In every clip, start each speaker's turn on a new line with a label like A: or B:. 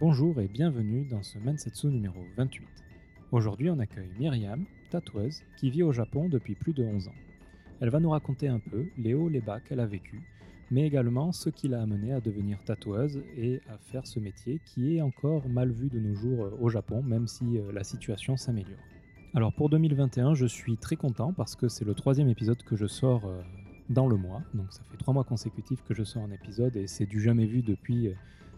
A: Bonjour et bienvenue dans ce Mansetsu numéro 28. Aujourd'hui, on accueille Myriam, tatoueuse, qui vit au Japon depuis plus de 11 ans. Elle va nous raconter un peu les hauts, les bas qu'elle a vécu, mais également ce qui l'a amenée à devenir tatoueuse et à faire ce métier qui est encore mal vu de nos jours euh, au Japon, même si euh, la situation s'améliore. Alors pour 2021, je suis très content parce que c'est le troisième épisode que je sors euh, dans le mois, donc ça fait trois mois consécutifs que je sors un épisode et c'est du jamais vu depuis, euh,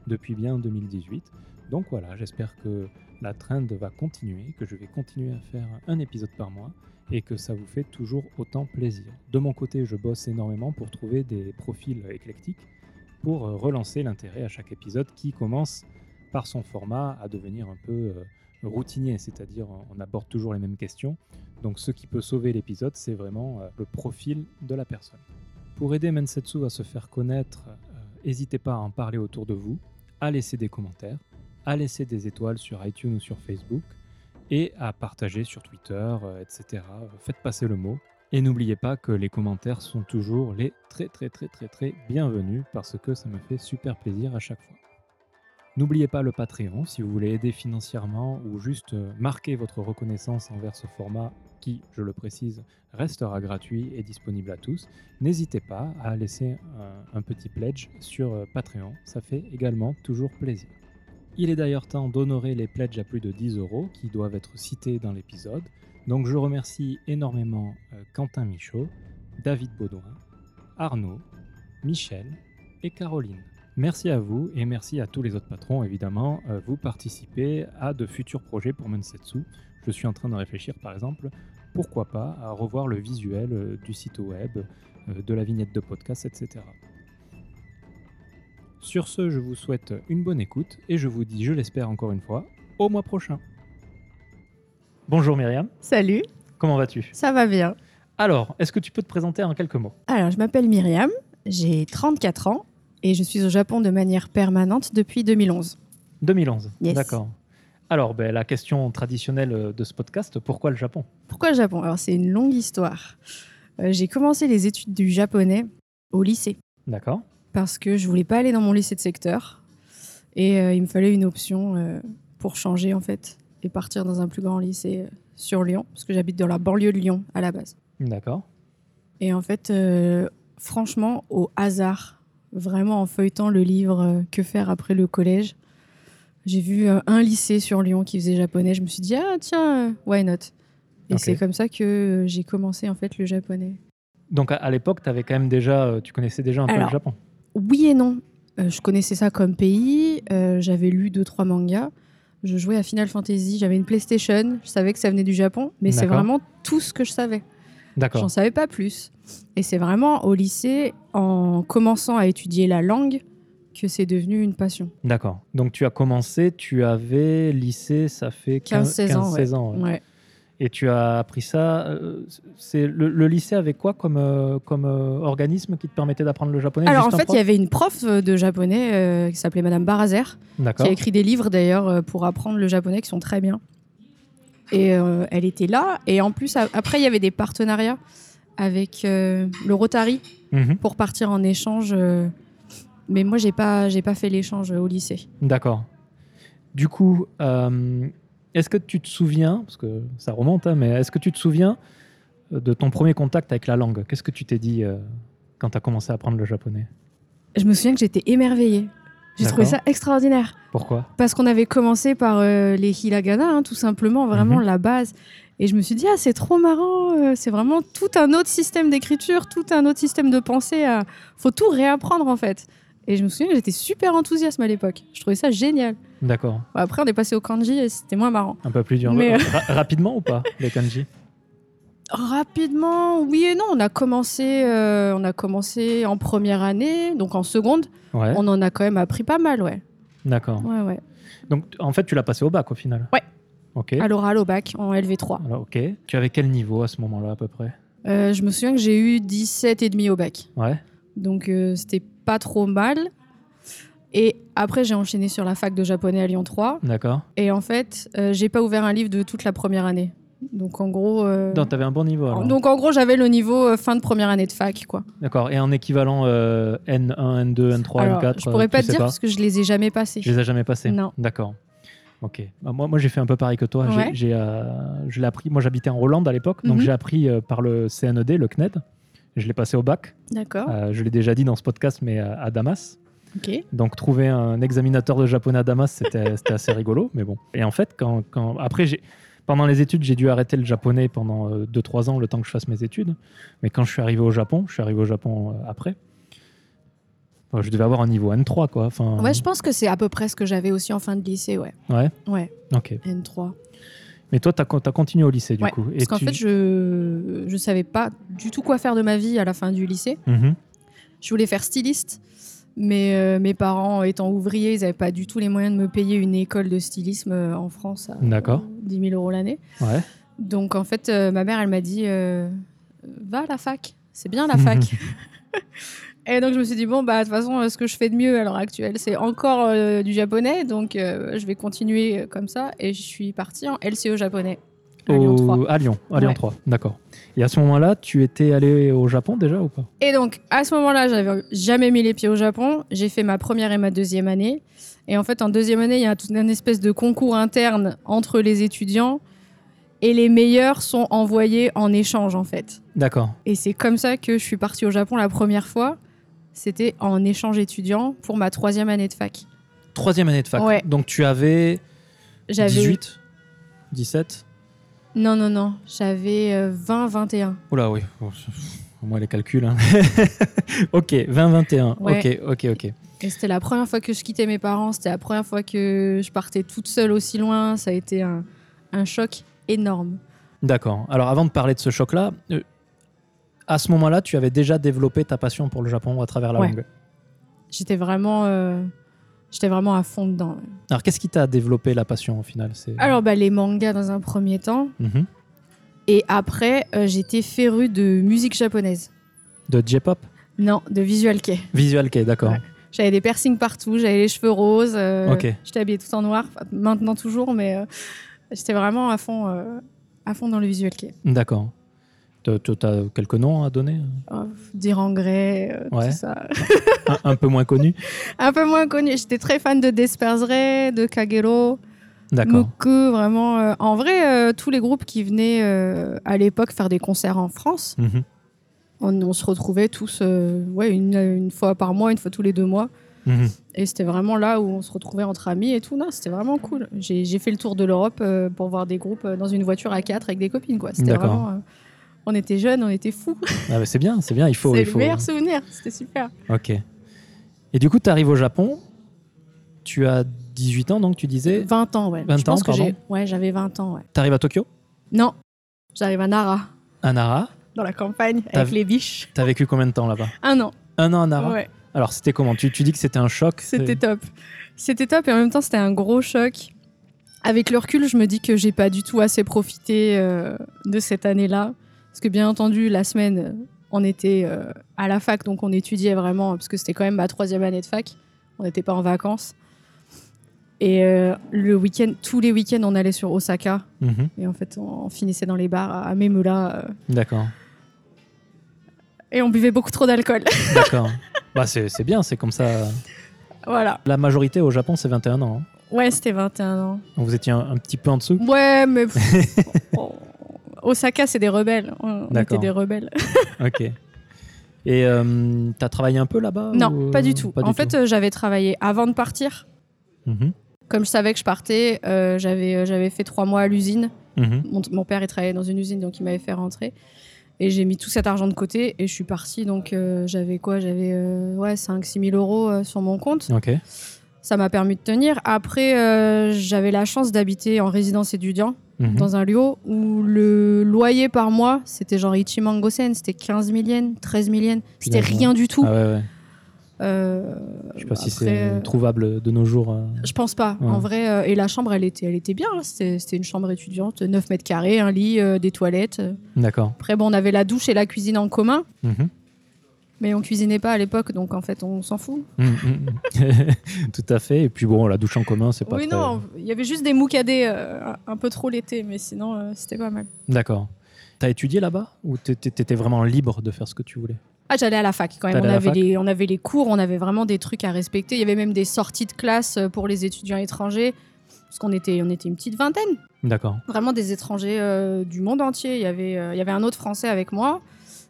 A: depuis bien 2018. Donc voilà, j'espère que la trend va continuer, que je vais continuer à faire un épisode par mois et que ça vous fait toujours autant plaisir. De mon côté, je bosse énormément pour trouver des profils éclectiques pour euh, relancer l'intérêt à chaque épisode qui commence par son format à devenir un peu euh, routinier, c'est-à-dire on aborde toujours les mêmes questions. Donc ce qui peut sauver l'épisode, c'est vraiment euh, le profil de la personne. Pour aider Mensetsu à se faire connaître, euh, n'hésitez pas à en parler autour de vous, à laisser des commentaires, à laisser des étoiles sur iTunes ou sur Facebook et à partager sur Twitter, euh, etc. Faites passer le mot. Et n'oubliez pas que les commentaires sont toujours les très très très très très bienvenus parce que ça me fait super plaisir à chaque fois. N'oubliez pas le Patreon si vous voulez aider financièrement ou juste euh, marquer votre reconnaissance envers ce format qui, je le précise, restera gratuit et disponible à tous. N'hésitez pas à laisser euh, un petit pledge sur euh, Patreon, ça fait également toujours plaisir. Il est d'ailleurs temps d'honorer les pledges à plus de 10 euros qui doivent être cités dans l'épisode. Donc je remercie énormément euh, Quentin Michaud, David Baudouin, Arnaud, Michel et Caroline. Merci à vous et merci à tous les autres patrons, évidemment. Euh, vous participez à de futurs projets pour Mensetsu. Je suis en train de réfléchir, par exemple, pourquoi pas à revoir le visuel euh, du site web, euh, de la vignette de podcast, etc. Sur ce, je vous souhaite une bonne écoute et je vous dis, je l'espère encore une fois, au mois prochain. Bonjour Myriam,
B: Salut,
A: comment vas-tu
B: ça va bien.
A: Alors, est-ce que tu peux te présenter en quelques mots
B: Alors, je m'appelle Myriam, j'ai 34 ans et je suis au Japon de manière permanente depuis 2011.
A: 2011,
B: Yes.
A: d'accord. Alors, ben, la question traditionnelle de ce podcast, pourquoi le Japon
B: Pourquoi le Japon Alors, c'est une longue histoire. Euh, j'ai commencé les études du japonais au lycée
A: D'accord.
B: parce que je voulais pas aller dans mon lycée de secteur et euh, il me fallait une option euh, pour changer en fait et partir dans un plus grand lycée euh, sur Lyon parce que j'habite dans la banlieue de Lyon à la base.
A: D'accord.
B: Et en fait, euh, franchement, au hasard, vraiment en feuilletant le livre euh, Que faire après le collège, j'ai vu euh, un lycée sur Lyon qui faisait japonais. Je me suis dit, ah tiens, euh, why not Et
A: Ok.
B: c'est comme ça que euh, j'ai commencé en fait le japonais.
A: Donc à, à l'époque, t'avais quand même déjà, euh, tu connaissais déjà un peu
B: Alors.
A: le Japon.
B: Oui et non. Euh, je connaissais ça comme pays, euh, j'avais lu deux, trois mangas. Je jouais à Final Fantasy, j'avais une PlayStation, je savais que ça venait du Japon, mais c'est
A: D'accord.
B: vraiment tout ce que je savais.
A: D'accord.
B: J'en savais pas plus. Et c'est vraiment au lycée, en commençant à étudier la langue, que c'est devenu une passion.
A: D'accord. Donc tu as commencé, tu avais lycée, ça fait 15,
B: 15-16 ans,
A: 15-16 ans, ouais.
B: Ouais.
A: Et tu as appris ça. euh, c'est le, le lycée avait quoi comme, euh, comme euh, organisme qui te permettait d'apprendre le japonais
B: Alors en
A: Juste un
B: fait, il
A: prof
B: y avait une prof de japonais euh, qui s'appelait Madame Barazer, qui
A: D'accord.
B: a écrit des livres d'ailleurs euh, pour apprendre le japonais qui sont très bien. Et euh, elle était là. Et en plus, a- après, il y avait des partenariats avec euh, le Rotary
A: Mhm.
B: pour partir en échange. euh, mais moi, j'ai pas, j'ai pas fait l'échange euh, au lycée.
A: D'accord. Du coup, euh, est-ce que tu te souviens, parce que ça remonte, hein, mais est-ce que tu te souviens euh, de ton premier contact avec la langue Qu'est-ce que tu t'es dit euh, quand tu as commencé à apprendre le japonais
B: Je me souviens que j'étais émerveillée. J'ai trouvé
A: D'accord.
B: ça extraordinaire.
A: Pourquoi
B: Parce qu'on avait commencé par euh, les hiragana, hein, tout simplement, vraiment
A: Mhm.
B: la base. Et je me suis dit, ah, c'est trop marrant, euh, c'est vraiment tout un autre système d'écriture, tout un autre système de pensée. à- Faut tout réapprendre, en fait. Et je me souviens que j'étais super enthousiaste à l'époque. Je trouvais ça génial.
A: D'accord.
B: Bon, après, on est passé au kanji et c'était moins marrant.
A: Un peu plus dur.
B: Mais, euh,
A: Ra- rapidement ou pas, les kanji
B: Rapidement, oui et non, on a commencé, euh, on a commencé en première année, donc en seconde,
A: Ouais,
B: on en a quand même appris pas mal, ouais.
A: d'accord.
B: Ouais, ouais.
A: Donc, t- en fait, tu l'as passé au bac au final
B: Ouais.
A: Ok.
B: À l'oral, au bac, en LV3.
A: Alors, ok. Tu avais quel niveau à ce moment-là à peu près
B: Euh, je me souviens que j'ai eu 17 et demi au bac.
A: Ouais.
B: Donc euh, c'était pas trop mal. Et après, j'ai enchaîné sur la fac de japonais à Lyon 3.
A: D'accord.
B: Et en fait, euh, j'ai pas ouvert un livre de toute la première année. Donc en gros. euh,
A: Non, t'avais un bon niveau alors.
B: donc en gros, j'avais le niveau euh, fin de première année de fac, quoi.
A: D'accord. Et en équivalent euh, N1, N2, N3,
B: Alors,
A: N4.
B: je
A: euh,
B: pourrais pas
A: tu
B: te
A: sais
B: dire parce que je les ai jamais passés.
A: Je les ai jamais passés.
B: Non.
A: D'accord. Ok. Bah, moi, moi j'ai fait un peu pareil que toi. J'ai-
B: Ouais.
A: j'ai, euh, je l'ai appris. Moi, j'habitais en Hollande à l'époque, donc
B: Mhm.
A: j'ai appris euh, par le CNED, le CNED. Je l'ai passé au bac.
B: D'accord.
A: Euh, je l'ai déjà dit dans ce podcast, mais euh, à Damas.
B: Ok.
A: Donc trouver un examinateur de japonais à Damas, c'était c'était assez rigolo, mais bon. Et en fait, quand, quand- après, j'ai- pendant les études, j'ai dû arrêter le japonais pendant 2-3 ans, le temps que je fasse mes études. Mais quand je suis arrivé au Japon, je suis arrivé au Japon euh, après. bon, je devais avoir un niveau N3, quoi. Enfin,
B: Ouais, je pense que c'est à peu près ce que j'avais aussi en fin de lycée, ouais.
A: Ouais.
B: Ouais,
A: Ok.
B: N3.
A: Mais toi, tu as, continué au lycée, du
B: Ouais,
A: coup.
B: Parce qu'en
A: tu-
B: fait, je je savais pas du tout quoi faire de ma vie à la fin du lycée.
A: Mhm.
B: Je voulais faire styliste, mais euh, mes parents étant ouvriers, ils n'avaient pas du tout les moyens de me payer une école de stylisme euh, en France à
A: D'accord.
B: 10 000 euros l'année.
A: Ouais.
B: Donc en fait, euh, ma mère, elle m'a dit euh, va à la fac, c'est bien la fac. Et donc je me suis dit bon bah de toute façon, euh, ce que je fais de mieux à l'heure actuelle, c'est encore euh, du japonais, donc euh, je vais continuer euh, comme ça. Et je suis partie en LCE japonais à Lyon
A: Au-
B: 3.
A: à Lyon, à Lyon
B: Ouais.
A: 3, d'accord. Et à ce moment-là, tu étais allé au Japon déjà ou pas
B: Et donc, à ce moment-là, j'avais jamais mis les pieds au Japon. J'ai fait ma première et ma deuxième année. Et en fait, en deuxième année, il y a tout un espèce de concours interne entre les étudiants. Et les meilleurs sont envoyés en échange, en fait.
A: D'accord.
B: Et c'est comme ça que je suis partie au Japon la première fois. C'était en échange étudiant pour ma troisième année de fac.
A: Troisième année de fac.
B: Ouais.
A: Donc tu avais 18 17
B: Non, non, non. J'avais euh, 20, 21.
A: Oula, oui. Bon, c'est- Moi, les calculs. hein. ok, 20-21.
B: Ouais.
A: Ok, ok, ok.
B: Et c'était la première fois que je quittais mes parents, c'était la première fois que je partais toute seule aussi loin, ça a été un, un choc énorme.
A: D'accord. Alors, avant de parler de ce choc-là, euh, à ce moment-là, tu avais déjà développé ta passion pour le Japon à travers la
B: Ouais.
A: langue.
B: J'étais vraiment, euh, j'étais vraiment à fond dedans. ouais.
A: Alors, qu'est-ce qui t'a développé la passion au final C'est...
B: Alors bah, les mangas dans un premier temps,
A: Mhm.
B: et après euh, j'étais férue de musique japonaise.
A: De J-pop
B: Non, de visual kei.
A: Visual Kei, d'accord.
B: Ouais. J'avais des piercings partout, j'avais les cheveux roses, euh,
A: Ok.
B: j'étais habillée tout en noir, enfin, maintenant toujours, mais euh, j'étais vraiment à fond, euh, à fond dans le visual kei.
A: D'accord. T'as- T'as quelques noms à donner
B: Oh, Dirangray, euh,
A: Ouais.
B: tout ça.
A: un, un peu moins connus
B: un peu moins connu. J'étais très fan de Despairs Ray, de Kagero,
A: D'accord.
B: Moku, vraiment. euh, en vrai, euh, tous les groupes qui venaient euh, à l'époque faire des concerts en France,
A: Mhm.
B: on, on se retrouvait tous euh, ouais, une, une fois par mois, une fois tous les deux mois.
A: Mhm.
B: Et c'était vraiment là où on se retrouvait entre amis et tout. Non, c'était vraiment cool. J'ai j'ai fait le tour de l'Europe euh, pour voir des groupes euh, dans une voiture à quatre avec des copines. quoi. C'était
A: D'accord.
B: vraiment. euh, on était jeunes, on était fous.
A: Ah, mais c'est bien, c'est bien. Il faut.
B: C'est
A: il
B: le
A: faut...
B: meilleur souvenir. C'était super.
A: Ok. Et du coup, tu arrives au Japon, tu as 18 ans, donc tu disais,
B: 20 ans, ouais.
A: 20
B: Je pense
A: ans,
B: que j'ai-
A: pardon.
B: Ouais, j'avais 20 ans, ouais.
A: tu arrives à Tokyo,
B: Non, j'arrive à Nara.
A: à Nara.
B: dans la campagne
A: T'as-
B: avec les biches.
A: Tu as vécu combien de temps là-bas
B: Un an.
A: Un an à Nara
B: Ouais,
A: Alors, c'était comment tu, tu dis que c'était un choc c'est-
B: c'était top. C'était top et en même temps, c'était un gros choc. Avec le recul, je me dis que j'ai pas du tout assez profité euh, de cette année-là. Parce que bien entendu, la semaine, on était euh, à la fac, donc on étudiait vraiment, parce que c'était quand même ma troisième année de fac. On n'était pas en vacances. Et euh, le week-end, tous les week-ends, on allait sur Osaka.
A: Mhm,
B: Et en fait, on, on finissait dans les bars à Memula. euh,
A: D'accord.
B: et on buvait beaucoup trop d'alcool.
A: D'accord. bah, c'est c'est bien, c'est comme ça.
B: voilà.
A: La majorité au Japon, c'est 21 ans. hein.
B: Ouais, c'était 21 ans.
A: Donc, vous étiez un, un petit peu en dessous
B: Ouais, mais pff, on- Osaka, c'est des rebelles. On on
A: D'accord.
B: était des rebelles.
A: Ok. Et euh, t'as travaillé un peu là-bas
B: Non,
A: ou-
B: pas du tout.
A: Pas
B: en fait,
A: tout.
B: euh, j'avais travaillé avant de partir.
A: Mhm,
B: Comme je savais que je partais, euh, j'avais euh, j'avais fait trois mois à l'usine.
A: mhm.
B: Mon, mon père, il travaillait dans une usine, donc il m'avait fait rentrer. Et j'ai mis tout cet argent de côté et je suis partie. Donc euh, j'avais quoi J'avais euh, ouais, 5-6 000 euros euh, sur mon compte.
A: Ok.
B: Ça m'a permis de tenir. Après, euh, j'avais la chance d'habiter en résidence étudiante.
A: Mhm.
B: dans un lieu où le loyer par mois, c'était genre Ichimangosen, c'était 15 000 yens, 13 000 yens, c'était
A: Putain,
B: rien du tout.
A: Ah ouais, ouais.
B: Euh,
A: Je sais pas si
B: après,
A: c'est
B: euh,
A: trouvable de nos jours. euh.
B: Je pense pas,
A: Ouais.
B: en vrai. euh, et la chambre, elle était, elle était bien. hein, C'était c'était une chambre étudiante, 9 mètres carrés, un lit, euh, des toilettes.
A: D'accord.
B: Après, bon, on avait la douche et la cuisine en commun.
A: Mhm.
B: Mais on cuisinait pas à l'époque, donc en fait, on s'en fout.
A: Mm, mm, mm. Tout à fait. Et puis bon, la douche en commun, c'est pas
B: oui,
A: très-
B: non, il y avait juste des moucadés euh, un peu trop l'été, mais sinon, euh, c'était pas mal.
A: D'accord. T'as étudié là-bas ou t'é- t'é- t'étais vraiment libre de faire ce que tu voulais
B: Ah, j'allais à la fac quand même.
A: T'allais
B: On
A: à la
B: avait,
A: fac
B: les, on avait les cours, on avait vraiment des trucs à respecter. Il y avait même des sorties de classe euh, pour les étudiants étrangers, parce qu'on était, on était une petite vingtaine.
A: D'accord.
B: vraiment des étrangers euh, du monde entier. Il y, avait, euh, il y avait un autre Français avec moi,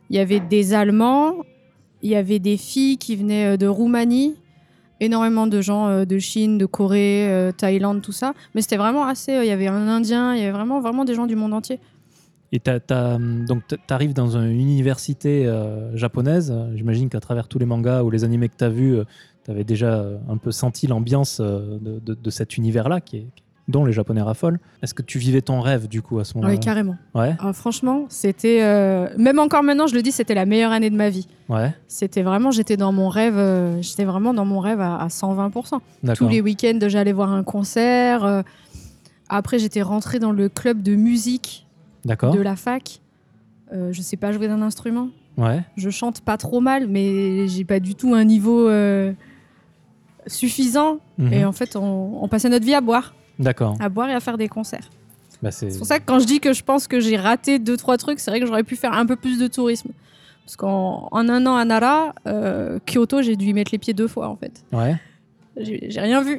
B: il y avait des Allemands, il y avait des filles qui venaient euh, de Roumanie, énormément de gens euh, de Chine, de Corée, euh, Thaïlande, tout ça. Mais c'était vraiment assez. euh, il y avait un Indien, il y avait vraiment, vraiment des gens du monde entier.
A: Et t'as- t'as, hum, donc t- t'arrives dans une université euh, japonaise. J'imagine qu'à travers tous les mangas ou les animés que t'as vus, euh, t'avais déjà euh, un peu senti l'ambiance euh, de, de- de cet univers-là, qui est- dont les Japonais raffolent. Est-ce que tu vivais ton rêve du coup à ce
B: Oui,
A: moment-là
B: carrément.
A: Ouais,
B: Ah, franchement, c'était. euh, même encore maintenant, je le dis, c'était la meilleure année de ma vie.
A: ouais,
B: C'était vraiment, j'étais dans mon rêve, euh, j'étais vraiment dans mon rêve à, à 120%. tous
A: d'accord.
B: les week-ends, j'allais voir un concert. euh, Après, j'étais rentrée dans le club de musique
A: D'accord.
B: de la fac. Euh, je sais pas jouer d'un instrument.
A: Ouais,
B: Je chante pas trop mal, mais j'ai pas du tout un niveau euh, suffisant.
A: mhm,
B: Et en fait, on, on passait notre vie à boire,
A: d'accord.
B: à boire et à faire des concerts.
A: Bah, c'est
B: C'est pour ça que quand je dis que je pense que j'ai raté deux trois trucs, c'est vrai que j'aurais pu faire un peu plus de tourisme. Parce qu'en en un an à Nara, euh, Kyoto, j'ai dû y mettre les pieds deux fois en fait.
A: Ouais.
B: J'ai j'ai rien vu.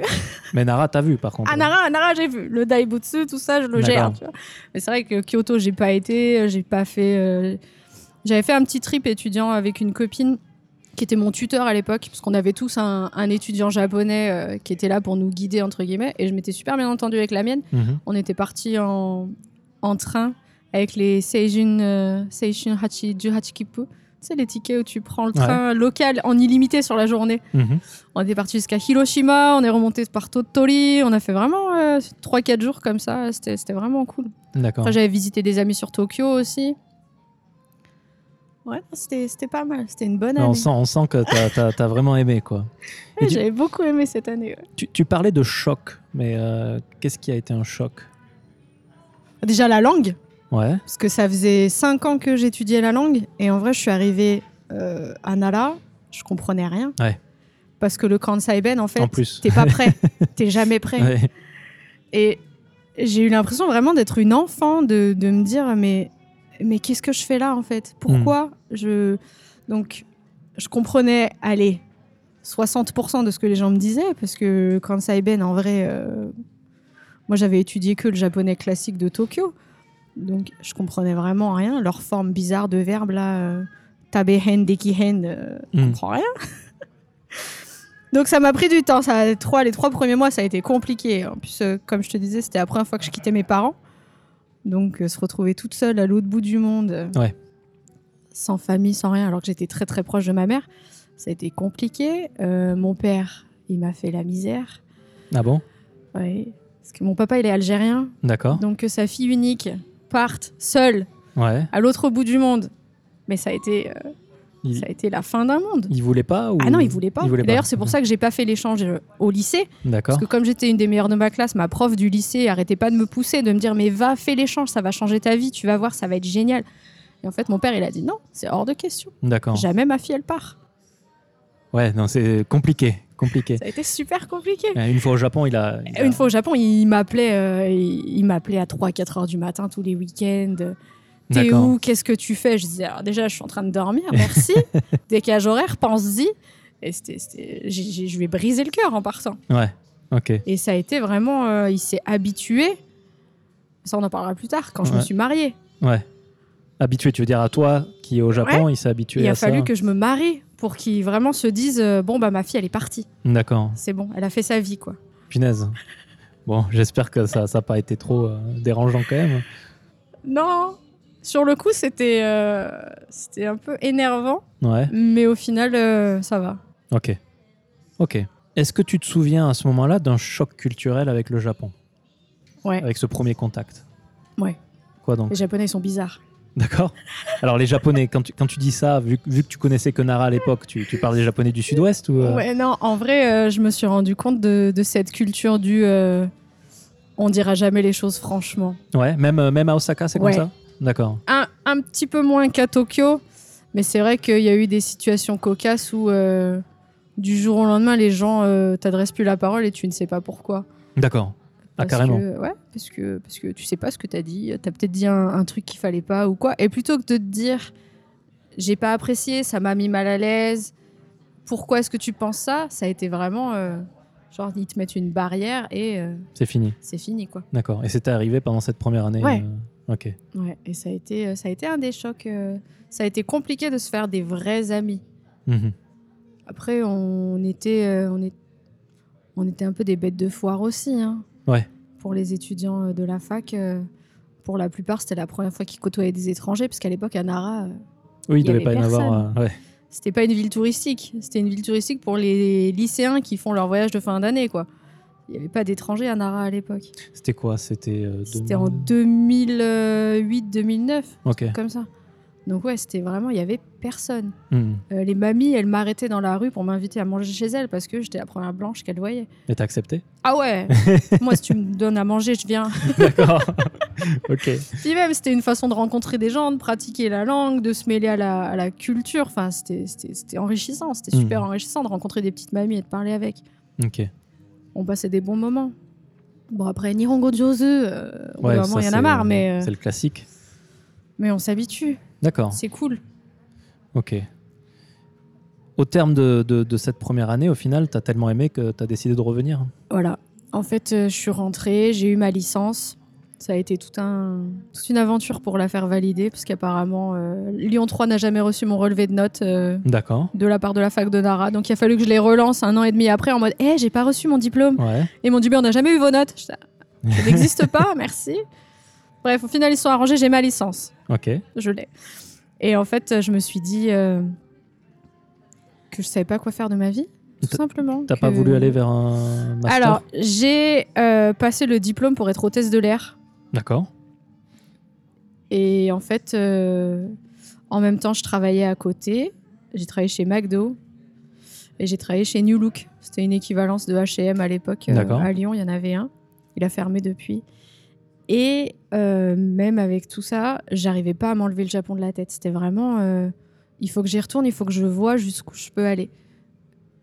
A: Mais Nara, t'as vu par contre.
B: Anara, Anara, j'ai vu. Le Daibutsu, tout ça, je le gère.
A: D'accord.
B: tu vois. Mais c'est vrai que Kyoto, j'ai pas été, j'ai pas fait. euh, J'avais fait un petit trip étudiant avec une copine qui était mon tuteur à l'époque, parce qu'on avait tous un, un étudiant japonais euh, qui était là pour nous guider, entre guillemets, et je m'étais super bien entendue avec la mienne.
A: Mhm,
B: On était partis en, en train avec les Seijun, euh, Seijun Hachi, Juhachikipu. Tu sais, les tickets où tu prends le
A: Ouais.
B: train local en illimité sur la journée.
A: mhm.
B: On était parti jusqu'à Hiroshima, on est remonté par Totori, on a fait vraiment euh, 3-4 jours comme ça, c'était c'était vraiment cool.
A: D'accord.
B: Après, j'avais visité des amis sur Tokyo aussi. Ouais, non, c'était c'était pas mal, c'était une bonne
A: Mais on,
B: année.
A: sent, on sent que t'as- t'as- t'as vraiment aimé quoi.
B: Ouais,
A: Et tu-
B: J'avais beaucoup aimé cette année. ouais.
A: Tu, tu parlais de choc, mais euh, qu'est-ce qui a été un choc
B: Déjà la langue,
A: Ouais,
B: parce que ça faisait 5 ans que j'étudiais la langue, et en vrai, je suis arrivée euh, à Nara, je comprenais rien.
A: Ouais.
B: Parce que le Kansai-ben, en fait,
A: en plus.
B: t'es pas prêt, t'es jamais prêt.
A: Ouais.
B: Et j'ai eu l'impression vraiment d'être une enfant, de, de me dire mais, mais qu'est-ce que je fais là en fait Pourquoi je... Donc je comprenais, allez, 60% de ce que les gens me disaient, parce que Kansai Ben, en vrai, euh, moi j'avais étudié que le japonais classique de Tokyo, donc je comprenais vraiment rien. Leur forme bizarre de verbe là, euh, tabehen, dekihen, euh, je
A: Mm.
B: comprends rien. Donc ça m'a pris du temps. Ça, a- trois, les trois premiers mois, ça a été compliqué. En plus, euh, comme je te disais, c'était la première fois que je quittais mes parents. Donc euh, se retrouver toute seule à l'autre bout du monde, euh,
A: Ouais.
B: sans famille, sans rien, alors que j'étais très très proche de ma mère, ça a été compliqué. Euh, mon père, il m'a fait la misère.
A: Ah bon
B: Ouais. Parce que mon papa, il est algérien.
A: D'accord.
B: Donc que sa fille unique parte seule
A: Ouais.
B: à l'autre bout du monde. Mais ça a été, euh,
A: Il,
B: ça a été la fin d'un monde.
A: il voulait pas ou...
B: Ah non, il voulait pas.
A: Il voulait
B: D'ailleurs, c'est pour ça que j'ai pas fait l'échange euh, au lycée.
A: D'accord.
B: Parce que comme j'étais une des meilleures de ma classe, ma prof du lycée arrêtait pas de me pousser, de me dire mais va, fais l'échange, ça va changer ta vie, tu vas voir, ça va être génial. Et en fait, mon père, il a dit non, c'est hors de question.
A: D'accord.
B: Jamais ma fille, elle part.
A: Ouais, non, c'est compliqué. Compliqué.
B: Ça a été super compliqué.
A: Euh, Une fois au Japon, il a. il a-
B: Une fois au Japon, il m'appelait euh, il, il m'appelait à 3-4 heures du matin tous les week-ends. T'es
A: D'accord.
B: où Qu'est-ce que tu fais Je disais, alors déjà, je suis en train de dormir, merci. Décage horaire, pense-y. Et c'était, c'était- j'ai- j'ai- je lui ai brisé le cœur en partant.
A: Ouais. Ok.
B: Et ça a été vraiment. euh, il s'est habitué. Ça, on en parlera plus tard, quand je me
A: Ouais.
B: suis mariée.
A: Ouais. Habitué, tu veux dire à toi qui est au Japon, il s'est habitué
B: il
A: à
B: a fallu
A: ça.
B: que je me marie pour qu'ils vraiment se disent euh, bon, bah, ma fille, elle est partie.
A: D'accord.
B: C'est bon, elle a fait sa vie, quoi.
A: Punaise. Bon, j'espère que ça n'a pas été trop euh, dérangeant quand même.
B: Non Sur le coup, c'était, euh, c'était un peu énervant,
A: Ouais.
B: mais au final, euh, ça va.
A: Ok. Ok. Est-ce que tu te souviens à ce moment-là d'un choc culturel avec le Japon
B: Ouais.
A: Avec ce premier contact
B: Ouais.
A: Quoi donc
B: Les Japonais, ils sont bizarres.
A: D'accord Alors les Japonais, quand tu, quand tu dis ça, vu, que- vu que tu connaissais que Nara à l'époque, tu, tu parles des Japonais du Sud-Ouest ou euh,
B: Ouais, non, en vrai, euh, je me suis rendu compte de, de cette culture du. euh, on dira jamais les choses franchement.
A: Ouais, même, euh, même à Osaka, c'est comme
B: Ouais.
A: ça D'accord.
B: un, un petit peu moins qu'à Tokyo, Mais c'est vrai qu'il y a eu des situations cocasses où euh, du jour au lendemain, les gens euh, t'adressent plus la parole et tu ne sais pas pourquoi.
A: D'accord. Ah,
B: Parce
A: carrément.
B: que- ouais, parce que, parce que tu sais pas ce que t'as dit. T'as peut-être dit un, un truc qu'il fallait pas ou quoi. Et plutôt que de te dire, j'ai pas apprécié, ça m'a mis mal à l'aise, pourquoi est-ce que tu penses ça Ça a été vraiment. euh, genre, ils te mettent une barrière et euh,
A: C'est fini.
B: c'est fini, quoi.
A: D'accord. Et c'était arrivé pendant cette première année
B: Ouais.
A: euh, Ok.
B: Ouais, et ça a été, euh, ça a été un des chocs. euh, ça a été compliqué de se faire des vrais amis.
A: Mhm.
B: Après, on était, euh, on est, on était un peu des bêtes de foire aussi. hein.
A: Ouais.
B: Pour les étudiants euh, de la fac, euh, pour la plupart, c'était la première fois qu'ils côtoyaient des étrangers, parce qu'à l'époque, à Nara, euh,
A: Oui, il
B: Il y
A: devait pas
B: avait
A: y en avoir. euh, ouais.
B: c'était pas une ville touristique. C'était une ville touristique pour les lycéens qui font leur voyage de fin d'année, quoi. Il n'y avait pas d'étrangers à Nara à l'époque.
A: C'était quoi C'était. euh,
B: C'était en
A: 2000.
B: 2008-2009,
A: Ok.
B: comme ça. Donc ouais, c'était vraiment, il y avait personne.
A: Mhm.
B: Euh, les mamies, elles m'arrêtaient dans la rue pour m'inviter à manger chez elles parce que j'étais la première blanche qu'elles voyaient.
A: Et t'as accepté
B: Ah ouais Moi, si tu me donnes à manger, je viens.
A: D'accord. ok.
B: Puis même, c'était une façon de rencontrer des gens, de pratiquer la langue, de se mêler à la, à la culture. Enfin, c'était- c'était c'était enrichissant. C'était
A: Mhm.
B: super enrichissant de rencontrer des petites mamies et de parler avec.
A: Ok.
B: On passait des bons moments. Bon, après, Nirongo Jose, euh, au bout
A: Ouais,
B: d'un
A: ça,
B: moment, il y en
A: c'est-
B: a marre, mais, euh,
A: C'est le classique.
B: mais on s'habitue.
A: D'accord.
B: C'est cool.
A: Ok. Au terme de, de- de cette première année, au final, t'as tellement aimé que t'as décidé de revenir.
B: Voilà. En fait, euh, je suis rentrée, j'ai eu ma licence. Ça a été tout un, toute une aventure pour la faire valider, parce qu'apparemment, euh, Lyon 3 n'a jamais reçu mon relevé de notes euh,
A: D'accord.
B: de la part de la fac de Nara. Donc, il a fallu que je les relance un an et demi après en mode Hé, j'ai pas reçu mon diplôme.
A: Ouais.
B: Et mon diplôme, on n'a jamais eu vos notes. J'étais, Ah, Ça n'existe pas, merci. Bref, au final, ils se sont arrangés, j'ai ma licence
A: Ok.
B: je l'ai. Et en fait, je me suis dit euh, que je savais pas quoi faire de ma vie, tout
A: T'as-
B: simplement.
A: T'as
B: que-
A: pas voulu aller vers un master
B: Alors, j'ai euh, passé le diplôme pour être hôtesse de l'air.
A: D'accord.
B: Et en fait, euh, en même temps, je travaillais à côté. J'ai travaillé chez McDo et j'ai travaillé chez New Look. C'était une équivalence de H&M à l'époque. euh,
A: D'accord.
B: à Lyon, il y en avait un. Il a fermé depuis. Et euh, même avec tout ça, j'arrivais pas à m'enlever le Japon de la tête. C'était vraiment, euh, il faut que j'y retourne, il faut que je vois jusqu'où je peux aller.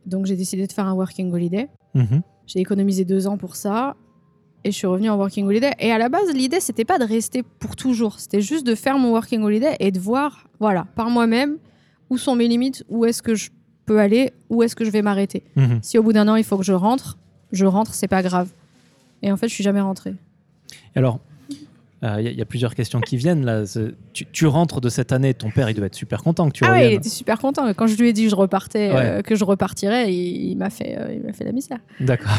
B: Donc j'ai décidé de faire un working holiday.
A: Mhm.
B: J'ai économisé deux ans pour ça et je suis revenue en working holiday. Et à la base, l'idée, c'était pas de rester pour toujours. C'était juste de faire mon working holiday et de voir, voilà, par moi-même, où sont mes limites, où est-ce que je peux aller, où est-ce que je vais m'arrêter.
A: Mhm.
B: Si au bout d'un an, il faut que je rentre, je rentre, c'est pas grave. Et en fait, je suis jamais rentrée.
A: Alors, il y, a- y a plusieurs questions qui viennent là. C'est- Tu, tu rentres de cette année, ton père, il doit être super content que tu
B: ah ouais, il
A: reviennes.
B: était super content. Quand je lui ai dit que je repartais,
A: Ouais.
B: euh, que je repartirais, il, il m'a fait, euh, il m'a fait la misère.
A: D'accord.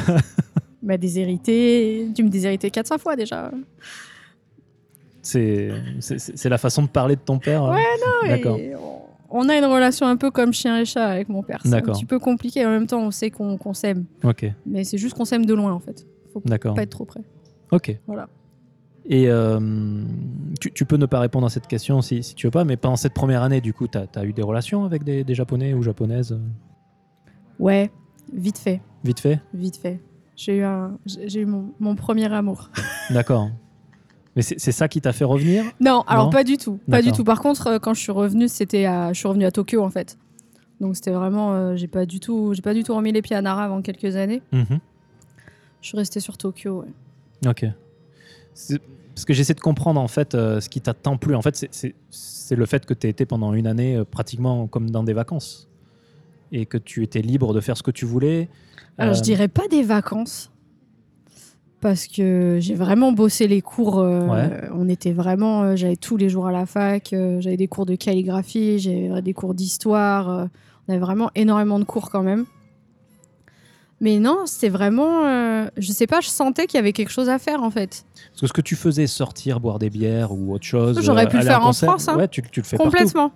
B: Il m'a déshérité. Tu me déshéritais 400 fois déjà.
A: C'est c'est- c'est- c'est la façon de parler de ton père. euh.
B: Ouais, Et
A: D'accord.
B: on- On a une relation un peu comme chien et chat avec mon père. C'est un
A: D'accord.
B: petit peu compliqué. En même temps, on sait qu'on qu'on s'aime.
A: Ok.
B: Mais c'est juste qu'on s'aime de loin, en fait. Faut
A: D'accord.
B: pas être trop près.
A: Ok.
B: Voilà.
A: Et euh, tu, tu peux ne pas répondre à cette question si, si tu veux pas, mais pendant cette première année, du coup, tu as, eu des relations avec des, des Japonais ou Japonaises euh,
B: Ouais, vite fait.
A: Vite fait
B: Vite fait. J'ai eu, un... j'ai j'ai eu mon, mon premier amour.
A: D'accord. Mais c'est c'est ça qui t'a fait revenir
B: Non, alors
A: Non
B: pas du tout. Pas du
A: D'accord.
B: tout. Par contre, euh, quand je suis revenue, c'était à... je suis revenue à Tokyo, en fait. Donc c'était vraiment. euh, j'ai pas, du tout... j'ai pas du tout remis les pieds à Nara avant quelques années.
A: Mhm.
B: Je suis restée sur Tokyo. ouais.
A: Ok. C'est- Parce que j'essaie de comprendre en fait euh, ce qui t'a tant plu. En fait, c'est- c'est c'est le fait que tu été pendant une année euh, pratiquement comme dans des vacances et que tu étais libre de faire ce que tu voulais. Euh,
B: Alors, Ah, je dirais pas des vacances. Parce que j'ai vraiment bossé les cours. euh,
A: Ouais.
B: On était vraiment. euh, J'avais tous les jours à la fac. euh, J'avais des cours de calligraphie. J'avais des cours d'histoire. euh, on avait vraiment énormément de cours quand même. Mais non, c'était vraiment. euh, je sais pas, je sentais qu'il y avait quelque chose à faire en fait.
A: Parce que ce que tu faisais, sortir, boire des bières ou autre chose.
B: J'aurais
A: euh,
B: pu le
A: aller à un
B: faire en
A: concert,
B: France, hein.
A: Ouais, tu, tu le fais partout.
B: Complètement.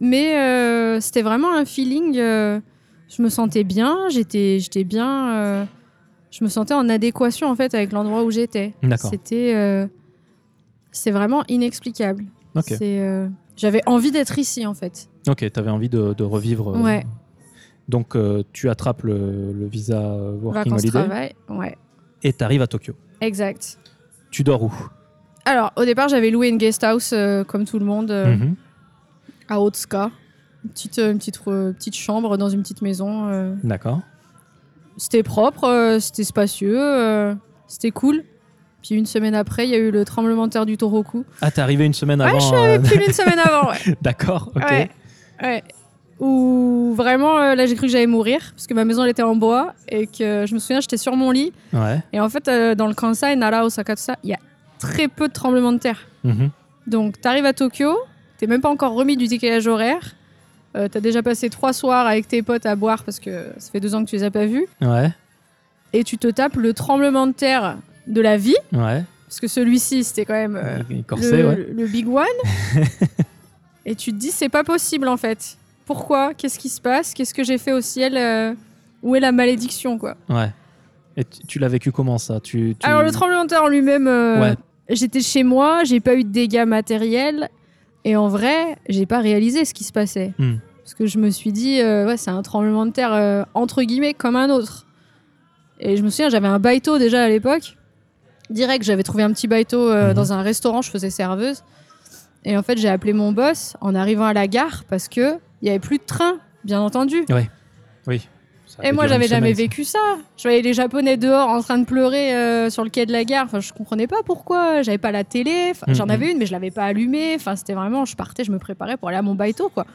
B: Mais euh, c'était vraiment un feeling. euh, je me sentais bien. J'étais j'étais bien. euh, je me sentais en adéquation en fait avec l'endroit où j'étais.
A: D'accord.
B: C'était. euh, c'est vraiment inexplicable.
A: Ok,
B: C'est, euh, J'avais envie d'être ici en fait.
A: ok, tu avais envie de, de revivre. euh,
B: Ouais.
A: Donc euh, tu attrapes le, le visa euh, Working
B: Vacances,
A: Holiday
B: travail. Ouais,
A: et tu arrives à Tokyo.
B: exact.
A: Tu dors où
B: Alors, au départ, j'avais loué une guest house euh, comme tout le monde euh,
A: Mhm.
B: à Otsuka. Une petite, une petite, euh, petite chambre dans une petite maison. euh.
A: D'accord.
B: C'était propre, euh, c'était spacieux, euh, c'était cool. Puis une semaine après, il y a eu le tremblement de terre du Toroku.
A: Ah, t'es arrivé une semaine
B: Ouais, je
A: avant.
B: suis
A: euh,
B: arrivée pile une semaine avant, ouais.
A: D'accord, ok.
B: Ouais. Ouais. Où vraiment, euh, là, j'ai cru que j'allais mourir parce que ma maison elle était en bois et que euh, je me souviens, j'étais sur mon lit.
A: Ouais.
B: Et en fait, euh, dans le Kansai, Nara, Osaka, tout ça, il y a très peu de tremblements de terre.
A: Mhm.
B: Donc, t'arrives à Tokyo, t'es même pas encore remis du décalage horaire. Euh, T'as déjà passé trois soirs avec tes potes à boire parce que ça fait deux ans que tu les as pas vus.
A: Ouais.
B: Et tu te tapes le tremblement de terre de la vie,
A: Ouais.
B: parce que celui-ci, c'était quand même euh,
A: Et- et Corsé,
B: le,
A: ouais.
B: le big one. et tu te dis, c'est pas possible en fait. Pourquoi Qu'est-ce qui se passe Qu'est-ce que j'ai fait au ciel Euh, Où est la malédiction quoi
A: Ouais. Et tu, tu l'as vécu comment ça tu, tu-
B: Alors le tremblement de terre en lui-même, euh,
A: Ouais.
B: j'étais chez moi, j'ai pas eu de dégâts matériels et en vrai, j'ai pas réalisé ce qui se passait.
A: Hmm.
B: Parce que je me suis dit, euh, ouais, c'est un tremblement de terre euh, entre guillemets comme un autre. Et je me souviens, j'avais un baïto déjà à l'époque. Direct, j'avais trouvé un petit baïto euh,
A: Mhm.
B: dans un restaurant, je faisais serveuse. Et en fait, j'ai appelé mon boss en arrivant à la gare parce que il y avait plus de train, bien entendu.
A: Ça
B: Et
A: avait
B: moi,
A: duré une
B: j'avais jamais
A: semaine, ça.
B: vécu ça. Je voyais les Japonais dehors en train de pleurer euh, sur le quai de la gare. Enfin, je comprenais pas pourquoi. J'avais pas la télé. Enfin,
A: Mm,
B: J'en
A: mm.
B: avais une, mais je l'avais pas allumée. Enfin, c'était vraiment. Je partais, je me préparais pour aller à mon baito, quoi.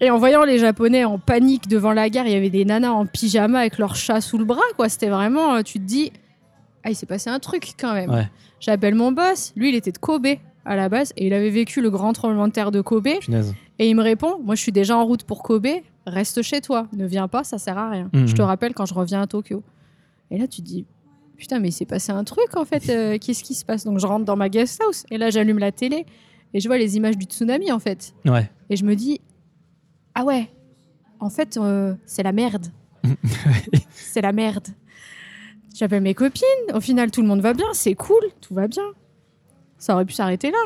B: Et en voyant les Japonais en panique devant la gare, il y avait des nanas en pyjama avec leur chat sous le bras, quoi. C'était vraiment. euh, Tu te dis, ah, il s'est passé un truc quand même.
A: Ouais.
B: J'appelle mon boss. Lui, il était de Kobe à la base et il avait vécu le grand tremblement de terre de Kobe.
A: Punaise.
B: Et il me répond Moi, je suis déjà en route pour Kobe, reste chez toi, ne viens pas, ça sert à rien.
A: Mhm.
B: Je te rappelle quand je reviens à Tokyo. Et là, tu te dis Putain, mais il s'est passé un truc en fait, euh, qu'est-ce qui se passe Donc, je rentre dans ma guest house et là, j'allume la télé et je vois les images du tsunami en fait.
A: Ouais.
B: Et je me dis Ah ouais, en fait, euh, c'est la merde. c'est la merde. J'appelle mes copines, au final, tout le monde va bien, c'est cool, tout va bien. Ça aurait pu s'arrêter là.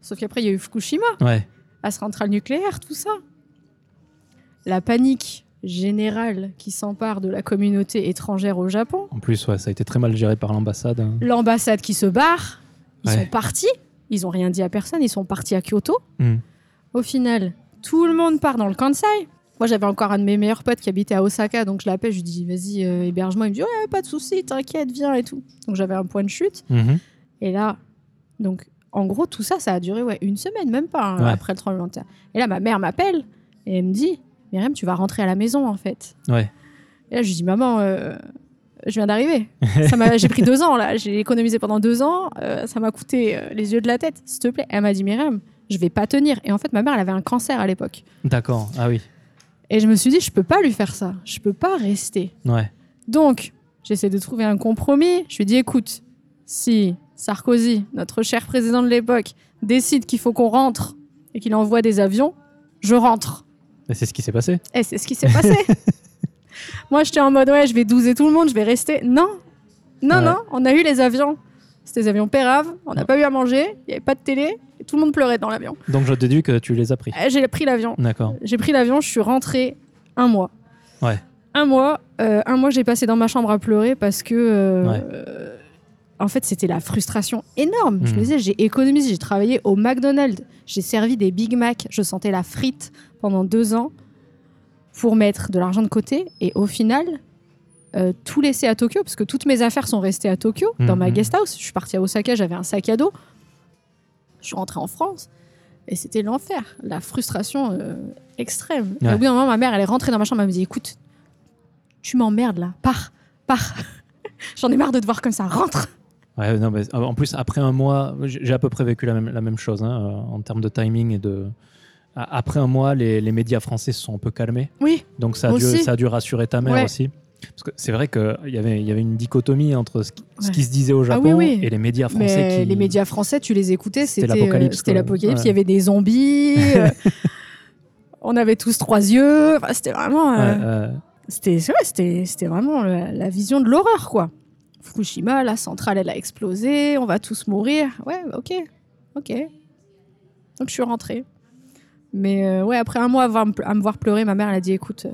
B: Sauf qu'après, il y a eu Fukushima
A: Ouais.
B: la centrale nucléaire, tout ça. La panique générale qui s'empare de la communauté étrangère au Japon.
A: En plus, ouais, ça a été très mal géré par l'ambassade. hein.
B: L'ambassade qui se barre. Ils
A: Ouais.
B: sont partis. Ils ont rien dit à personne. Ils sont partis à Kyoto.
A: Mm.
B: Au final, tout le monde part dans le Kansai. Moi, j'avais encore un de mes meilleurs potes qui habitait à Osaka, donc je l'appelle, je lui dis, vas-y, euh, héberge-moi. Il me dit, ouais, pas de souci, t'inquiète, viens et tout. Donc j'avais un point de chute.
A: Mhm.
B: Et là, donc, en gros, tout ça, ça a duré ouais, une semaine, même pas, hein,
A: Ouais.
B: après le tremblement de terre. Et là, ma mère m'appelle et elle me dit Myriam, tu vas rentrer à la maison, en fait.
A: Ouais.
B: Et là, je lui dis Maman, euh, je viens d'arriver. Ça m'a- J'ai pris deux ans, là. J'ai économisé pendant deux ans. euh, ça m'a coûté euh, les yeux de la tête, s'il te plaît. Elle m'a dit Myriam, je vais pas tenir. Et en fait, ma mère, elle avait un cancer à l'époque.
A: D'accord. Ah oui.
B: Et je me suis dit Je peux pas lui faire ça. Je peux pas rester.
A: Ouais.
B: Donc, j'essaie de trouver un compromis. Je lui dis, écoute, si Sarkozy, notre cher président de l'époque, décide qu'il faut qu'on rentre et qu'il envoie des avions, je rentre.
A: Et c'est ce qui s'est passé.
B: Et c'est ce qui s'est passé. Moi, j'étais en mode, ouais, je vais douzer tout le monde, je vais rester. Non, non,
A: Ouais.
B: non, on a eu les avions. C'était des avions péraves, on n'a pas eu à manger, il n'y avait pas de télé, et tout le monde pleurait dans l'avion.
A: Donc je déduis que tu les as pris.
B: Eh, J'ai pris l'avion.
A: D'accord.
B: J'ai pris l'avion, je suis rentrée un mois.
A: Hein. Ouais.
B: Un mois, euh, un mois, j'ai passé dans ma chambre à pleurer parce que, euh,
A: Ouais.
B: euh, en fait, c'était la frustration énorme. Je
A: Mhm.
B: me disais, j'ai économisé, j'ai travaillé au McDonald's, j'ai servi des Big Mac, je sentais la frite pendant deux ans pour mettre de l'argent de côté et au final. euh, tout laisser à Tokyo, parce que toutes mes affaires sont restées à Tokyo, dans ma
A: Mhm.
B: guest house. Je suis partie à Osaka, j'avais un sac à dos. Je suis rentrée en France et c'était l'enfer, la frustration euh, extrême. Et
A: Ouais.
B: au bout d'un moment, ma mère, elle est rentrée dans ma chambre, elle me dit Écoute, tu m'emmerdes là, pars, pars. J'en ai marre de te voir comme ça, rentre.
A: Ouais, non, mais ah, en plus, après un mois, j'ai j'ai à peu près vécu la même, la même chose hein, euh, en termes de timing et de. A- Après un mois, les, les médias français se sont un peu calmés.
B: Oui,
A: Donc ça a, dû,
B: Aussi.
A: ça a dû rassurer ta mère
B: Ouais.
A: aussi. Parce que c'est vrai qu'il y avait, il y avait une dichotomie entre ce qui, ce
B: Ouais. Ah
A: qui se disait au Japon
B: oui, oui.
A: et les médias français.
B: mais
A: qui...
B: les médias français, tu les écoutais,
A: C'était
B: c'était
A: l'apocalypse,
B: euh, c'était
A: quoi.
B: l'apocalypse.
A: Ouais.
B: Il y avait des zombies, euh, on avait tous trois yeux. Enfin, c'était vraiment.
A: Ouais,
B: euh,
A: euh,
B: C'était c'est vrai, c'était c'était vraiment la, la vision de l'horreur quoi. Fukushima, la centrale elle a explosé, on va tous mourir. Ouais, bah, ok, ok. Donc je suis rentrée. Mais euh, ouais, après un mois à, voir- à me voir pleurer, ma mère elle a dit écoute, euh,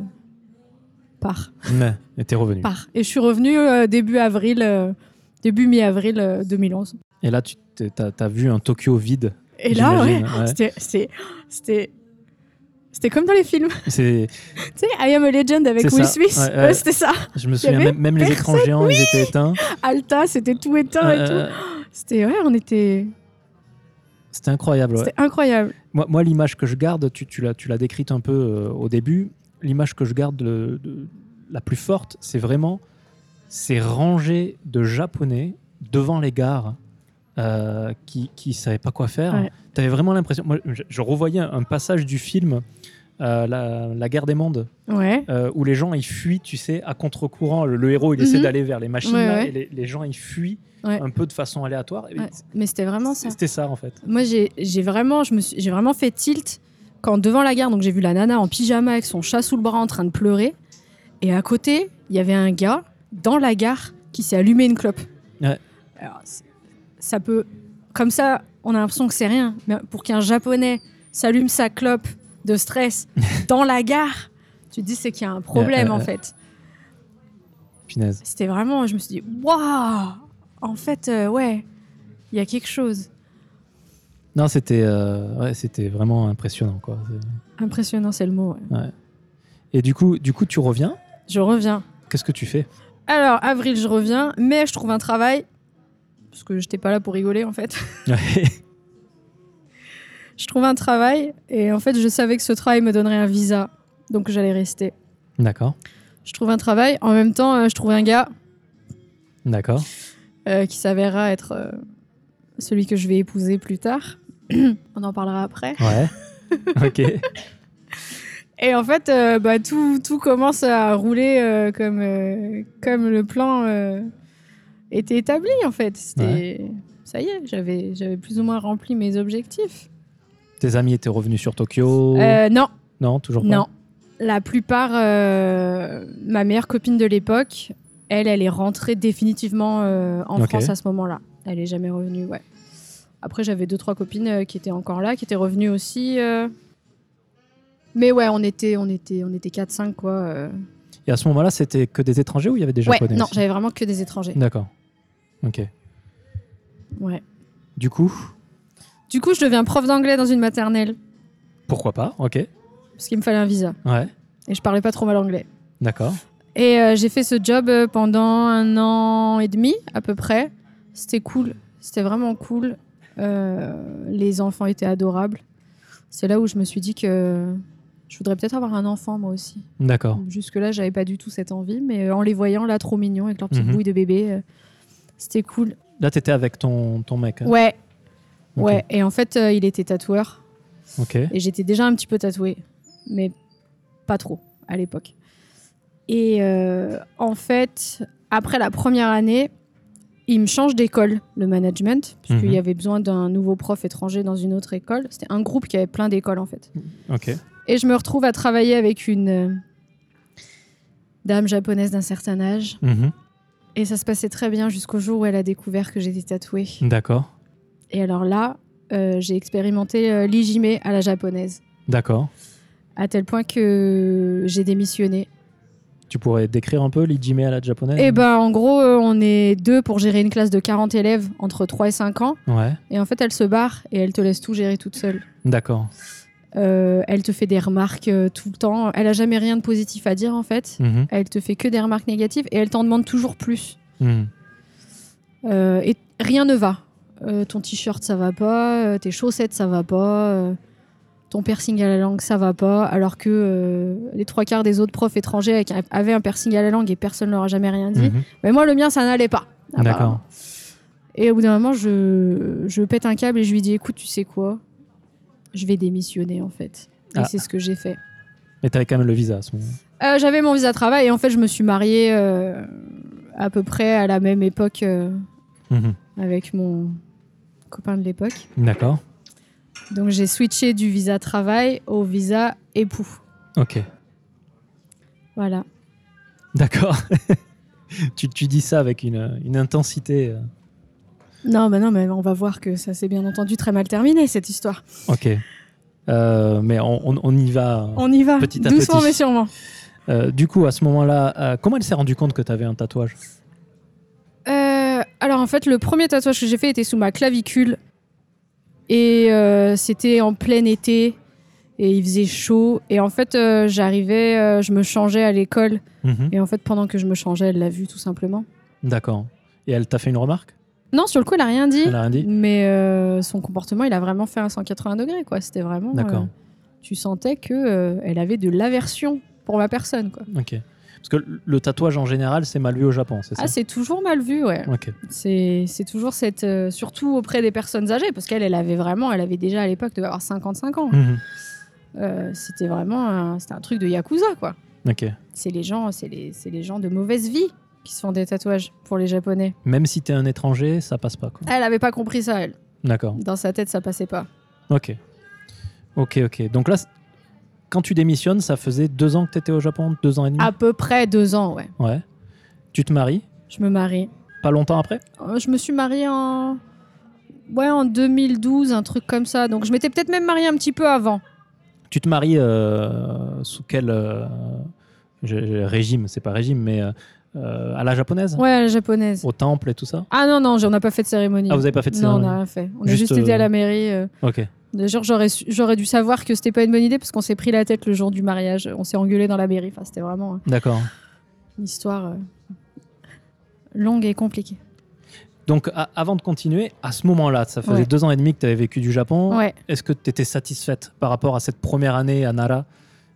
B: pars,
A: ouais. Et t'es revenu.
B: pars. Et je suis revenue euh, début avril, euh, début mi-avril euh, 2011.
A: Et là, tu t'es- t'as as vu un Tokyo vide.
B: Et là, ouais,
A: j'imagine, ouais.
B: c'était- c'était- c'était C'était comme dans les films.
A: C'est,
B: tu sais, I Am a Legend avec
A: C'est
B: Will
A: ça.
B: Smith.
A: Ouais, ouais.
B: Ouais, c'était ça.
A: je me
B: y
A: souviens
B: avait
A: même, même les écrans géants, ils étaient éteints.
B: Alta, c'était tout éteint et
A: Euh,
B: tout. C'était ouais, on était.
A: C'était incroyable. ouais.
B: C'était incroyable.
A: Moi, moi, l'image que je garde, tu, tu l'as, tu l'as décrite un peu euh, au début, l'image que je garde le- de- la plus forte, c'est vraiment ces rangées de Japonais devant les gares euh, qui ne savaient pas quoi faire.
B: Ouais.
A: Tu avais vraiment l'impression... Moi, je, je revoyais un passage du film... euh, la, la guerre des mondes
B: Ouais.
A: euh, où les gens ils fuient tu sais à contre-courant le, le héros il essaie
B: Mhm.
A: d'aller vers les machines
B: Ouais,
A: là,
B: ouais.
A: et les, les gens ils fuient
B: Ouais.
A: un peu de façon aléatoire Et
B: Ouais. Mais c'était vraiment ça.
A: c'était ça en fait
B: Moi, j'ai j'ai vraiment, je me suis- j'ai vraiment fait tilt quand devant la gare, donc j'ai vu la nana en pyjama avec son chat sous le bras en train de pleurer, et à côté, il y avait un gars dans la gare qui s'est allumé une clope.
A: Ouais.
B: Alors, c'est- ça peut, comme ça, on a l'impression que c'est rien, mais pour qu'un japonais s'allume sa clope de stress dans la gare, tu te dis c'est qu'il y a un problème
A: Ouais,
B: en
A: ouais,
B: fait.
A: punaise
B: C'était vraiment, je me suis dit waouh, en fait, euh, ouais, il y a quelque chose.
A: Non, c'était euh, ouais, c'était vraiment impressionnant quoi. C'est-
B: Impressionnant, c'est le mot. ouais.
A: Et du coup, du coup, tu reviens.
B: Je reviens.
A: Qu'est-ce que tu fais
B: Alors, avril, je reviens, mais je trouve un travail. Parce que j'étais pas là pour rigoler, en fait. Je trouve un travail, et en fait, je savais que ce travail me donnerait un visa. Donc, j'allais rester.
A: D'accord,
B: Je trouve un travail. En même temps, euh, je trouve un gars
A: d'accord.
B: euh, qui s'avérera être euh, celui que je vais épouser plus tard. On en parlera après.
A: Ouais. ok.
B: Et en fait, euh, bah, tout, tout commence à rouler euh, comme, euh, comme le plan euh, était établi, en fait. C'était- Ça y est, j'avais j'avais plus ou moins rempli mes objectifs.
A: Tes amis étaient revenus sur Tokyo
B: Euh, non,
A: Non, toujours pas.
B: non. La plupart, euh, ma meilleure copine de l'époque, elle, elle est rentrée définitivement euh, en
A: Ok.
B: France à ce moment-là. Elle est jamais revenue, ouais. Après, j'avais deux trois copines euh, qui étaient encore là, qui étaient revenues aussi. euh. Mais ouais, on était, on était, on était 4-5 quoi. euh.
A: Et à ce moment-là, c'était que des étrangers ou il y avait des
B: Ouais,
A: japonais
B: non,
A: aussi
B: j'avais vraiment que des étrangers.
A: D'accord. Ok.
B: Ouais.
A: Du coup,
B: Du coup, je deviens prof d'anglais dans une maternelle
A: pourquoi pas Ok.
B: parce qu'il me fallait un visa
A: Ouais.
B: et je parlais pas trop mal anglais.
A: D'accord.
B: Et euh, j'ai fait ce job euh, pendant un an et demi à peu près. C'était cool, c'était vraiment cool. Euh, les enfants étaient adorables. C'est là où je me suis dit que je voudrais peut-être avoir un enfant moi aussi.
A: D'accord.
B: Jusque-là, j'avais pas du tout cette envie, mais euh, en les voyant là, trop mignons avec leur petite
A: Mhm.
B: bouille de bébé, euh, c'était cool.
A: Là, t'étais avec ton, ton mec. hein
B: Ouais,
A: Ok,
B: ouais. Et en fait, euh, il était tatoueur
A: Ok.
B: et j'étais déjà un petit peu tatouée, mais pas trop à l'époque. Et euh, en fait, après la première année, il me change d'école, le management, parce qu'il
A: Mhm.
B: y avait besoin d'un nouveau prof étranger dans une autre école. C'était un groupe qui avait plein d'écoles en fait.
A: Ok.
B: Et je me retrouve à travailler avec une euh, dame japonaise d'un certain âge.
A: Mhm.
B: Et ça se passait très bien jusqu'au jour où elle a découvert que j'étais tatouée.
A: D'accord.
B: Et alors là, euh, j'ai expérimenté euh, l'ijime à la japonaise.
A: D'accord.
B: à tel point que j'ai démissionné.
A: Tu pourrais décrire un peu l'ijime à la japonaise
B: Et ben en gros, euh, on est deux pour gérer une classe de 40 élèves entre 3 et 5 ans.
A: Ouais.
B: Et en fait, elle se barre et elle te laisse tout gérer toute seule.
A: D'accord.
B: Euh, elle te fait des remarques euh, tout le temps. Elle a jamais rien de positif à dire en fait.
A: Mhm.
B: Elle te fait que des remarques négatives et elle t'en demande toujours plus.
A: Mhm.
B: Euh, et rien ne va. Euh, ton t-shirt ça va pas, euh, tes chaussettes ça va pas, euh, ton piercing à la langue ça va pas, alors que euh, les trois quarts des autres profs étrangers avec- avaient un piercing à la langue et personne leur a jamais rien dit.
A: Mhm.
B: Mais moi, le mien, ça n'allait pas. apparemment.
A: D'accord.
B: Et au bout d'un moment, je, je pète un câble et je lui dis écoute, tu sais quoi Je vais démissionner, en fait. Et
A: Ah.
B: c'est ce que j'ai fait.
A: Mais t'avais quand même le visa à ce moment.
B: Euh, J'avais mon visa travail et en fait, je me suis mariée euh, à peu près à la même époque euh,
A: Mhm.
B: avec mon copain de l'époque.
A: D'accord.
B: Donc, j'ai switché du visa travail au visa époux.
A: Ok.
B: Voilà.
A: D'accord. tu, tu dis ça avec une, une intensité. euh.
B: Non, bah non, mais on va voir que ça s'est bien entendu très mal terminé, cette histoire.
A: Ok. Euh, mais on, on- on y va.
B: On y va,
A: Petit à
B: doucement
A: petit.
B: mais sûrement.
A: Euh, du coup, à ce moment-là, euh, comment elle s'est rendue compte que tu avais un tatouage
B: Euh, alors en fait, le premier tatouage que j'ai fait était sous ma clavicule. Et euh, c'était en plein été. et il faisait chaud. Et en fait, euh, j'arrivais, euh, je me changeais à l'école.
A: Mhm.
B: Et en fait, pendant que je me changeais, elle l'a vu tout simplement.
A: D'accord. Et elle t'a fait une remarque
B: Non, sur le coup, elle a rien dit.
A: Elle a rien dit
B: Mais euh, son comportement, il a vraiment fait un 180 degrés, quoi. C'était vraiment.
A: D'accord.
B: euh, tu sentais que euh, elle avait de l'aversion pour ma personne, quoi.
A: Ok. Parce que le- le tatouage en général, c'est mal vu au Japon, c'est ça
B: Ah, c'est toujours mal vu, ouais.
A: Ok.
B: C'est c'est toujours cette, euh, surtout auprès des personnes âgées, parce qu'elle, elle avait vraiment, elle avait déjà à l'époque de avoir 55 ans.
A: Mhm.
B: Euh, c'était vraiment, un- c'était un truc de yakuza, quoi.
A: Ok.
B: C'est les gens, c'est les, c'est les gens de mauvaise vie qui se font des tatouages pour les Japonais.
A: Même si t'es un étranger, ça passe pas. quoi.
B: Elle avait pas compris ça, elle.
A: D'accord.
B: Dans sa tête, ça passait pas.
A: Ok. Ok, ok. Donc là, c- quand tu démissionnes, ça faisait deux ans que t'étais au Japon, deux ans et demi
B: À peu près deux ans, ouais.
A: Ouais. Tu te maries,
B: Je me marie.
A: pas longtemps après
B: Euh, Je me suis mariée en. Ouais, en 2012, un truc comme ça. Donc je m'étais peut-être même mariée un petit peu avant.
A: Tu te maries euh, sous quel euh, je- je- régime C'est pas régime, mais euh, euh, à la japonaise
B: Ouais, à la japonaise.
A: Au temple et tout ça
B: Ah non, non, on n'a pas fait de cérémonie.
A: Ah, vous avez pas fait de
B: Non, on
A: cérémonie
B: n'a rien fait. On a
A: Juste,
B: juste été
A: euh,
B: à la mairie. euh,
A: Ok.
B: Genre, j'aurais su- j'aurais dû savoir que c'était pas une bonne idée parce qu'on s'est pris la tête le jour du mariage. On s'est engueulé dans la mairie. Enfin, c'était vraiment euh,
A: D'accord.
B: une histoire euh, longue et compliquée.
A: Donc, a- avant de continuer, à ce moment-là, ça faisait
B: Ouais.
A: deux ans et demi que tu avais vécu du Japon.
B: Ouais.
A: Est-ce que tu étais satisfaite par rapport à cette première année à Nara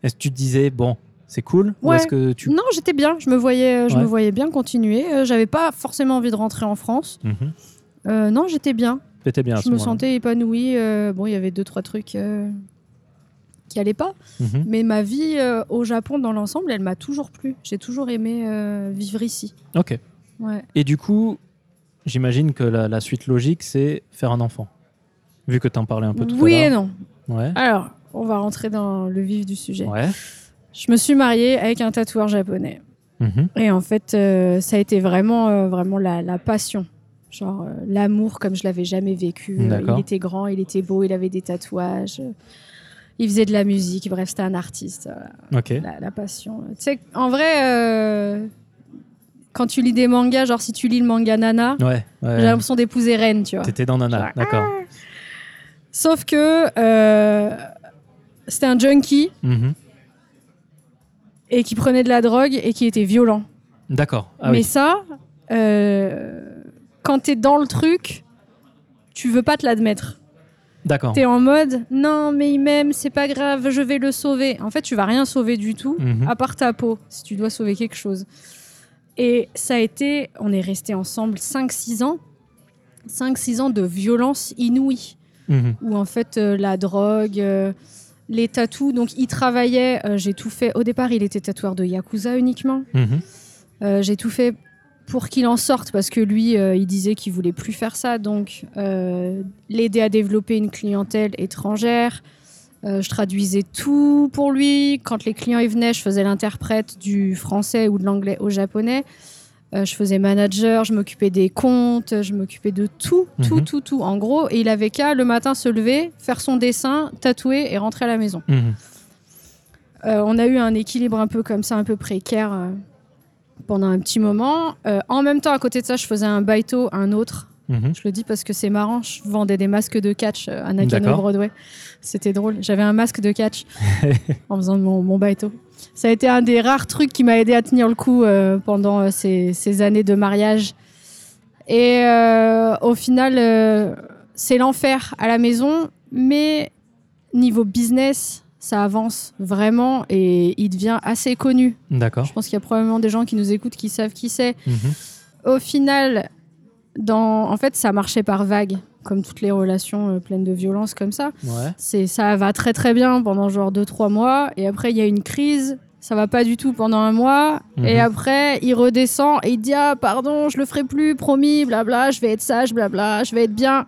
A: Est-ce que tu te disais, bon, c'est cool Ou
B: Ouais.
A: est-ce que tu.
B: Non, j'étais bien. Je me voyais, euh, je
A: Ouais.
B: me voyais bien continuer. Euh, J'avais pas forcément envie de rentrer en France.
A: Mhm.
B: Euh, non, j'étais bien.
A: T'étais bien à ce
B: je me
A: moment-là.
B: sentais épanouie. Euh, bon, il y avait deux trois trucs euh, qui allaient pas,
A: Mhm.
B: mais ma vie euh, au Japon dans l'ensemble, elle m'a toujours plu. J'ai toujours aimé euh, vivre ici.
A: Ok.
B: Ouais.
A: Et du coup, j'imagine que la, la suite logique, c'est faire un enfant. Vu que t'en parlais un peu tout
B: Oui
A: à
B: et
A: l'heure.
B: non.
A: Ouais.
B: Alors, on va rentrer dans le vif du sujet.
A: Ouais.
B: Je me suis mariée avec un tatoueur japonais.
A: Mhm.
B: Et en fait, euh, ça a été vraiment, euh, vraiment la, la passion. Genre euh, l'amour comme je l'avais jamais vécu. Euh,
A: D'accord.
B: il était grand, il était beau, il avait des tatouages. euh, Il faisait de la musique. Bref, c'était un artiste. euh,
A: Ok.
B: la, la passion. Tu sais, en vrai, euh, quand tu lis des mangas, genre si tu lis le manga Nana,
A: Ouais.
B: j'ai
A: ouais.
B: l'impression d'épouser Ren, tu vois.
A: T'étais dans Nana.
B: Ouais.
A: D'accord.
B: Sauf que euh, c'était un junkie
A: Mhm.
B: et qui prenait de la drogue et qui était violent.
A: D'accord. Ah
B: Mais
A: oui.
B: ça, euh, quand t'es dans le truc, tu veux pas te l'admettre.
A: D'accord.
B: T'es en mode, non, mais il m'aime, c'est pas grave, je vais le sauver. En fait, tu vas rien sauver du tout.
A: Mhm.
B: à part ta peau, si tu dois sauver quelque chose. Et ça a été, on est restés ensemble 5-6 ans, 5-6 ans de violence inouïe,
A: Mhm.
B: où en fait euh, la drogue, euh, les tatous, donc il travaillait, euh, j'ai tout fait, au départ il était tatoueur de Yakuza uniquement,
A: Mhm.
B: Euh, j'ai tout fait pour qu'il en sorte, parce que lui euh, il disait qu'il voulait plus faire ça, donc euh, l'aider à développer une clientèle étrangère, euh, je traduisais tout pour lui. Quand les clients y venaient, je faisais l'interprète du français ou de l'anglais au japonais. Euh, je faisais manager, je m'occupais des comptes, je m'occupais de tout, tout,
A: Mhm.
B: tout, tout. En gros, et il avait qu'à le matin se lever, faire son dessin, tatouer et rentrer à la maison.
A: Mhm.
B: Euh, on a eu un équilibre un peu comme ça, un peu précaire euh, pendant un petit moment. Euh, en même temps, à côté de ça, je faisais un baito, un autre.
A: Mhm.
B: Je le dis parce que c'est marrant, je vendais des masques de catch euh, à Nakano
A: D'accord.
B: Broadway. C'était drôle, j'avais un masque de catch en faisant de mon, mon baito. Ça a été un des rares trucs qui m'a aidé à tenir le coup euh, pendant euh, ces, ces années de mariage. Et euh, au final, euh, c'est l'enfer à la maison, mais niveau business, ça avance vraiment et il devient assez connu.
A: D'accord.
B: Je pense qu'il y a probablement des gens qui nous écoutent qui savent qui c'est
A: Mhm.
B: au final, dans... en fait, ça marchait par vagues, comme toutes les relations euh, pleines de violence comme ça.
A: Ouais.
B: C'est ça va très très bien pendant genre 2-3 mois, et après il y a une crise. Ça va pas du tout pendant un mois,
A: Mhm.
B: et après il redescend et il dit ah pardon je le ferai plus promis blabla je vais être sage blabla je vais être bien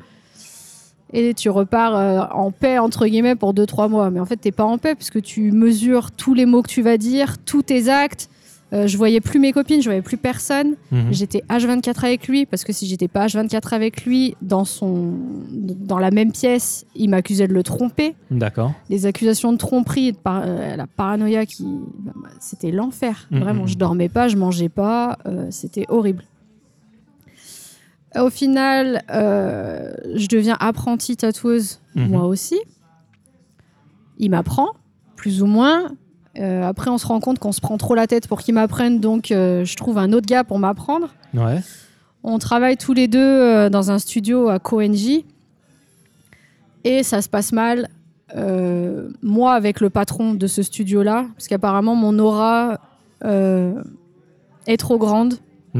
B: et tu repars euh, en paix entre guillemets pour 2-3 mois mais en fait t'es pas en paix puisque tu mesures tous les mots que tu vas dire tous tes actes Euh, je voyais plus mes copines je voyais plus personne
A: Mhm.
B: J'étais H24 avec lui parce que si j'étais pas H24 avec lui dans son dans la même pièce, il m'accusait de le tromper.
A: D'accord.
B: Les accusations de tromperie et de par- euh, la paranoïa qui bah, c'était l'enfer.
A: Mhm.
B: Vraiment, je dormais pas, je mangeais pas, euh, c'était horrible. Au final, euh, je deviens apprentie tatoueuse
A: Mhm.
B: moi aussi. il m'apprend, plus ou moins. Euh, après, on se rend compte qu'on se prend trop la tête pour qu'il m'apprenne, donc euh, je trouve un autre gars pour m'apprendre.
A: Ouais.
B: On travaille tous les deux euh, dans un studio à Koenji. Et ça se passe mal. euh, moi, avec le patron de ce studio-là, parce qu'apparemment, mon aura euh, est trop grande.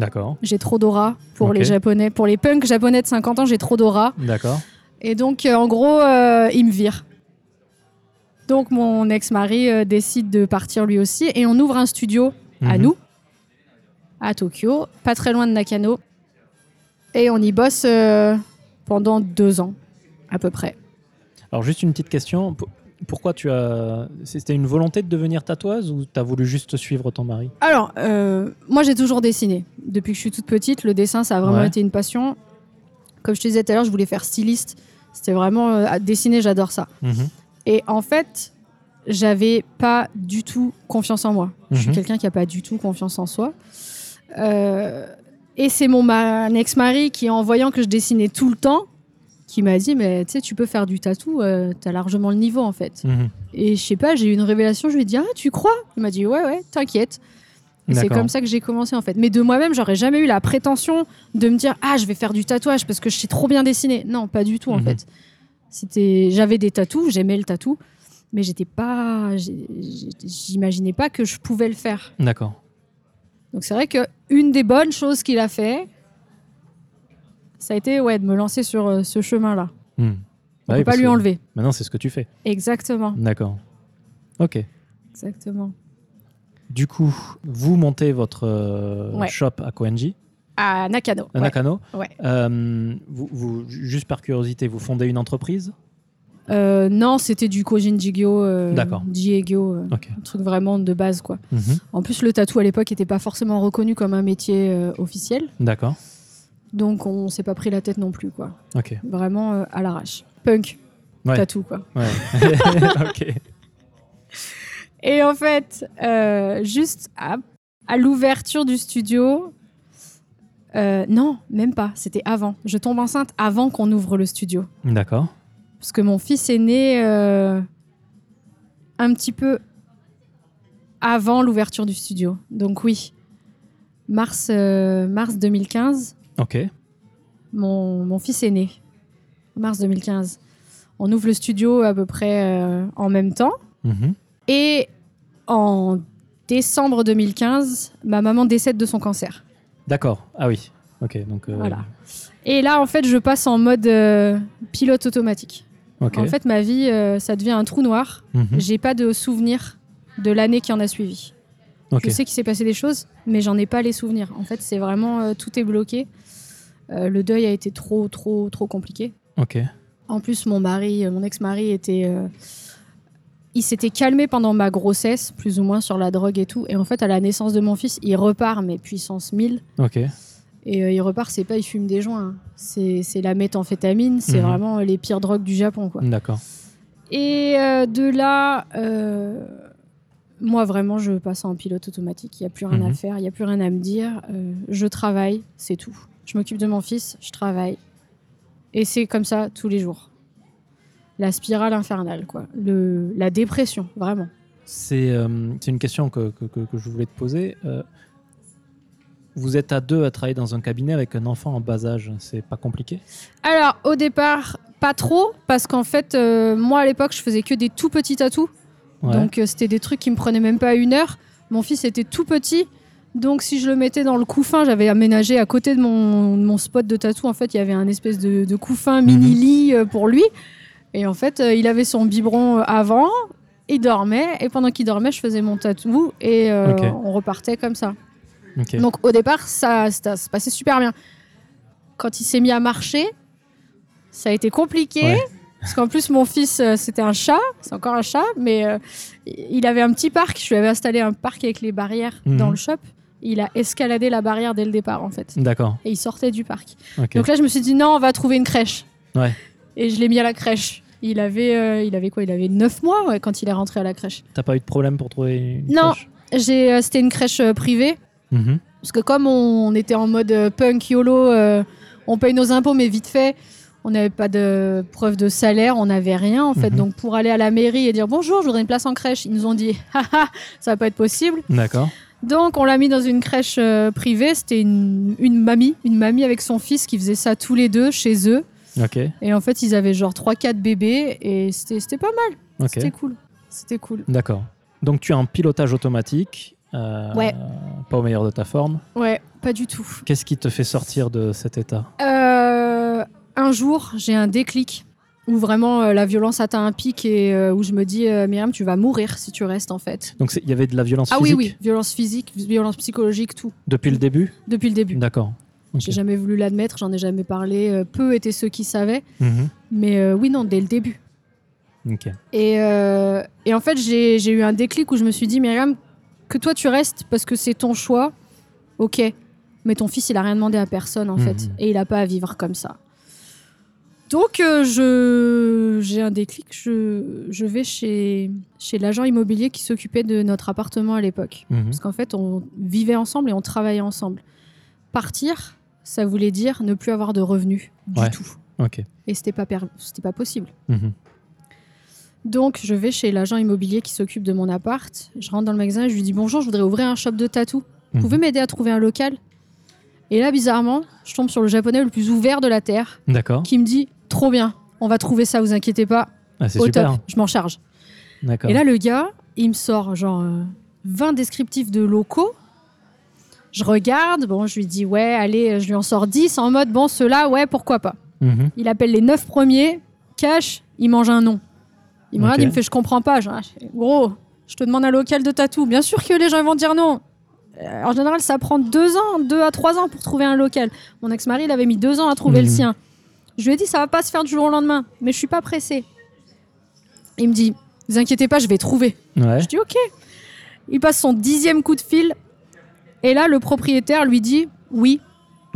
A: D'accord.
B: J'ai trop d'aura pour
A: Ok.
B: les japonais. Pour les punks japonais de 50 ans, j'ai trop d'aura.
A: D'accord.
B: Et donc, euh, en gros, euh, il me vire. Donc, mon ex-mari euh, décide de partir lui aussi. Et on ouvre un studio à
A: Mhm.
B: nous, à Tokyo, pas très loin de Nakano. Et on y bosse euh, pendant deux ans, à peu près.
A: Alors juste une petite question. P- Pourquoi tu as... C'était une volonté de devenir tatoueuse ou t'as voulu juste suivre ton mari
B: Alors, euh, moi, j'ai toujours dessiné. Depuis que je suis toute petite, le dessin, ça a vraiment
A: Ouais.
B: été une passion. Comme je te disais tout à l'heure, je voulais faire styliste. C'était vraiment... euh, à dessiner, j'adore ça.
A: Mhm.
B: Et en fait, j'avais pas du tout confiance en moi. Je suis
A: Mhm.
B: quelqu'un qui a pas du tout confiance en soi. Euh, et c'est mon ma- un ex-mari qui, en voyant que je dessinais tout le temps, qui m'a dit mais tu sais tu peux faire du tatou, euh, t'as largement le niveau en fait.
A: Mhm.
B: Et je sais pas, j'ai eu une révélation, je lui ai dit ah tu crois Il m'a dit ouais ouais t'inquiète. Et c'est
A: D'accord.
B: comme ça que j'ai commencé en fait. Mais de moi-même j'aurais jamais eu la prétention de me dire ah je vais faire du tatouage parce que je sais trop bien dessiner. Non pas du tout en
A: Mhm.
B: fait. C'était j'avais des tatous, j'aimais le tatou, mais j'étais pas j'ai- j'ai- j'imaginais pas que je pouvais le faire.
A: D'accord.
B: Donc c'est vrai que une des bonnes choses qu'il a fait, ça a été ouais de me lancer sur euh, ce chemin-là.
A: Hmm.
B: On
A: Bah oui,
B: peut pas
A: parce
B: lui
A: que
B: enlever.
A: Maintenant, c'est ce que tu fais.
B: Exactement,
A: D'accord. Ok.
B: exactement.
A: Du coup, vous montez votre euh,
B: Ouais.
A: shop à Koenji,
B: À Nakano.
A: à
B: ouais.
A: Nakano.
B: Ouais.
A: Euh, vous, vous- juste par curiosité, vous fondez une entreprise
B: Euh, non, c'était du Kojin Jigyo, euh,
A: D'accord.
B: Jiegyo, euh,
A: Ok.
B: un truc vraiment de base quoi. En plus, le tatou à l'époque n'était pas forcément reconnu comme un métier euh, officiel,
A: D'accord.
B: donc on s'est pas pris la tête non plus quoi.
A: Ok.
B: Vraiment euh, à l'arrache. Punk,
A: Ouais.
B: tatou quoi.
A: Ouais. ok.
B: Et en fait, euh, juste à, à l'ouverture du studio, euh, non, même pas, c'était avant. Je tombe enceinte avant qu'on ouvre le studio.
A: D'accord.
B: Parce que mon fils est né euh, un petit peu avant l'ouverture du studio. Donc oui, mars, euh, mars 2015,
A: Ok.
B: mon, mon fils est né. Mars 2015. On ouvre le studio à peu près euh, en même temps.
A: Mhm.
B: Et en décembre 2015, ma maman décède de son cancer.
A: D'accord. Ah oui. Ok. Donc. euh,
B: Voilà. Et là, en fait, je passe en mode euh, pilote automatique.
A: Ok.
B: En fait, ma vie, euh, ça devient un trou noir.
A: Mhm.
B: J'ai pas de souvenir de l'année qui en a suivi.
A: Ok.
B: Je sais qu'il s'est passé des choses, mais j'en ai pas les souvenirs. En fait, c'est vraiment euh, tout est bloqué. Euh, le deuil a été trop, trop, trop compliqué.
A: Ok.
B: En plus, mon mari, euh, mon ex-mari était. euh, il s'était calmé pendant ma grossesse, plus ou moins sur la drogue et tout. Et en fait, à la naissance de mon fils, il repart, mais puissance 1000.
A: Ok.
B: Et euh, il repart, c'est pas il fume des joints. hein. C'est c'est la méthamphétamine, c'est
A: Mhm.
B: vraiment les pires drogues du Japon. Quoi.
A: D'accord.
B: Et euh, de là, euh, moi vraiment, je passe en pilote automatique. Il n'y a plus rien à
A: Mhm.
B: faire, il n'y a plus rien à me dire. Euh, je travaille, c'est tout. Je m'occupe de mon fils, je travaille. Et c'est comme ça tous les jours. La spirale infernale, quoi. Le, la dépression, vraiment.
A: C'est euh, c'est une question que, que- que- que je voulais te poser. Euh, vous êtes à deux à travailler dans un cabinet avec un enfant en bas âge. C'est pas compliqué
B: Alors, au départ, pas trop, parce qu'en fait, euh, moi à l'époque, je faisais que des tout petits tatous.
A: Ouais.
B: Donc euh, c'était des trucs qui me prenaient même pas une heure. Mon fils était tout petit. Donc si je le mettais dans le couffin, j'avais aménagé à côté de mon, de mon spot de tatou, en fait, il y avait un espèce de, de couffin mini-lit euh, pour lui. Et en fait, euh, il avait son biberon euh, avant, il dormait, et pendant qu'il dormait, je faisais mon tatou, et euh,
A: Ok.
B: on repartait comme ça.
A: Ok.
B: Donc au départ, ça, ça se passait super bien. Quand il s'est mis à marcher, ça a été compliqué.
A: Ouais.
B: Parce qu'en plus, mon fils, euh, c'était un chat, c'est encore un chat, mais euh, il avait un petit parc. Je lui avais installé un parc avec les barrières
A: Mhm.
B: dans le shop. Il a escaladé la barrière dès le départ, en fait.
A: D'accord.
B: Et il sortait du parc.
A: Ok.
B: Donc là, je me suis dit, non, on va trouver une crèche.
A: Ouais.
B: Et je l'ai mis à la crèche. Il avait, euh, il avait quoi Il avait 9 mois ouais, quand il est rentré à la crèche.
A: T'as pas eu de problème pour trouver une
B: Non.
A: crèche
B: J'ai, euh, c'était une crèche euh, privée.
A: Mhm.
B: Parce que comme on était en mode euh, punk YOLO, euh, on paye nos impôts mais vite fait, on n'avait pas de preuve de salaire, on n'avait rien en fait.
A: Mhm.
B: Donc pour aller à la mairie et dire bonjour, je voudrais une place en crèche, ils nous ont dit Ah, ah, ça va pas être possible.
A: D'accord.
B: Donc on l'a mis dans une crèche euh, privée, c'était une, une mamie, une mamie avec son fils qui faisait ça tous les deux chez eux.
A: Ok.
B: Et en fait, ils avaient genre 3-4 bébés et c'était c'était pas mal,
A: Ok.
B: c'était cool. C'était cool.
A: D'accord. Donc tu as un pilotage automatique. euh,
B: Ouais.
A: Pas au meilleur de ta forme.
B: Ouais, pas du tout.
A: Qu'est-ce qui te fait sortir de cet état
B: Euh, un jour, j'ai un déclic où vraiment euh, la violence atteint un pic et euh, où je me dis, euh, Myriam, tu vas mourir si tu restes en fait.
A: Donc c'est- il y avait de la violence
B: Ah oui,
A: physique
B: oui, violence physique, violence psychologique, tout,
A: depuis le début
B: depuis le début.
A: D'accord. Ok.
B: J'ai jamais voulu l'admettre, j'en ai jamais parlé, euh, peu étaient ceux qui savaient,
A: Mhm.
B: mais euh, oui, non, dès le début.
A: Ok.
B: Et, euh, et en fait, j'ai j'ai eu un déclic où je me suis dit, Myriam, que toi tu restes parce que c'est ton choix, ok. Mais ton fils, il a rien demandé à personne en fait,
A: Mhm.
B: et il a pas à vivre comme ça. Donc euh, je j'ai un déclic, je, je vais chez chez l'agent immobilier qui s'occupait de notre appartement à l'époque,
A: Mhm.
B: parce qu'en fait on vivait ensemble et on travaillait ensemble. Partir, ça voulait dire ne plus avoir de revenus du
A: Ouais.
B: tout,
A: Ok.
B: et c'était pas per- c'était pas possible.
A: Mhm.
B: Donc, je vais chez l'agent immobilier qui s'occupe de mon appart. Je rentre dans le magasin et je lui dis Bonjour, je voudrais ouvrir un shop de tatou. Vous
A: Mhm.
B: pouvez m'aider à trouver un local Et là, bizarrement, je tombe sur le japonais le plus ouvert de la Terre
A: D'accord.
B: qui me dit Trop bien, on va trouver ça, vous inquiétez pas.
A: Ah, c'est
B: Au
A: super.
B: top, je m'en charge.
A: D'accord.
B: Et là, le gars, il me sort genre euh, 20 descriptifs de locaux. Je regarde, bon, je lui dis Ouais, allez, je lui en sors 10 en mode Bon, ceux-là, ouais, pourquoi pas.
A: Mhm.
B: Il appelle les neuf premiers, cash, il mange un nom. Il me
A: Ok.
B: regarde, il me fait Je comprends pas. Je- ah, Gros, je te demande un local de tatou. Bien sûr que les gens ils vont dire non. Euh, En général, ça prend deux ans, deux à trois ans pour trouver un local. Mon ex-mari, il avait mis deux ans à trouver
A: Mhm.
B: le sien. Je lui ai dit Ça va pas se faire du jour au lendemain, mais je suis pas pressée. Il me dit Vous inquiétez pas, je vais trouver.
A: Ouais.
B: Je dis Ok. Il passe son dixième coup de fil. Et là, le propriétaire lui dit Oui,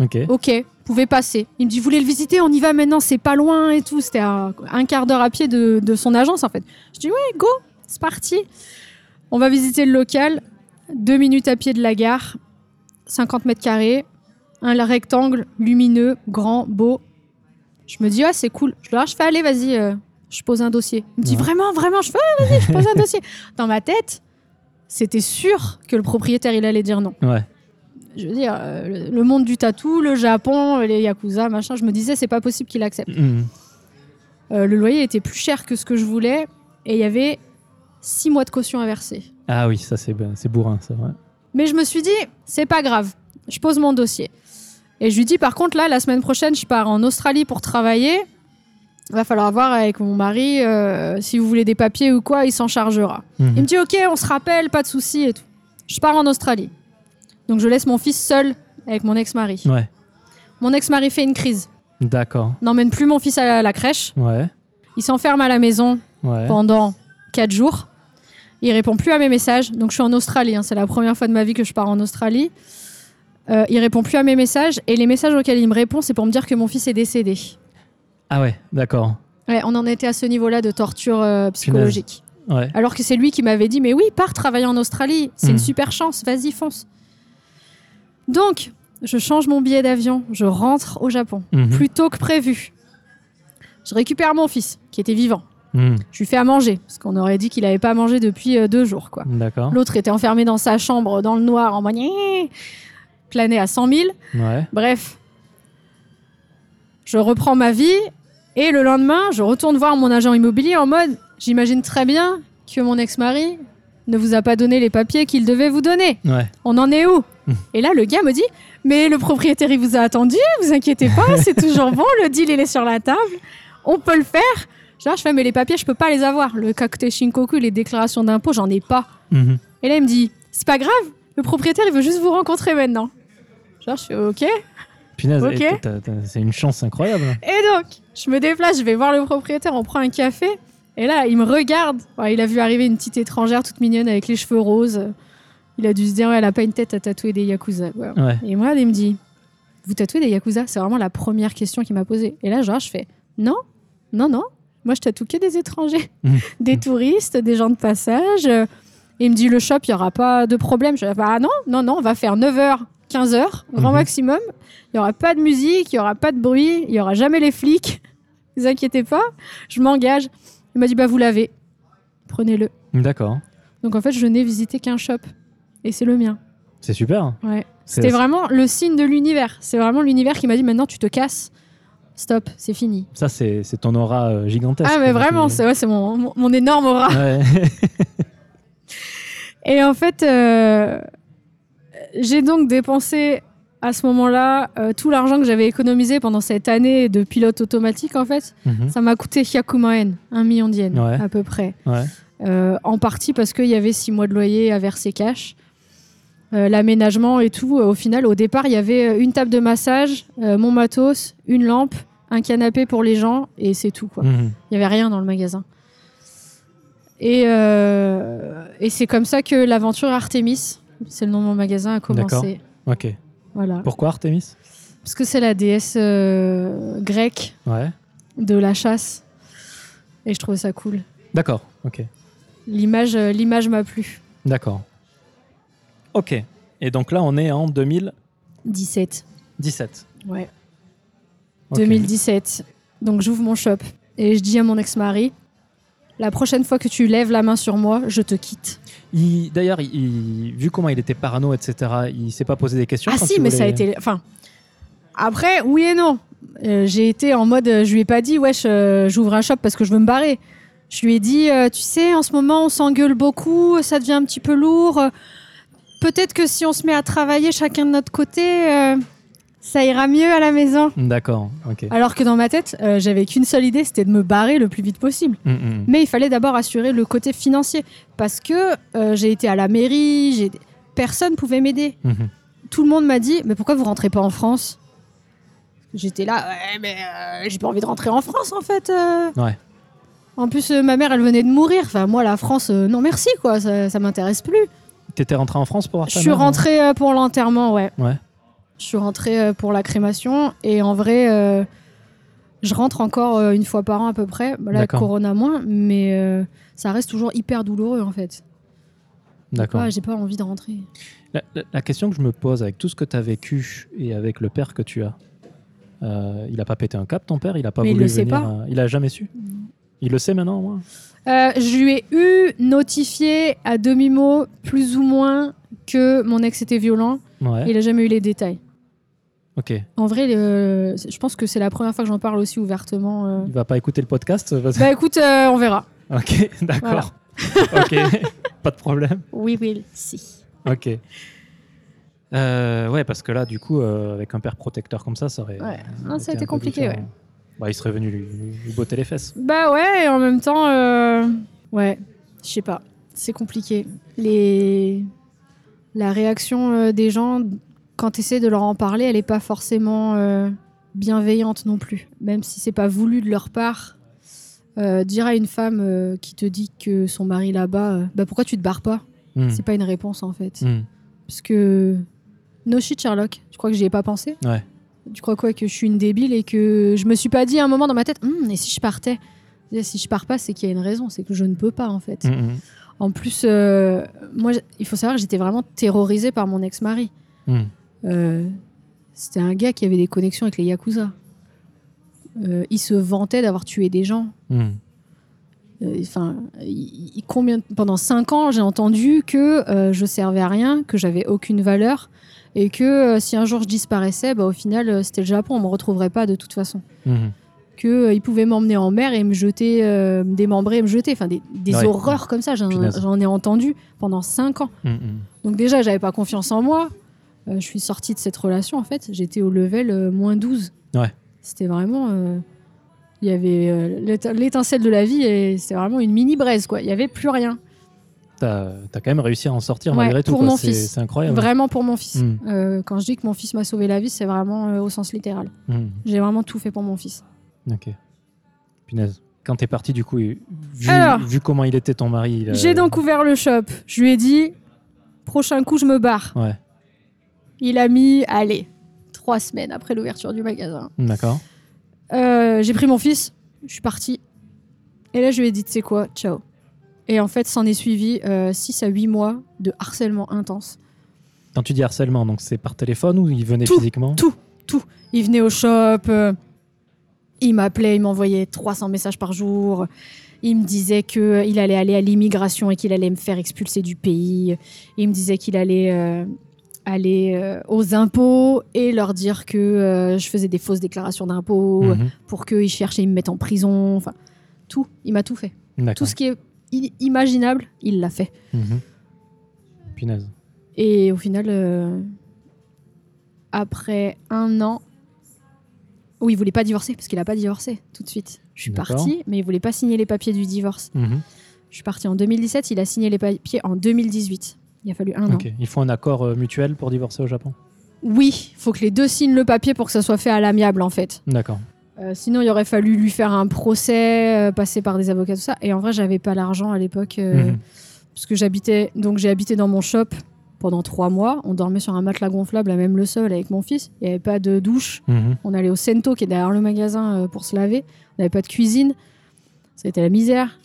A: Ok.
B: Ok, vous pouvez passer. Il me dit, vous voulez le visiter On y va maintenant, c'est pas loin et tout. C'était à un quart d'heure à pied de, de son agence, en fait. Je dis, ouais, go, c'est parti. On va visiter le local. Deux minutes à pied de la gare, 50 mètres carrés, un rectangle lumineux, grand, beau. Je me dis, ouais, c'est cool. Je leur je fais, allez, vas-y, euh, je pose un dossier. Il me dit,
A: Ouais.
B: vraiment, vraiment, je fais, ouais, vas-y, je pose un dossier. Dans ma tête, c'était sûr que le propriétaire, il allait dire non
A: Ouais.
B: je veux dire, euh, le- le monde du tatou, le Japon, les yakuza, machin, je me disais, c'est pas possible qu'il accepte.
A: Mhm.
B: Euh, le loyer était plus cher que ce que je voulais et il y avait six mois de caution à verser.
A: Ah oui, ça c'est ben- c'est bourrin, ça. Ouais.
B: Mais je me suis dit, c'est pas grave, je pose mon dossier. Et je lui dis, par contre, là, la semaine prochaine, je pars en Australie pour travailler. Va falloir voir avec mon mari euh, si vous voulez des papiers ou quoi, il s'en chargera. Il
A: Mhm.
B: me dit ok, on se rappelle, pas de souci et tout. Je pars en Australie. Donc je laisse mon fils seul avec mon ex-mari.
A: Ouais.
B: Mon ex-mari fait une crise,
A: D'accord.
B: n'emmène plus mon fils à la- la crèche,
A: Ouais.
B: il s'enferme à la maison
A: Ouais.
B: pendant 4 jours, il répond plus à mes messages, donc je suis en Australie, hein, c'est la première fois de ma vie que je pars en Australie. Euh, il répond plus à mes messages et les messages auxquels il me répond, c'est pour me dire que mon fils est décédé.
A: Ah ouais. D'accord.
B: Ouais, on en était à ce niveau-là de torture euh, psychologique.
A: Ouais.
B: Alors que c'est lui qui m'avait dit, mais oui, pars travailler en Australie, c'est
A: Mhm.
B: une super chance, vas-y, fonce. Donc, je change mon billet d'avion, je rentre au Japon.
A: Mhm.
B: Ah, plus tôt que prévu. Je récupère mon fils, qui était vivant.
A: Mhm.
B: Je lui fais à manger, parce qu'on aurait dit qu'il n'avait pas mangé depuis euh, deux jours. quoi.
A: D'accord.
B: L'autre était enfermé dans sa chambre, dans le noir, en mode Nyeh plané à 100 000.
A: Ouais.
B: Bref, je reprends ma vie, et le lendemain, je retourne voir mon agent immobilier en mode J'imagine très bien que mon ex-mari ne vous a pas donné les papiers qu'il devait vous donner
A: Ouais.
B: on en est où
A: Mhm.
B: Et là, le gars me dit, mais le propriétaire, il vous a attendu, vous inquiétez pas, c'est toujours bon, le deal, il est sur la table, on peut le faire. Genre, je fais, mais les papiers, je peux pas les avoir. Le kakute shinkoku, les déclarations d'impôts, j'en ai pas.
A: Mhm.
B: Et là, il me dit, c'est pas grave, le propriétaire, il veut juste vous rencontrer maintenant. Genre, je fais, ok.
A: Punaise,
B: Ok.
A: et t'as- t'as- c'est une chance incroyable.
B: Et donc, je me déplace, je vais voir le propriétaire, on prend un café. Et là, il me regarde. Ouais, il a vu arriver une petite étrangère toute mignonne avec les cheveux roses. Il a dû se dire, ouais, elle a pas une tête à tatouer des yakuza. Ouais,
A: Ouais.
B: Et moi, elle me dit Vous tatouez des Yakuza C'est vraiment la première question qu'il m'a posée. Et là, genre, je fais Non, non, non. Moi, je tatoue que des étrangers,
A: Mmh.
B: des touristes, des gens de passage. Euh, Il me dit Le shop, il n'y aura pas de problème. Je fais Ah non, non, non, on va faire 9h, 15h, grand
A: Mhm.
B: maximum. Il n'y aura pas de musique, il n'y aura pas de bruit, il n'y aura jamais les flics. vous inquiétez pas, je m'engage. Il m'a dit, bah vous l'avez, prenez-le.
A: D'accord.
B: Donc en fait, je n'ai visité qu'un shop, et c'est le mien.
A: C'est super.
B: Ouais.
A: C'est-
B: C'était vraiment le signe de l'univers. C'est vraiment l'univers qui m'a dit, maintenant tu te casses, stop, c'est fini.
A: Ça, c'est c'est ton aura euh, gigantesque.
B: Ah mais vraiment,
A: Ah, c'est.
B: c'est ouais, c'est mon, mon, mon énorme aura.
A: Ouais.
B: Et en fait, euh, j'ai donc dépensé à ce moment-là euh, tout l'argent que j'avais économisé pendant cette année de pilote automatique. En fait,
A: Mhm.
B: ça m'a coûté Hyakuma N, un million de yens
A: Ouais.
B: à peu près.
A: Ouais.
B: Euh, en partie parce qu'il y avait six mois de loyer à verser cash. Euh, L'aménagement et tout, euh, au final, au départ, il y avait euh, une table de massage, euh, mon matos, une lampe, un canapé pour les gens, et c'est tout. Quoi.
A: Mhm.
B: Il n'y avait rien dans le magasin. Et, euh, et c'est comme ça que l'aventure Artemis, c'est le nom de mon magasin, a commencé.
A: Ok.
B: Voilà.
A: Pourquoi Artemis
B: Parce que c'est la déesse euh, grecque
A: Ouais.
B: de la chasse. Et je trouvais ça cool.
A: D'accord. Ok.
B: L'image euh, l'image m'a plu.
A: D'accord. Ok. Et donc là, on est en 2017.
B: 17. Ouais.
A: Ok.
B: 2017. Donc j'ouvre mon shop et je dis à mon ex-mari La prochaine fois que tu lèves la main sur moi, je te quitte.
A: Il- D'ailleurs, il- il- vu comment il était parano, etc., il s'est pas posé des questions.
B: Ah
A: quand
B: si,
A: tu
B: mais ça a
A: voulais- euh,
B: été. Enfin, après, oui et non. Euh, j'ai été en mode, euh, je lui ai pas dit, wesh, euh, j'ouvre un shop parce que je veux me barrer. Je lui ai dit, euh, tu sais, en ce moment, on s'engueule beaucoup, ça devient un petit peu lourd. Euh, Peut-être que si on se met à travailler chacun de notre côté, euh, ça ira mieux à la maison.
A: Mm, D'accord. Ok.
B: Alors que dans ma tête, euh, j'avais qu'une seule idée, c'était de me barrer le plus vite possible.
A: Mm, mm.
B: Mais il fallait d'abord assurer le côté financier parce que euh, j'ai été à la mairie, j'ai... personne pouvait m'aider
A: Mhm.
B: tout le monde m'a dit mais pourquoi vous rentrez pas en France J'étais là ouais mais euh, j'ai pas envie de rentrer en France en fait. euh.
A: Ouais.
B: En plus euh, ma mère elle venait de mourir. Enfin moi la France euh, non merci quoi ça, ça m'intéresse plus.
A: T'étais rentré en France pour voir
B: Je
A: ta
B: suis
A: mère, hein
B: rentrée euh, pour l'enterrement ouais.
A: Ouais.
B: Je suis rentrée euh, pour la crémation et en vrai euh, je rentre encore euh, une fois par an à peu près. Bah, Là
A: D'accord.
B: Corona moins mais euh, ça reste toujours hyper douloureux en fait.
A: D'accord.
B: Ouais, j'ai pas envie de rentrer.
A: La, la- la question que je me pose avec tout ce que tu as vécu et avec le père que tu as, euh, il a pas pété un cap, ton père Il a pas
B: Mais il
A: voulu
B: le sait
A: venir,
B: pas.
A: euh, il a jamais su Il le sait maintenant, au moins
B: Euh, je lui ai eu notifié à demi-mot, plus ou moins, que mon ex était violent.
A: Ouais.
B: Il a jamais eu les détails.
A: Ok.
B: En vrai, euh, je pense que c'est la première fois que j'en parle aussi ouvertement. euh.
A: Il va pas écouter le podcast euh, parce-
B: Bah écoute, euh, on verra.
A: Ok, d'accord. ok, pas de problème.
B: Oui, oui, si.
A: Ok. Euh, ouais, parce que là, du coup, euh, avec un père protecteur comme ça, ça aurait.
B: Ouais. Non, ça
A: été
B: a été
A: un peu
B: compliqué,
A: différent.
B: ouais.
A: Bah, il serait venu lui, lui- lui botter les fesses.
B: Bah ouais, et en même temps, euh, ouais, je sais pas. C'est compliqué. Les... La réaction euh, des gens, quand tu essaies de leur en parler, elle est pas forcément euh, bienveillante non plus. Même si c'est pas voulu de leur part. Euh, dire à une femme euh, qui te dit que son mari là-bas, euh, bah pourquoi tu te barres pas
A: Hmm.
B: C'est pas une réponse en fait.
A: Hmm.
B: Parce que. No shit, Sherlock. Tu crois que j'y ai pas pensé
A: Ouais.
B: Tu crois quoi Que je suis une débile et que je me suis pas dit à un moment dans ma tête, Hum, et si je partais Et Si je pars pas, c'est qu'il y a une raison, c'est que je ne peux pas en fait.
A: Hmm,
B: En plus, euh, moi, j- il faut savoir que j'étais vraiment terrorisée par mon ex-mari.
A: hmm, hmm.
B: Euh, C'était un gars qui avait des connexions avec les Yakuza. Euh, il se vantait d'avoir tué des gens.
A: Hmm.
B: Euh, Enfin, il- il- combien pendant cinq ans, j'ai entendu que euh, je servais à rien, que j'avais aucune valeur, et que euh, si un jour je disparaissais, bah, au final, euh, c'était le Japon, on me retrouverait pas de toute façon.
A: Hmm.
B: Que euh, il pouvait m'emmener en mer et me jeter, euh, me démembrer, et me jeter, enfin des, des
A: Ouais.
B: horreurs comme ça, j'en
A: Punaise.
B: j'en ai entendu pendant cinq ans.
A: Hmm, hmm.
B: Donc déjà, j'avais pas confiance en moi. Euh, je suis sortie de cette relation, en fait. J'étais au level euh, moins 12.
A: Ouais.
B: C'était vraiment... euh, Il y avait euh, l'éte- l'étincelle de la vie et c'était vraiment une mini braise, quoi. Il y avait plus rien.
A: T'as t'as quand même réussi à en sortir
B: Ouais,
A: malgré tout.
B: pour
A: quoi.
B: mon
A: C'est-
B: fils.
A: C'est incroyable.
B: Vraiment pour mon fils.
A: Mm.
B: Euh, quand je dis que mon fils m'a sauvé la vie, c'est vraiment euh, au sens littéral.
A: Hmm.
B: J'ai vraiment tout fait pour mon fils.
A: Ok. Punaise. Quand t'es parti, du coup, et- vu,
B: Alors.
A: vu comment il était ton mari. il a-
B: J'ai donc ouvert le shop. Je lui ai dit, prochain coup, je me barre.
A: Ouais,
B: Il a mis, allez, trois semaines après l'ouverture du magasin.
A: d'accord.
B: Euh, j'ai pris mon fils, je suis partie. Et là, je lui ai dit, tu sais quoi, ciao. Et en fait, s'en est suivi 6 à 8 mois de harcèlement intense.
A: Quand tu dis harcèlement, donc c'est par téléphone ou il venait
B: Tout,
A: physiquement
B: tout. Il venait au shop, euh, Il m'appelait, il m'envoyait 300 messages par jour. Il me disait qu'il allait aller à l'immigration et qu'il allait me faire expulser du pays. Il me disait qu'il allait euh, aller euh, aux impôts et leur dire que euh, je faisais des fausses déclarations d'impôts
A: Mhm.
B: pour qu'ils cherchent et ils me mettent en prison. Enfin, tout. Il m'a tout fait. Tout
A: D'accord.
B: ce qui est i- imaginable, il l'a fait.
A: Mhm. Punaise.
B: Et au final, euh, après un an, où il voulait pas divorcer, parce qu'il a pas divorcé tout de suite. Je suis
A: D'accord.
B: partie, mais il voulait pas signer les papiers du divorce.
A: Mhm.
B: Je suis partie en 2017, il a signé les papiers en 2018. Il a fallu un an.
A: Ok. Il faut un accord euh, mutuel pour divorcer au Japon.
B: Oui, faut que les deux signent le papier pour que ça soit fait à l'amiable, en fait.
A: D'accord.
B: Euh, sinon, il aurait fallu lui faire un procès, euh, passer par des avocats, tout ça. Et en vrai, j'avais pas l'argent à l'époque, euh,
A: Mhm.
B: parce que j'habitais. Donc, j'ai habité dans mon shop pendant trois mois. On dormait sur un matelas gonflable à même le sol avec mon fils. Il n'y avait pas de douche.
A: Mhm.
B: On allait au Sento, qui est derrière le magasin, euh, pour se laver. On n'avait pas de cuisine. Ça a été la misère.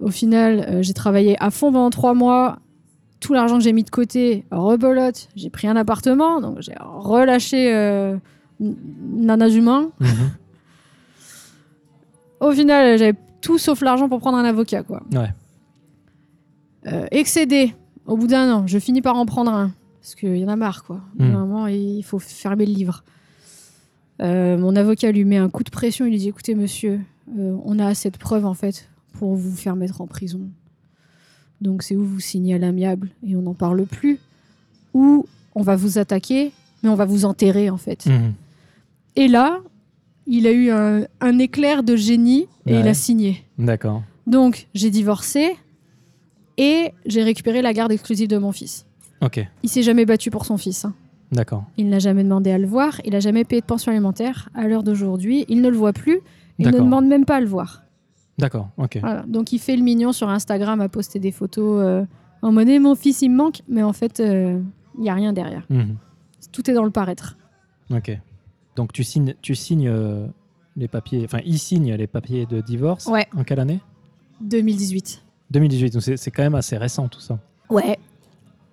B: Au final, euh, j'ai travaillé à fond pendant trois mois. Tout l'argent que j'ai mis de côté, rebelote. J'ai pris un appartement, donc j'ai relâché euh, n- Nana Humain.
A: Mhm.
B: Au final, euh, j'avais tout sauf l'argent pour prendre un avocat, quoi.
A: Ouais.
B: Euh, excédé, au bout d'un an, je finis par en prendre un. Parce qu'il y en a marre, quoi.
A: Mm.
B: Normalement, il faut fermer le livre. Euh, mon avocat lui met un coup de pression. Il lui dit Écoutez, monsieur, euh, on a assez de preuves, en fait, pour vous faire mettre en prison. Donc, c'est où vous signez à l'amiable et on n'en parle plus, ou on va vous attaquer, mais on va vous enterrer, en fait.
A: Mhm.
B: Et là, il a eu un, un éclair de génie et
A: Ouais.
B: il a signé.
A: D'accord.
B: Donc, j'ai divorcé et j'ai récupéré la garde exclusive de mon fils.
A: Ok.
B: Il s'est jamais battu pour son fils. hein.
A: D'accord.
B: Il n'a jamais demandé à le voir. Il n'a jamais payé de pension alimentaire. À l'heure d'aujourd'hui, il ne le voit plus. Il ne
A: D'accord.
B: demande même pas à le voir.
A: D'accord. Ok.
B: Voilà. Donc, il fait le mignon sur Instagram à poster des photos euh, en mode Eh, mon fils, il me manque. Mais en fait, euh, il y n'y a rien derrière.
A: Mhm.
B: Tout est dans le paraître.
A: Ok. Donc tu signes, tu signes euh, les papiers. Enfin, il signe les papiers de divorce.
B: Ouais.
A: En quelle année
B: 2018.
A: 2018. Donc c'est c'est quand même assez récent tout ça.
B: Ouais,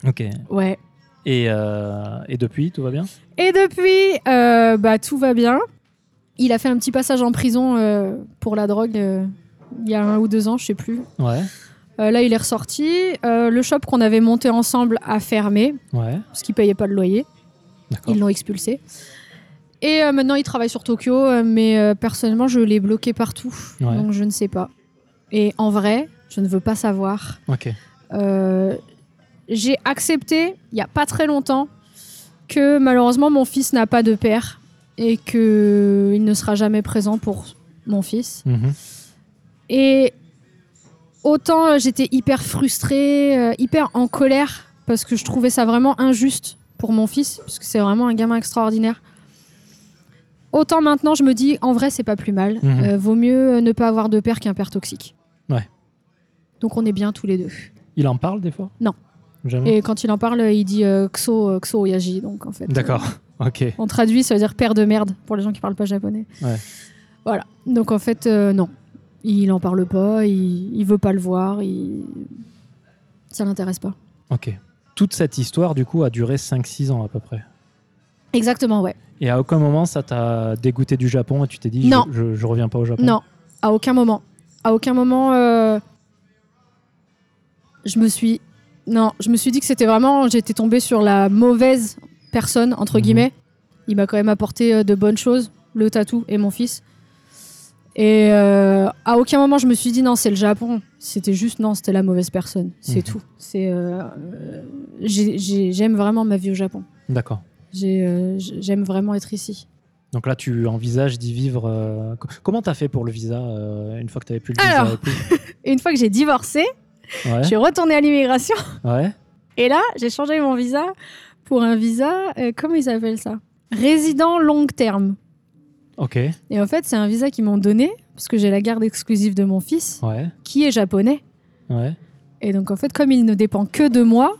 A: Ok.
B: ouais.
A: Et, euh, et depuis, tout va bien
B: Et depuis, euh, bah, tout va bien. Il a fait un petit passage en prison euh, pour la drogue euh, il y a un ou deux ans, je sais plus.
A: Ouais.
B: Euh, là, il est ressorti. Euh, le shop qu'on avait monté ensemble a fermé
A: Ouais.
B: parce qu'il payait pas de loyer.
A: D'accord.
B: Ils l'ont expulsé. Et euh, maintenant, il travaille sur Tokyo, euh, mais euh, personnellement, je l'ai bloqué partout.
A: Ouais.
B: Donc, je ne sais pas. Et en vrai, je ne veux pas savoir.
A: Ok.
B: Euh, j'ai accepté il n'y a pas très longtemps que malheureusement mon fils n'a pas de père et que il ne sera jamais présent pour mon fils.
A: Mhm.
B: Et autant euh, j'étais hyper frustrée, euh, hyper en colère parce que je trouvais ça vraiment injuste pour mon fils parce que c'est vraiment un gamin extraordinaire. Autant maintenant je me dis en vrai c'est pas plus mal.
A: Mhm.
B: Euh, vaut mieux euh, ne pas avoir de père qu'un père toxique.
A: Ouais.
B: Donc on est bien tous les deux.
A: Il en parle des fois
B: Non.
A: Jamais.
B: Et quand il en parle, il dit euh, Xo, euh, Xo Yagi. Donc, en fait,
A: D'accord. Ok.
B: euh, on traduit, ça veut dire père de merde pour les gens qui parlent pas japonais.
A: Ouais.
B: Voilà. Donc, en fait, euh, non. Il en parle pas, il, il veut pas le voir, il... ça l'intéresse pas.
A: Ok. Toute cette histoire, du coup, a duré 5-6 ans à peu près.
B: Exactement, ouais.
A: Et à aucun moment, ça t'a dégoûté du Japon et tu t'es dit, je-
B: Non.
A: Je, je reviens pas au Japon
B: Non, à aucun moment. À aucun moment, euh, je me suis. Non, je me suis dit que c'était vraiment. J'étais tombée sur la mauvaise personne, entre
A: Mhm.
B: guillemets. Il m'a quand même apporté euh, de bonnes choses, le tatou et mon fils. Et euh, à aucun moment, je me suis dit non, c'est le Japon. C'était juste non, c'était la mauvaise personne. C'est
A: Mhm.
B: tout. C'est. euh, euh, j'ai- j'ai- J'aime vraiment ma vie au Japon.
A: D'accord.
B: J'ai, euh, J'aime vraiment être ici.
A: Donc là, tu envisages d'y vivre. euh, co- Comment t'as fait pour le visa euh, une fois que t'avais plus le
B: Alors.
A: visa
B: Et une fois que j'ai divorcé,
A: et tout Ouais.
B: je suis retournée à l'immigration.
A: Ouais.
B: Et là, j'ai changé mon visa pour un visa, euh, comment ils appellent ça Résident long terme.
A: Ok.
B: Et en fait, c'est un visa qu'ils m'ont donné, parce que j'ai la garde exclusive de mon fils,
A: Ouais.
B: qui est japonais.
A: Ouais.
B: Et donc, en fait, comme il ne dépend que de moi,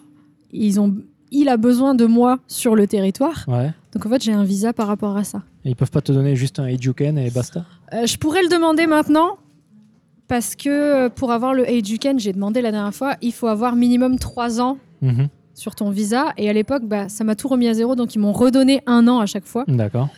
B: ils ont, il a besoin de moi sur le territoire.
A: Ouais.
B: Donc, en fait, j'ai un visa par rapport à ça.
A: Et ils peuvent pas te donner juste un Ijuken et basta
B: Euh, je pourrais le demander maintenant, parce que euh, pour avoir le Heijuken, j'ai demandé la dernière fois, il faut avoir minimum 3 ans
A: Mhm.
B: sur ton visa. Et à l'époque, bah, ça m'a tout remis à zéro, donc ils m'ont redonné un an à chaque fois.
A: D'accord.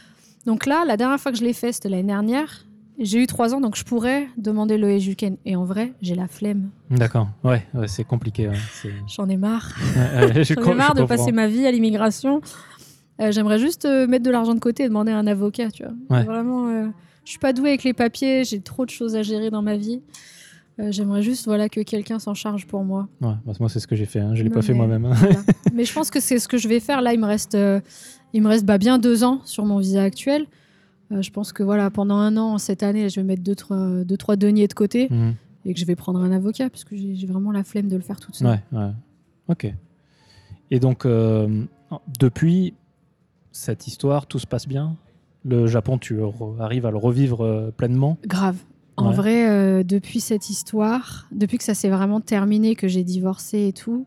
B: Donc là, la dernière fois que je l'ai fait, c'était l'année dernière. J'ai eu trois ans, donc je pourrais demander le Ejuken. Et en vrai, j'ai la flemme.
A: D'accord, ouais, ouais, c'est compliqué. ouais, c'est-
B: J'en ai marre.
A: Ouais, ouais, je
B: J'en
A: com-
B: ai
A: je
B: marre de
A: comprends.
B: passer ma vie à l'immigration. Euh, J'aimerais juste euh, mettre de l'argent de côté et demander à un avocat, tu vois.
A: Ouais.
B: Vraiment, euh, je suis pas douée avec les papiers, j'ai trop de choses à gérer dans ma vie. Euh, J'aimerais juste voilà, que quelqu'un s'en charge pour moi.
A: Ouais, bah, moi, c'est ce que j'ai fait. hein. Je l'ai
B: Non,
A: pas fait
B: mais-
A: moi-même. hein.
B: Voilà. mais je pense que c'est ce que je vais faire. Là, il me reste, euh, il me reste bah, bien deux ans sur mon visa actuel. Euh, je pense que voilà, pendant un an, cette année, je vais mettre deux, trois, deux, trois deniers de côté
A: Mhm.
B: et que je vais prendre un avocat parce que j'ai j'ai vraiment la flemme de le faire toute seule.
A: Ouais, ouais. Ok. Et donc, euh, depuis cette histoire, tout se passe bien Le Japon, tu re- arrives à le revivre euh, pleinement
B: Grave. En
A: Ouais.
B: vrai, euh, depuis cette histoire, depuis que ça s'est vraiment terminé, que j'ai divorcé et tout,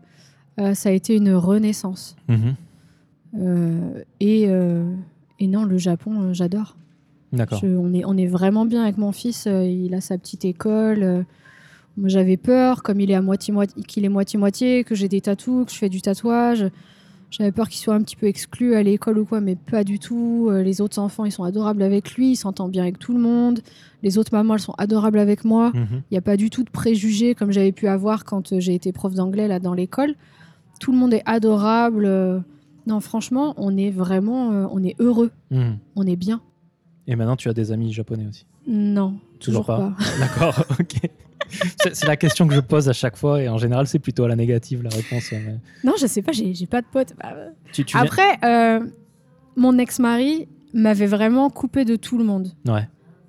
B: euh, ça a été une renaissance.
A: Mm-hmm.
B: Euh, et, euh, et non, le Japon, euh, j'adore.
A: D'accord.
B: Je- on, est, on est vraiment bien avec mon fils. euh, il a sa petite école. euh, moi, j'avais peur, comme il est à moitié moitié, qu'il est moitié moitié, que j'ai des tatous, que je fais du tatouage. J'avais peur qu'il soit un petit peu exclu à l'école ou quoi, mais pas du tout. Euh, Les autres enfants, ils sont adorables avec lui, il s'entend bien avec tout le monde. Les autres mamans, elles sont adorables avec moi.
A: Mhm.
B: Il n'y a pas du tout de préjugés comme j'avais pu avoir quand euh, j'ai été prof d'anglais là dans l'école. Tout le monde est adorable. euh, Non, franchement, on est vraiment, euh, on est heureux,
A: Mhm.
B: on est bien.
A: Et maintenant, tu as des amis japonais aussi
B: Non, toujours, pas.
A: D'accord, ok. C'est c'est la question que je pose à chaque fois et en général, c'est plutôt à la négative la réponse. ouais, mais-
B: Non, je sais pas, j'ai j'ai pas de potes. Bah, euh,
A: Tu, tu viens-
B: Après, euh, mon ex-mari m'avait vraiment coupé de tout le monde.
A: Ouais.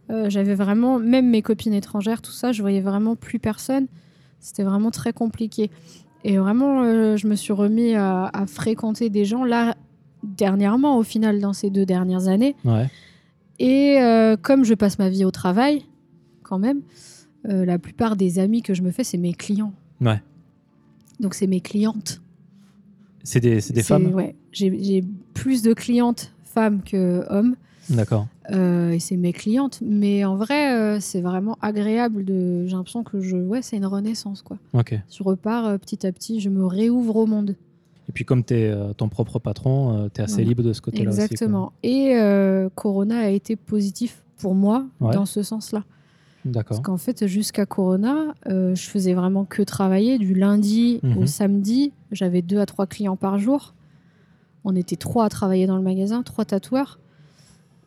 B: Euh, J'avais vraiment, même mes copines étrangères, tout ça, je voyais vraiment plus personne. C'était vraiment très compliqué. Et vraiment, euh, je me suis remis à, à fréquenter des gens là, dernièrement, au final, dans ces deux dernières années.
A: Ouais.
B: Et euh, comme je passe ma vie au travail, quand même, euh, la plupart des amis que je me fais, c'est mes clients.
A: Ouais.
B: Donc, c'est mes clientes.
A: C'est des, c'est des
B: C'est-
A: femmes
B: Ouais. J'ai j'ai plus de clientes femmes que hommes.
A: D'accord.
B: Euh, et c'est mes clientes. Mais en vrai, euh, c'est vraiment agréable. De... J'ai l'impression que je... ouais, c'est une renaissance. quoi.
A: Ok.
B: Je repars euh, petit à petit, je me réouvre au monde.
A: Et puis, comme tu es ton propre patron, tu es assez
B: Voilà.
A: libre de ce côté-là aussi. quoi.
B: Exactement. et euh, Corona a été positif pour moi
A: Ouais.
B: dans ce sens-là.
A: D'accord.
B: Parce qu'en fait, jusqu'à Corona, euh, je faisais vraiment que travailler du lundi
A: Mhm.
B: au samedi. J'avais deux à trois clients par jour. On était trois à travailler dans le magasin, trois tatoueurs.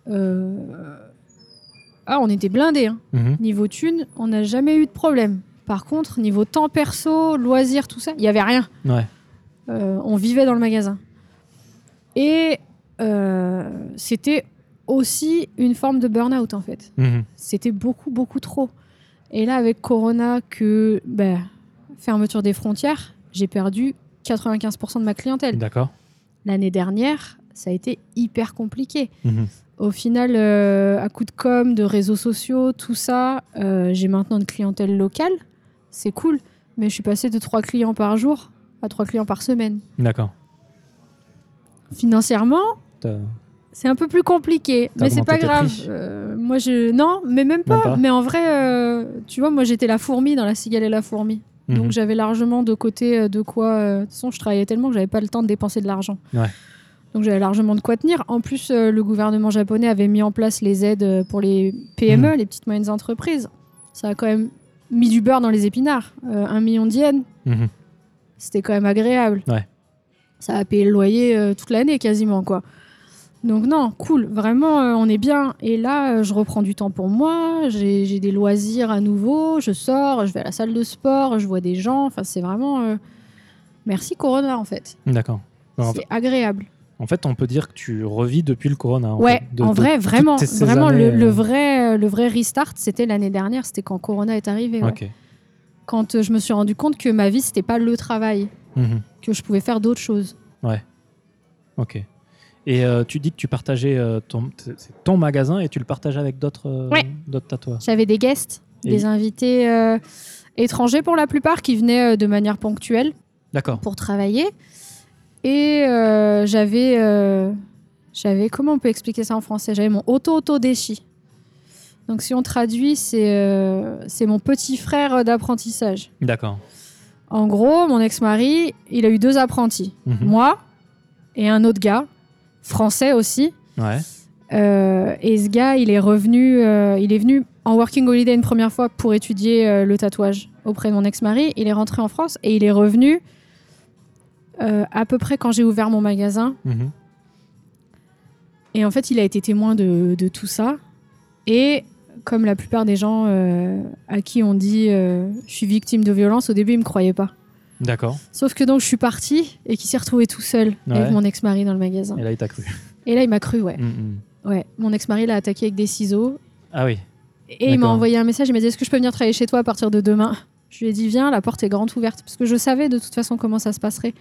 B: Euh, Ah, on était blindés. hein.
A: Mhm.
B: Niveau thune, on n'a jamais eu de problème. Par contre, niveau temps perso, loisirs, tout ça, il n'y avait rien.
A: Ouais.
B: Euh, on vivait dans le magasin. Et euh, c'était aussi une forme de burn-out, en fait
A: Mhm.
B: c'était beaucoup, beaucoup trop. Et là, avec Corona, que ben, fermeture des frontières, j'ai perdu 95% de ma clientèle.
A: D'accord.
B: L'année dernière, ça a été hyper compliqué.
A: Mhm.
B: Au final, euh, à coup de com, de réseaux sociaux, tout ça, euh, j'ai maintenant une clientèle locale. C'est cool, mais je suis passée de 3 clients par jour à 3 clients par semaine.
A: D'accord.
B: Financièrement,
A: T'as-
B: C'est un peu plus compliqué,
A: T'as
B: mais c'est
A: augmenté
B: pas
A: tes
B: grave.
A: prix
B: Euh, moi, je non, mais même pas.
A: Même pas
B: Mais en vrai, euh, tu vois, moi, j'étais la fourmi dans la cigale et la fourmi.
A: Mhm.
B: Donc j'avais largement de côté euh, de quoi. euh, de toute façon, je travaillais tellement que j'avais pas le temps de dépenser de l'argent.
A: Ouais.
B: Donc j'avais largement de quoi tenir. En plus, euh, le gouvernement japonais avait mis en place les aides euh, pour les PME,
A: Mhm.
B: les petites moyennes entreprises. Ça a quand même mis du beurre dans les épinards. Euh, un million d'yens,
A: Mhm.
B: c'était quand même agréable.
A: Ouais.
B: Ça a payé le loyer euh, toute l'année quasiment, quoi. Donc non, cool, vraiment, euh, on est bien. Et là, euh, je reprends du temps pour moi, j'ai j'ai des loisirs à nouveau, je sors, je vais à la salle de sport, je vois des gens, enfin c'est vraiment... euh, Merci Corona en fait,
A: D'accord. Bah, En,
B: c'est agréable.
A: en fait, on peut dire que tu revis depuis le corona. en
B: ouais,
A: fait, de-
B: en
A: de-
B: vrai, vraiment,
A: toutes ces
B: vraiment, le,
A: années,
B: le
A: euh,
B: vrai, euh, le vrai restart, c'était l'année dernière, c'était quand Corona est arrivé. ouais.
A: Ok.
B: Quand euh, je me suis rendu compte que ma vie, c'était pas le travail,
A: Mhm.
B: que je pouvais faire d'autres choses.
A: Ok. Et euh, tu dis que tu partageais euh, ton, t- c'est ton magasin et tu le partageais avec d'autres euh,
B: Ouais.
A: d'autres tatoueurs.
B: J'avais des guests,
A: Et-
B: des invités euh, étrangers pour la plupart qui venaient euh, de manière ponctuelle
A: D'accord.
B: pour travailler. Et euh, j'avais, euh, j'avais, comment on peut expliquer ça en français J'avais mon auto-auto-déchi. Donc si on traduit, c'est, euh, c'est mon petit frère euh, d'apprentissage.
A: D'accord.
B: En gros, mon ex-mari, il a eu deux apprentis.
A: Mhm.
B: Moi et un autre gars, français aussi.
A: Ouais.
B: Euh, et ce gars, il est revenu, euh, il est venu en working holiday une première fois pour étudier euh, le tatouage auprès de mon ex-mari. Il est rentré en France et il est revenu euh, à peu près quand j'ai ouvert mon magasin.
A: Mhm.
B: Et en fait, il a été témoin de, de tout ça. Et comme la plupart des gens euh, à qui on dit euh, je suis victime de violence, au début, ils me croyaient pas.
A: D'accord.
B: Sauf que donc, je suis partie et qu'il s'est retrouvé tout seul
A: Ouais.
B: avec mon ex-mari dans le magasin.
A: Et là, il t'a cru.
B: Et là, il m'a cru, ouais.
A: Mhm.
B: ouais. Mon ex-mari l'a attaqué avec des ciseaux.
A: Ah oui.
B: Et il m'a
A: D'accord.
B: envoyé un message. Il m'a dit Est-ce que je peux venir travailler chez toi à partir de demain Je lui ai dit Viens, la porte est grande ouverte. Parce que je savais de toute façon comment ça se passerait.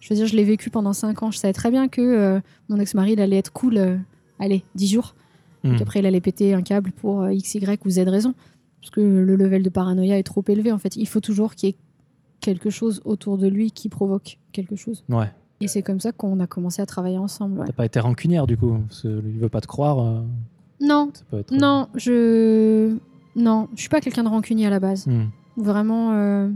B: Je veux dire, je l'ai vécu pendant 5 ans. Je savais très bien que euh, mon ex-mari, il allait être cool. euh, allez, 10 jours.
A: Mhm.
B: Qu'après, il allait péter un câble pour euh, X, Y ou Z raison. Parce que le level de paranoïa est trop élevé, en fait. Il faut toujours qu'il y ait quelque chose autour de lui qui provoque quelque chose.
A: Ouais.
B: Et c'est comme ça qu'on a commencé à travailler ensemble. ouais.
A: T'as pas été rancunière du coup. Parce que il veut pas te croire. euh,
B: Non,
A: ça peut être.
B: non, je. Non, je suis pas quelqu'un de rancunier à la base.
A: Mhm.
B: Vraiment. euh,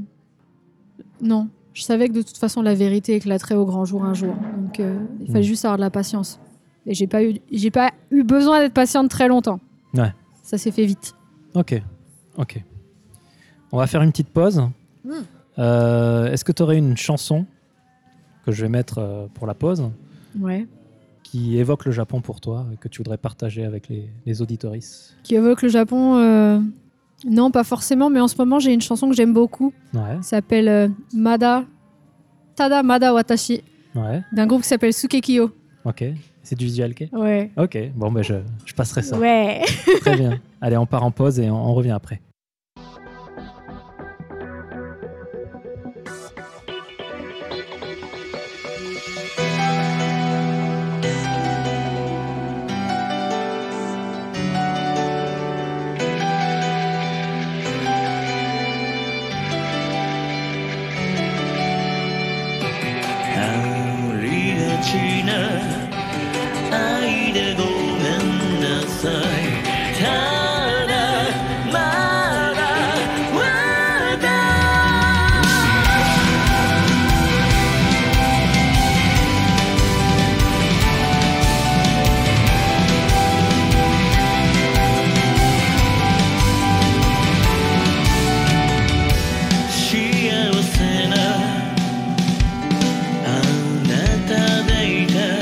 B: Non. Je savais que de toute façon, la vérité éclaterait au grand jour un jour. Donc, euh, il fallait
A: Mm.
B: juste avoir de la patience. Et j'ai pas eu, j'ai pas eu besoin d'être patiente très longtemps.
A: Ouais.
B: Ça s'est fait vite.
A: Ok. Ok. On va faire une petite pause.
B: Mm.
A: Euh, Est-ce que tu aurais une chanson que je vais mettre euh, pour la pause
B: Ouais.
A: qui évoque le Japon pour toi et que tu voudrais partager avec les, les auditorices
B: qui évoque le Japon. euh, Non, pas forcément, mais en ce moment, j'ai une chanson que j'aime beaucoup.
A: Ouais.
B: qui s'appelle euh, Mada. Tada Mada Watashi,
A: Ouais.
B: d'un groupe qui s'appelle Sukekiyo.
A: Ok. C'est du visual kei
B: Ouais.
A: Ok. Bon, ben je, je passerai ça.
B: Ouais.
A: Très bien. Allez, on part en pause et on- on revient après.
C: ありがちな愛でごめんなさいただまだまだ幸せな「あなたでいた」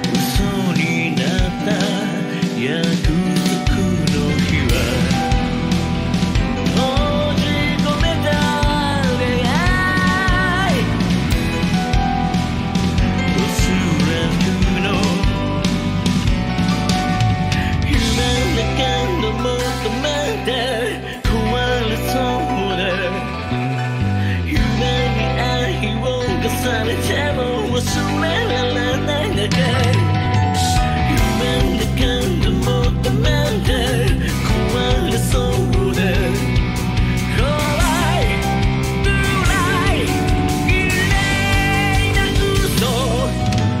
C: 「嘘になった約束の日は」「閉じ込めた出会い」「薄らくの夢の中のもとまで壊れそうで」夢に愛を重ねても忘れられない中夢の感動もたまで壊れそうで怖い暗い綺麗な嘘あ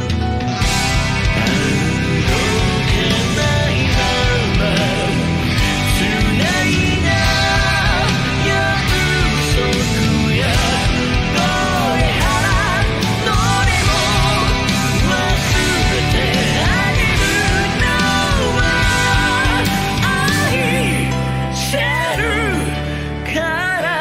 C: どけないまま「つないだ約束や」「どれはどれも忘れてあげるのは愛してるから」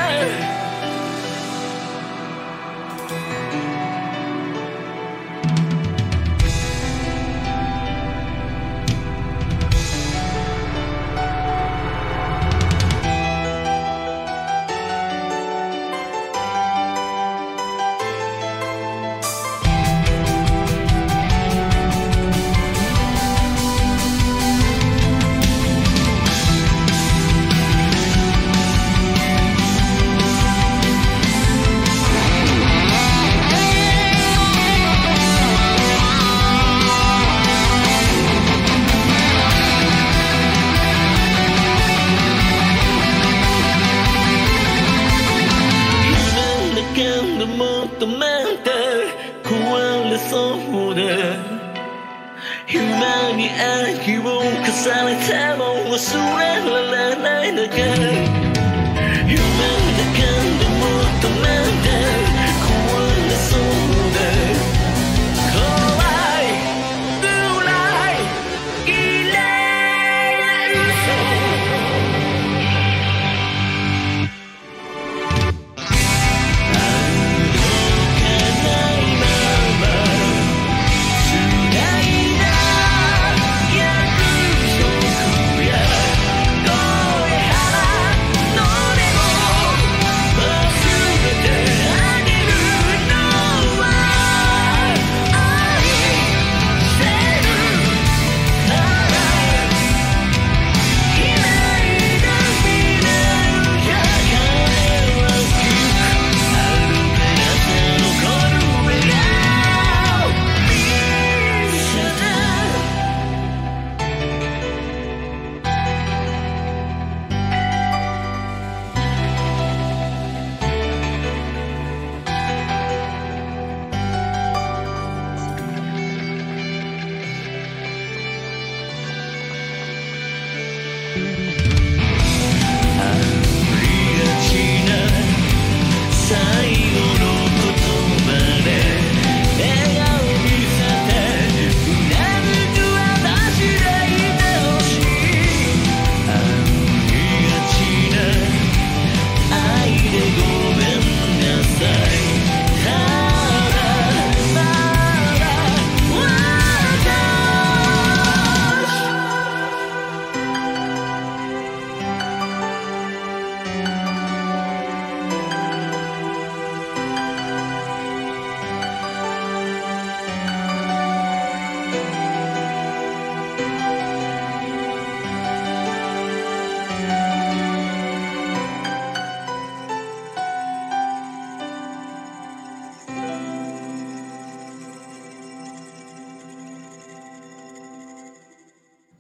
C: 夢だけども止めて壊れそうで夢に愛を重ねても忘れられないだけ夢だけども止めて壊れそうで怖い暗い綺麗な嘘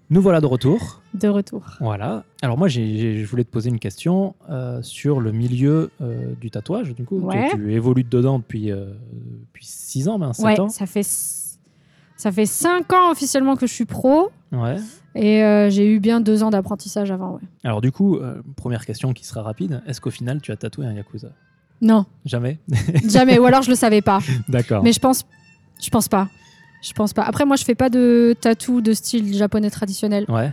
A: Nous voilà de retour.
B: De retour.
A: Voilà. Alors moi, j'ai- j'ai- je voulais te poser une question euh, sur le milieu euh, du tatouage. Du coup, Tu-
B: Ouais.
A: tu, évolues dedans depuis 6 ans, 7
B: Ouais,
A: ans.
B: ça fait s- ça fait cinq ans officiellement que je suis pro
A: Ouais.
B: et euh, j'ai eu bien deux ans d'apprentissage avant. ouais.
A: Alors du coup, euh, première question qui sera rapide. Est-ce qu'au final, tu as tatoué un Yakuza
B: Non,
A: Jamais
B: jamais. Ou alors je le savais pas.
A: D'accord.
B: Mais je pense, je pense pas. Je pense pas. Après, moi, je fais pas de tatou de style japonais traditionnel.
A: Ouais,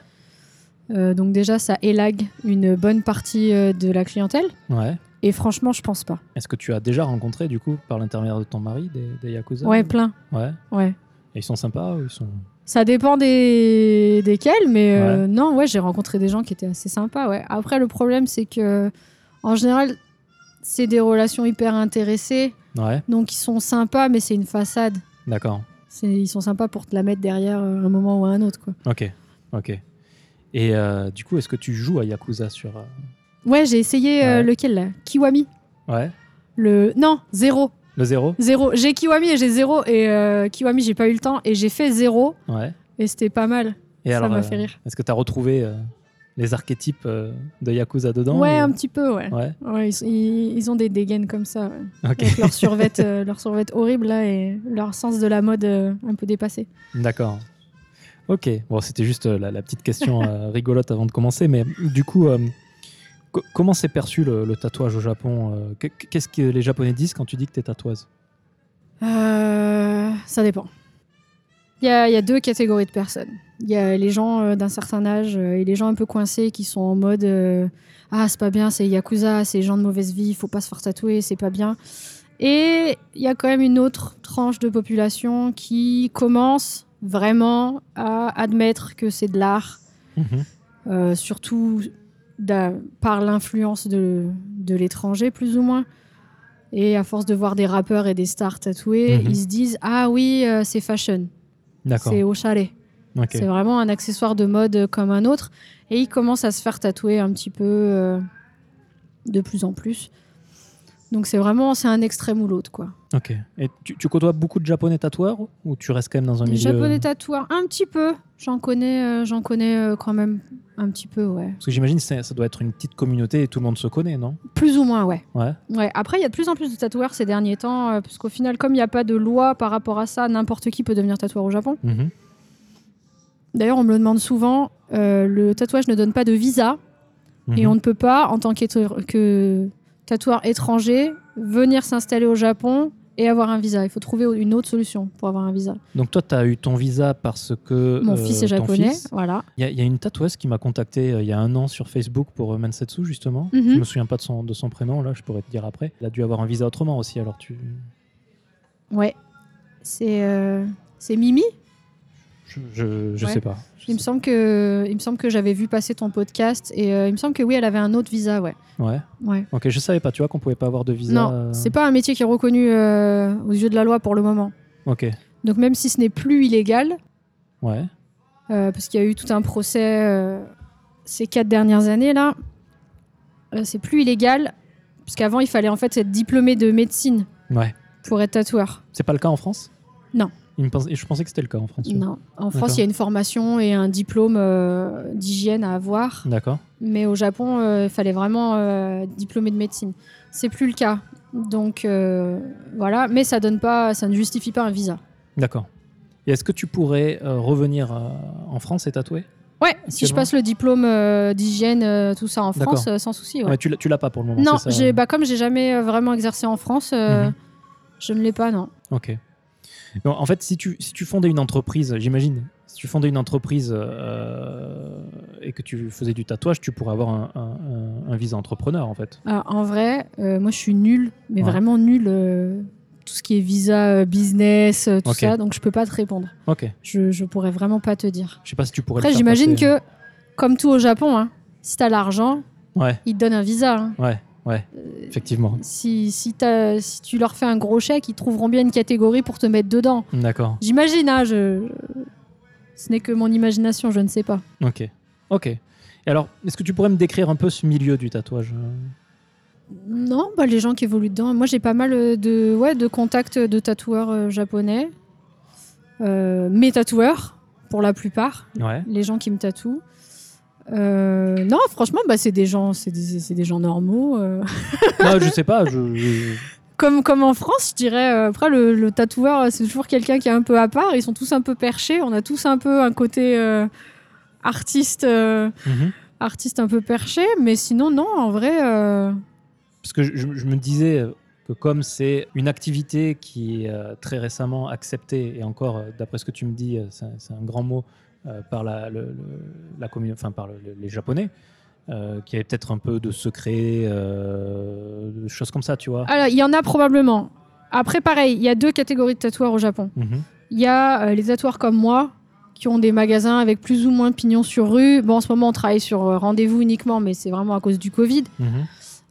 B: Euh, donc déjà, ça élague une bonne partie euh, de la clientèle.
A: ouais.
B: Et franchement, je pense pas.
A: Est-ce que tu as déjà rencontré, du coup, par l'intermédiaire de ton mari, des, des Yakuza
B: Ouais, plein.
A: Ouais.
B: Ouais.
A: Et ils sont sympas ou ils sont...
B: Ça dépend des... desquels, mais euh, non, ouais, j'ai rencontré des gens qui étaient assez sympas. Ouais. Après, le problème, c'est que en général, c'est des relations hyper intéressées,
A: Ouais,
B: donc ils sont sympas, mais c'est une façade.
A: d'accord.
B: C'est- Ils sont sympas pour te la mettre derrière euh, un moment ou un autre, quoi.
A: Ok, ok. Et euh, du coup, est-ce que tu joues à Yakuza sur... euh,
B: Ouais, j'ai essayé euh,
A: Ouais.
B: lequel là Kiwami.
A: Ouais
B: Le non, zéro,
A: Le zéro
B: zéro. J'ai Kiwami et j'ai zéro et euh, Kiwami, j'ai pas eu le temps et j'ai fait zéro
A: Ouais.
B: et c'était pas mal.
A: Et
B: Ça
A: alors,
B: m'a
A: euh,
B: fait rire.
A: est-ce que tu as retrouvé euh, les archétypes euh, de Yakuza dedans
B: ouais,
A: ou-
B: un petit peu, ouais.
A: euh, Ouais,
B: Ouais, ils, sont- ils- ils ont des dégaines comme ça, ouais.
A: ok.
B: avec leur survêt, euh, leur survêt horrible là et leur sens de la mode euh, un peu dépassé.
A: D'accord. Ok, bon, c'était juste euh, la, la petite question euh, rigolote avant de commencer, mais du coup, euh, co- comment s'est perçu le, le tatouage au Japon euh, que- Qu'est-ce que les Japonais disent quand tu dis que t'es tatoueuse
B: Euh, ça dépend. Il y, a, il y a deux catégories de personnes. Il y a les gens euh, d'un certain âge euh, et les gens un peu coincés qui sont en mode euh, Ah, c'est pas bien, c'est Yakuza, c'est gens de mauvaise vie, faut pas se faire tatouer, c'est pas bien. Et il y a quand même une autre tranche de population qui commence vraiment à admettre que c'est de l'art,
A: Mhm.
B: euh, surtout d'a- par l'influence de, de l'étranger, plus ou moins. Et à force de voir des rappeurs et des stars tatoués,
A: Mhm.
B: ils se disent Ah oui, euh, c'est fashion,
A: D'accord.
B: c'est au chalet.
A: Ok.
B: C'est vraiment un accessoire de mode euh, comme un autre. Et ils commencent à se faire tatouer un petit peu euh, de plus en plus. Donc c'est vraiment c'est un extrême ou l'autre quoi.
A: Ok. Et tu, tu côtoies beaucoup de Japonais tatoueurs ou tu restes quand même dans un
B: Les
A: milieu
B: Japonais tatoueurs un petit peu, j'en connais euh, j'en connais euh, quand même un petit peu ouais.
A: Parce que j'imagine que c'est- ça doit être une petite communauté et tout le monde se connaît, non
B: Plus ou moins ouais.
A: Ouais.
B: Ouais, après, il y a de plus en plus de tatoueurs ces derniers temps, euh, parce qu'au final, comme il n'y a pas de loi par rapport à ça, n'importe qui peut devenir tatoueur au Japon.
A: Mhm.
B: D'ailleurs, on me le demande souvent, euh, le tatouage ne donne pas de visa, et
A: Mhm.
B: on ne peut pas, en tant qu'éto- que tatoueur étranger, venir s'installer au Japon et avoir un visa. Il faut trouver une autre solution pour avoir un visa.
A: Donc toi, tu as eu ton visa parce que...
B: Mon
A: euh,
B: fils est
A: ton
B: japonais,
A: fils-
B: voilà.
A: Il y, a- il y a une tatoueuse qui m'a contacté euh, il y a un an sur Facebook pour euh, Mansetsu, justement.
B: Mhm.
A: Je me souviens pas de son, de son prénom, là, je pourrais te dire après. Elle a dû avoir un visa autrement aussi, alors tu.
B: Ouais. C'est euh, c'est Mimi
A: Je, je, je
B: Ouais.
A: sais pas. Je
B: il me,
A: sais-
B: semble que, il me semble que j'avais vu passer ton podcast, et euh, il me semble que oui, elle avait un autre visa, ouais.
A: Ouais.
B: Ouais.
A: Ok, je savais pas, tu vois, qu'on pouvait pas avoir de visa.
B: Non,
A: euh,
B: c'est pas un métier qui est reconnu euh, aux yeux de la loi pour le moment.
A: Ok,
B: Donc même si ce n'est plus illégal,
A: ouais.
B: euh, parce qu'il y a eu tout un procès euh, ces quatre dernières années là, euh, c'est plus illégal, puisqu'avant il fallait en fait être diplômé de médecine
A: Ouais.
B: pour être tatoueur.
A: C'est pas le cas en France
B: Non.
A: Il me pense- Je pensais que c'était le cas en France. oui.
B: Non, en
A: D'accord.
B: France il y a une formation et un diplôme euh, d'hygiène à avoir,
A: D'accord.
B: mais au Japon euh, il fallait vraiment euh, être diplômé de médecine. C'est plus le cas. Donc euh, voilà, mais ça donne pas, ça ne justifie pas un visa.
A: D'accord. Et est-ce que tu pourrais euh, revenir euh, en France et tatouer
B: Ouais, si je
A: Actuellement.
B: passe le diplôme euh, d'hygiène, euh, tout ça en
A: D'accord.
B: France, euh, sans souci. ouais.
A: Ouais, Tu l'as- tu l'as pas pour le moment.
B: non,
A: c'est ça hein
B: j'ai, bah, comme j'ai jamais euh, vraiment exercé en France, euh,
A: Mhm.
B: je ne l'ai pas, non.
A: Ok. Bon, en fait, si tu, si tu fondais une entreprise, j'imagine, si tu fondais une entreprise euh, et que tu faisais du tatouage, tu pourrais avoir un, un- un- un visa entrepreneur, en fait.
B: Ah, en vrai, euh, moi je suis nulle, mais
A: Ouais.
B: vraiment nulle. euh, tout ce qui est visa, euh, business, euh, tout
A: Ok.
B: ça, donc je peux pas te répondre.
A: Ok.
B: Je, je pourrais vraiment pas te dire.
A: Je sais pas si tu pourrais.
B: Après,
A: le faire
B: j'imagine
A: passer.
B: que, comme tout au Japon, hein, si t'as l'argent,
A: Ouais,
B: ils te donnent un visa. hein.
A: ouais, ouais. Effectivement.
B: Si, si, t'as- si tu leur fais un gros chèque, ils trouveront bien une catégorie pour te mettre dedans.
A: D'accord.
B: J'imagine, hein, je... ce n'est que mon imagination, je ne sais pas.
A: Ok. Ok. Et alors, est-ce que tu pourrais me décrire un peu ce milieu du tatouage euh
B: Non, bah, les gens qui évoluent dedans. Moi, j'ai pas mal euh, de, ouais, de contacts de tatoueurs euh, japonais, Euh, mes tatoueurs, pour la plupart,
A: Ouais.
B: les gens qui me tatouent. Euh, non, franchement, bah, c'est des gens, c'est des, c'est des gens normaux. euh.
A: Non, Bah, je sais pas. Je, je-
B: Comme, comme en France, je dirais. euh, Après, le, le tatoueur, c'est toujours quelqu'un qui est un peu à part. Ils sont tous un peu perchés. On a tous un peu un côté euh, artiste, euh,
A: Mhm.
B: artiste un peu perché. Mais sinon, non, en vrai, euh,
A: Parce que je, je- je me disais que comme c'est une activité qui est euh, très récemment acceptée, et encore, euh, d'après ce que tu me dis, euh, c'est un- c'est un grand mot euh, par la, le- le- la commun- enfin, par le- le- les Japonais, euh, qui avait peut-être un peu de secret, euh, de choses comme ça, tu vois.
B: alors, il y en a probablement. Après, pareil, il y a deux catégories de tatoueurs au Japon.
A: Mhm.
B: Il y a euh, les tatoueurs comme moi qui ont des magasins avec plus ou moins pignon sur rue. Bon, en ce moment, on travaille sur euh, rendez-vous uniquement, mais c'est vraiment à cause du Covid.
A: Mhm.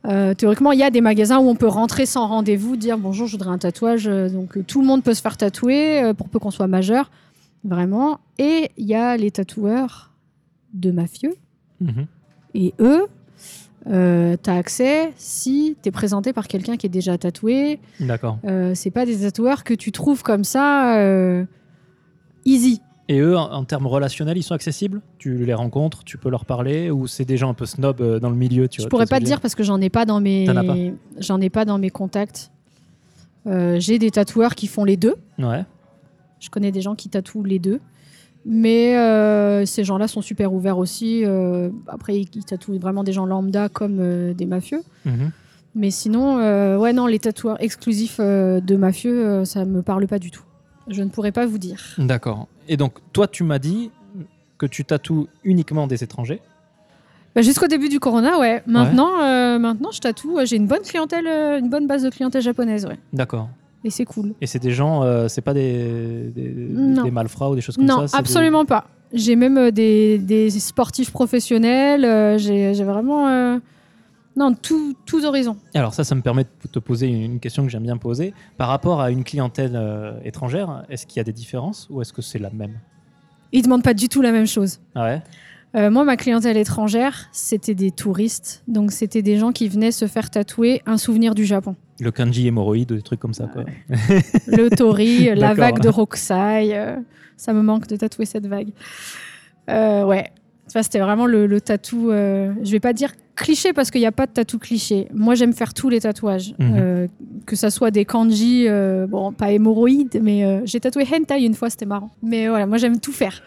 B: Euh, théoriquement, il y a des magasins où on peut rentrer sans rendez-vous, dire bonjour, je voudrais un tatouage. Euh, Donc, euh, tout le monde peut se faire tatouer euh, pour peu qu'on soit majeur, vraiment. Et il y a les tatoueurs de mafieux.
A: Mhm.
B: Et eux, euh, t'as accès si t'es présenté par quelqu'un qui est déjà tatoué,
A: D'accord.
B: euh, c'est pas des tatoueurs que tu trouves comme ça euh, easy.
A: Et eux, en, en termes relationnels, ils sont accessibles Tu les rencontres, tu peux leur parler, ou c'est des gens un peu snob euh, dans le milieu, tu
B: je
A: vois,
B: pourrais
A: t'es
B: pas te
A: obligé
B: dire parce que j'en ai pas dans mes
A: T'en as pas
B: j'en ai pas dans mes contacts. Euh, J'ai des tatoueurs qui font les deux.
A: Ouais.
B: Je connais des gens qui tatouent les deux. Mais euh, ces gens-là sont super ouverts aussi. Euh, après, ils, ils tatouent vraiment des gens lambda comme euh, des mafieux.
A: Mhm.
B: Mais sinon, euh, ouais, non, les tatoueurs exclusifs euh, de mafieux, euh, ça me parle pas du tout. Je ne pourrais pas vous dire.
A: D'accord. Et donc, toi, tu m'as dit que tu tatoues uniquement des étrangers.
B: Bah, Jusqu'au début du corona, ouais. Maintenant, euh, maintenant je tatoue. J'ai une bonne clientèle, euh, une bonne base de clientèle japonaise, ouais.
A: D'accord.
B: Et c'est cool.
A: Et c'est des gens, euh, c'est pas des, des,
B: Non.
A: des malfrats ou des choses comme ça
B: Non,
A: c'est des-
B: absolument pas. J'ai même euh, des, des sportifs professionnels. euh, J'ai j'ai vraiment. euh, Non, tout, tout horizon.
A: Alors ça, ça me permet de te poser une question que j'aime bien poser. Par rapport à une clientèle euh, étrangère, est-ce qu'il y a des différences ou est-ce que c'est la même
B: Ils demandent pas du tout la même chose.
A: Ah ouais
B: Euh, moi, ma clientèle étrangère, c'était des touristes. Donc, c'était des gens qui venaient se faire tatouer un souvenir du Japon.
A: Le kanji hémorroïde, des trucs comme ça. Quoi.
B: le tori, euh, la
A: D'accord.
B: vague de Rokusai. euh, ça me manque de tatouer cette vague. Euh, ouais. Ça, c'était vraiment le, le tatou. euh, je vais pas dire cliché parce qu'il n'y a pas de tatou cliché. Moi, j'aime faire tous les tatouages.
A: Mhm.
B: Euh, que ça soit des kanji, euh, bon, pas hémorroïdes, mais euh, j'ai tatoué hentai une fois, c'était marrant. Mais voilà, moi, j'aime tout faire.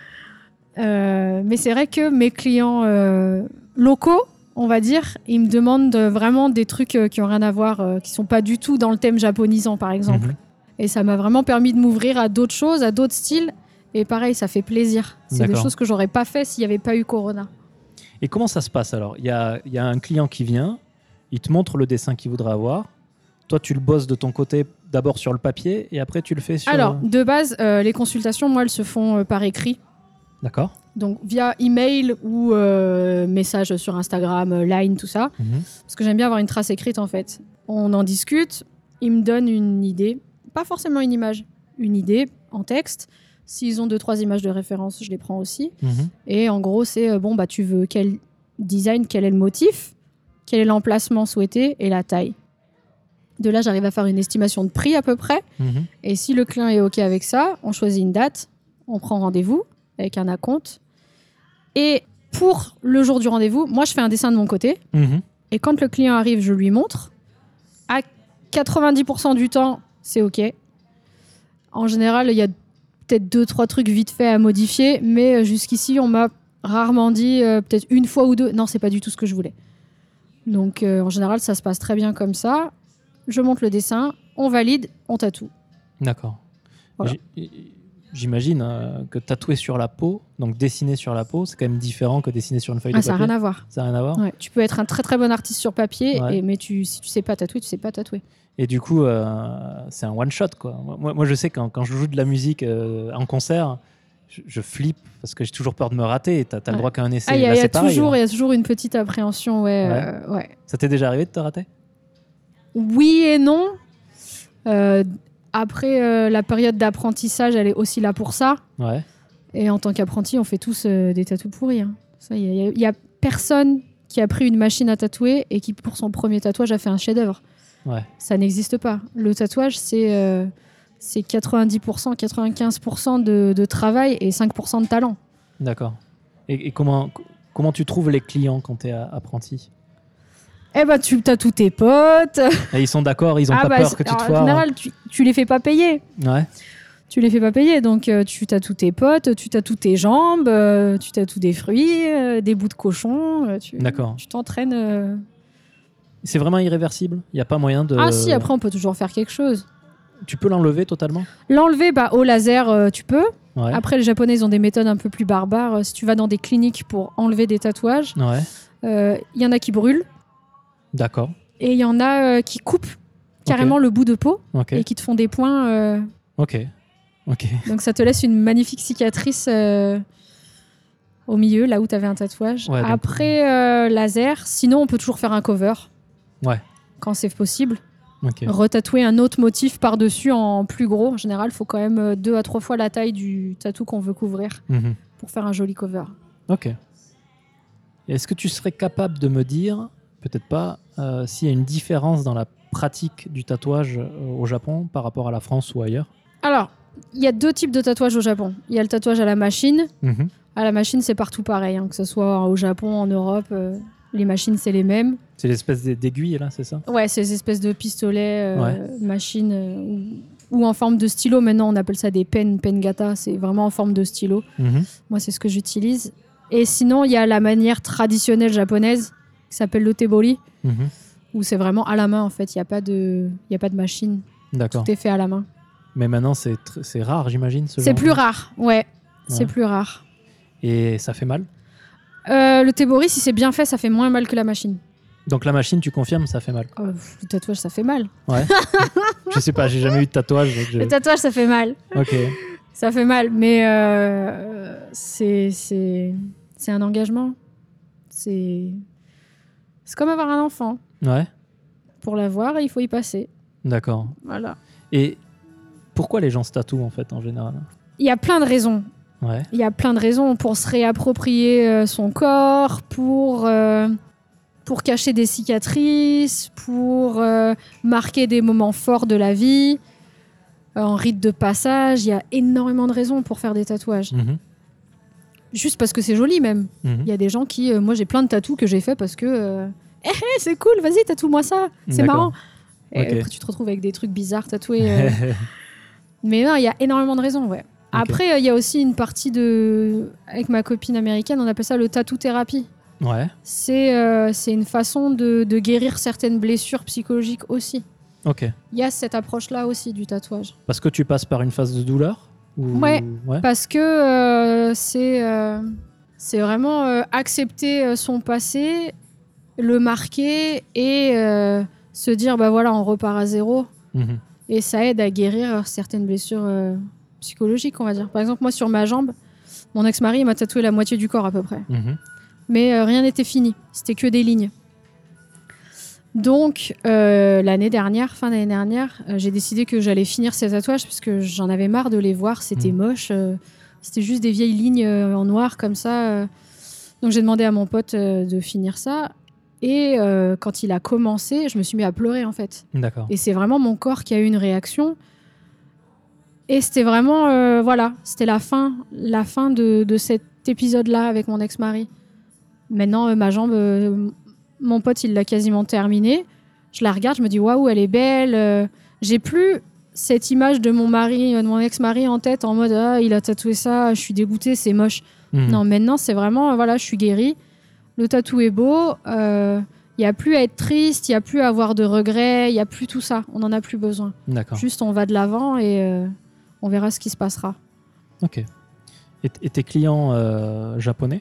B: Euh, mais c'est vrai que mes clients euh, locaux, on va dire, ils me demandent euh, vraiment des trucs euh, qui ont rien à voir, euh, qui sont pas du tout dans le thème japonisant, par exemple.
A: Mhm.
B: Et ça m'a vraiment permis de m'ouvrir à d'autres choses, à d'autres styles. Et pareil, ça fait plaisir. C'est des
A: D'accord.
B: choses que j'aurais pas fait s'il n'y avait pas eu Corona.
A: Et comment ça se passe alors Il y a, il y a un client qui vient, il te montre le dessin qu'il voudrait avoir. Toi, tu le bosses de ton côté d'abord sur le papier et après tu le fais sur.
B: Alors, de base, euh, les consultations, moi, elles se font euh, par écrit.
A: D'accord.
B: Donc, via email ou euh, message sur Instagram, euh, Line, tout ça.
A: Mhm.
B: Parce que j'aime bien avoir une trace écrite, en fait. On en discute, il me donne une idée. Pas forcément une image, une idée en texte. S'ils ont deux, trois images de référence, je les prends aussi.
A: Mhm.
B: Et en gros, c'est euh, bon, bah, tu veux quel design, quel est le motif, quel est l'emplacement souhaité et la taille. De là, j'arrive à faire une estimation de prix à peu près.
A: Mhm.
B: Et si le client est OK avec ça, on choisit une date, on prend rendez-vous avec un acompte. Et pour le jour du rendez-vous, moi, je fais un dessin de mon côté.
A: Mhm.
B: Et quand le client arrive, je lui montre. À 90% du temps, c'est OK. En général, il y a peut-être deux, trois trucs vite fait à modifier, mais euh, jusqu'ici, on m'a rarement dit, euh, peut-être une fois ou deux, non, c'est pas du tout ce que je voulais. Donc, euh, en général, ça se passe très bien comme ça. Je monte le dessin, on valide, on tatoue.
A: D'accord.
B: Voilà.
A: J- J'imagine euh, que tatouer sur la peau, donc dessiner sur la peau, c'est quand même différent que dessiner sur une feuille
B: Ah,
A: de
B: ça n'a
A: papier.
B: rien à voir.
A: Ça n'a rien à voir.
B: Ouais, tu peux être un très très bon artiste sur papier,
A: Ouais.
B: et, mais tu, si tu sais pas tatouer, tu sais pas tatouer.
A: Et du coup, euh, c'est un one shot quoi. Moi, moi, je sais quand, quand je joue de la musique euh, en concert, je, je flippe parce que j'ai toujours peur de me rater. Et t'as t'as le
B: Ouais.
A: droit qu'à un essai.
B: Ah, il y a,
A: Là,
B: il y a
A: c'est pareil,
B: toujours,
A: hein.
B: il y a toujours une petite appréhension, ouais,
A: Ouais.
B: euh, ouais.
A: Ça t'est déjà arrivé de te rater
B: Oui et non. Euh, après, euh, la période d'apprentissage, elle est aussi là pour ça.
A: Ouais.
B: Et en tant qu'apprenti, on fait tous euh, des tatous pourris. hein. Ça, Il n'y a, y a personne qui a pris une machine à tatouer et qui, pour son premier tatouage, a fait un chef-d'œuvre.
A: Ouais.
B: Ça n'existe pas. Le tatouage, c'est euh, c'est 90%, 95% de, de travail et 5% de talent.
A: D'accord. Et, et comment, comment tu trouves les clients quand tu es apprenti
B: Eh ben, tu as tous tes potes.
A: Et Ils sont d'accord, ils ont
B: Ah
A: pas
B: bah,
A: peur
B: c'est-
A: que tu
B: alors,
A: te
B: En
A: foires. hein.
B: général, tu, tu les fais pas payer.
A: Ouais.
B: Tu les fais pas payer, donc euh, tu t'as tous tes potes, tu t'as tous tes jambes, euh, tu t'as tous des fruits, euh, des bouts de cochon. euh, tu,
A: D'accord.
B: Tu t'entraînes. euh.
A: C'est vraiment irréversible. Il n'y a pas moyen de.
B: Ah si, après on peut toujours faire quelque chose.
A: Tu peux l'enlever totalement
B: L'enlever, bah, au laser, euh, tu peux.
A: Ouais.
B: Après, les Japonais, ils ont des méthodes un peu plus barbares. Euh, Si tu vas dans des cliniques pour enlever des tatouages,
A: Ouais.
B: euh, il y en a qui brûlent
A: D'accord.
B: et il y en a euh, qui coupent carrément le bout de peau
A: Ok.
B: et qui te font des points. euh,
A: Ok. Ok.
B: donc ça te laisse une magnifique cicatrice euh, au milieu, là où tu avais un tatouage.
A: Ouais, donc-
B: Après, euh, laser. Sinon, on peut toujours faire un cover.
A: Ouais.
B: Quand c'est possible.
A: Ok.
B: Retatouer un autre motif par-dessus en plus gros. En général, il faut quand même euh, deux à trois fois la taille du tatou qu'on veut couvrir
A: Mhm.
B: pour faire un joli cover.
A: Ok. Est-ce que tu serais capable de me dire, peut-être pas, euh, s'il y a une différence dans la pratique du tatouage euh, au Japon par rapport à la France ou ailleurs
B: Alors, il y a deux types de tatouages au Japon. Il y a le tatouage à la machine.
A: Mhm.
B: À la machine, c'est partout pareil, hein, que ce soit au Japon, en Europe. euh, les machines, c'est les mêmes.
A: C'est l'espèce d'ai- d'aiguille là, c'est ça
B: Ouais, ces espèces de pistolets, euh, machines, euh, ou, ou en forme de stylo. Maintenant, on appelle ça des pen, pengata. C'est vraiment en forme de stylo.
A: Mhm.
B: Moi, c'est ce que j'utilise. Et sinon, il y a la manière traditionnelle japonaise, qui s'appelle le teboli,
A: Mhm.
B: où c'est vraiment à la main, en fait. Il n'y a, pas de- il y a pas de machine.
A: D'accord.
B: Tout est fait à la main.
A: Mais maintenant, c'est tr- c'est rare, j'imagine. ce
B: C'est
A: genre
B: plus
A: de-
B: rare, ouais.
A: Ouais.
B: C'est plus rare.
A: Et ça fait mal.
B: Euh, le tebori, si c'est bien fait, ça fait moins mal que la machine.
A: Donc la machine, tu confirmes, ça fait mal.
B: Oh, pff, le tatouage, ça fait mal.
A: Je sais pas, j'ai jamais eu de tatouage. donc je-
B: Le tatouage, ça fait mal.
A: Ok.
B: Ça fait mal, mais euh, c'est c'est c'est un engagement. C'est c'est comme avoir un enfant.
A: Ouais.
B: Pour l'avoir, il faut y passer.
A: D'accord.
B: Voilà.
A: Et pourquoi les gens se tatouent en fait en général
B: Il y a plein de raisons.
A: Ouais.
B: Il y a plein de raisons pour se réapproprier euh, son corps, pour euh, pour cacher des cicatrices, pour euh, marquer des moments forts de la vie. Euh, En rite de passage, il y a énormément de raisons pour faire des tatouages.
A: Mhm.
B: Juste parce que c'est joli même.
A: Mhm.
B: Il y a des gens qui, euh, moi j'ai plein de tatous que j'ai fait parce que, euh, Eh, eh, c'est cool, vas-y tatoue-moi ça, c'est
A: D'accord.
B: marrant. Et
A: Ok.
B: après tu te retrouves avec des trucs bizarres tatoués. euh. Mais non, il y a énormément de raisons, ouais. Après, euh, il y a aussi une partie de, avec ma copine américaine, on appelle ça le tatou thérapie.
A: ouais.
B: C'est euh, c'est une façon de, de guérir certaines blessures psychologiques aussi.
A: Ok.
B: Il y a cette approche-là aussi du tatouage.
A: Parce que tu passes par une phase de douleur ou...
B: Ouais.
A: Ouais.
B: Parce que euh, c'est euh, c'est vraiment euh, accepter euh, son passé, le marquer et euh, se dire bah voilà, on repart à zéro.
A: Mhm.
B: Et ça aide à guérir certaines blessures euh, psychologiques, on va dire. Par exemple, moi sur ma jambe, mon ex-mari il m'a tatoué la moitié du corps à peu près.
A: Mhm.
B: Mais euh, rien n'était fini, c'était que des lignes. Donc euh, l'année dernière, fin d'année dernière, euh, j'ai décidé que j'allais finir ces tatouages puisque j'en avais marre de les voir, c'était
A: Mhm.
B: moche, euh, c'était juste des vieilles lignes euh, en noir comme ça. euh. Donc j'ai demandé à mon pote euh, de finir ça. Et euh, quand il a commencé, je me suis mis à pleurer en fait.
A: D'accord.
B: Et c'est vraiment mon corps qui a eu une réaction. Et c'était vraiment, euh, voilà, c'était la fin, la fin de, de cet épisode-là avec mon ex-mari. Maintenant, euh, ma jambe, euh, mon pote, il l'a quasiment terminée. Je la regarde, je me dis waouh, elle est belle. euh, J'ai plus cette image de mon mari, euh, de mon ex-mari en tête, en mode ah, il a tatoué ça, je suis dégoûtée, c'est moche.
A: Mhm.
B: Non, maintenant, c'est vraiment, euh, voilà, je suis guérie. Le tatou est beau. Il n'y a plus à être triste, il n'y a plus à avoir de regrets, il n'y a plus tout ça. On n'en a plus besoin.
A: D'accord.
B: Juste, on va de l'avant et euh, on verra ce qui se passera.
A: Ok. Et, et tes clients euh, japonais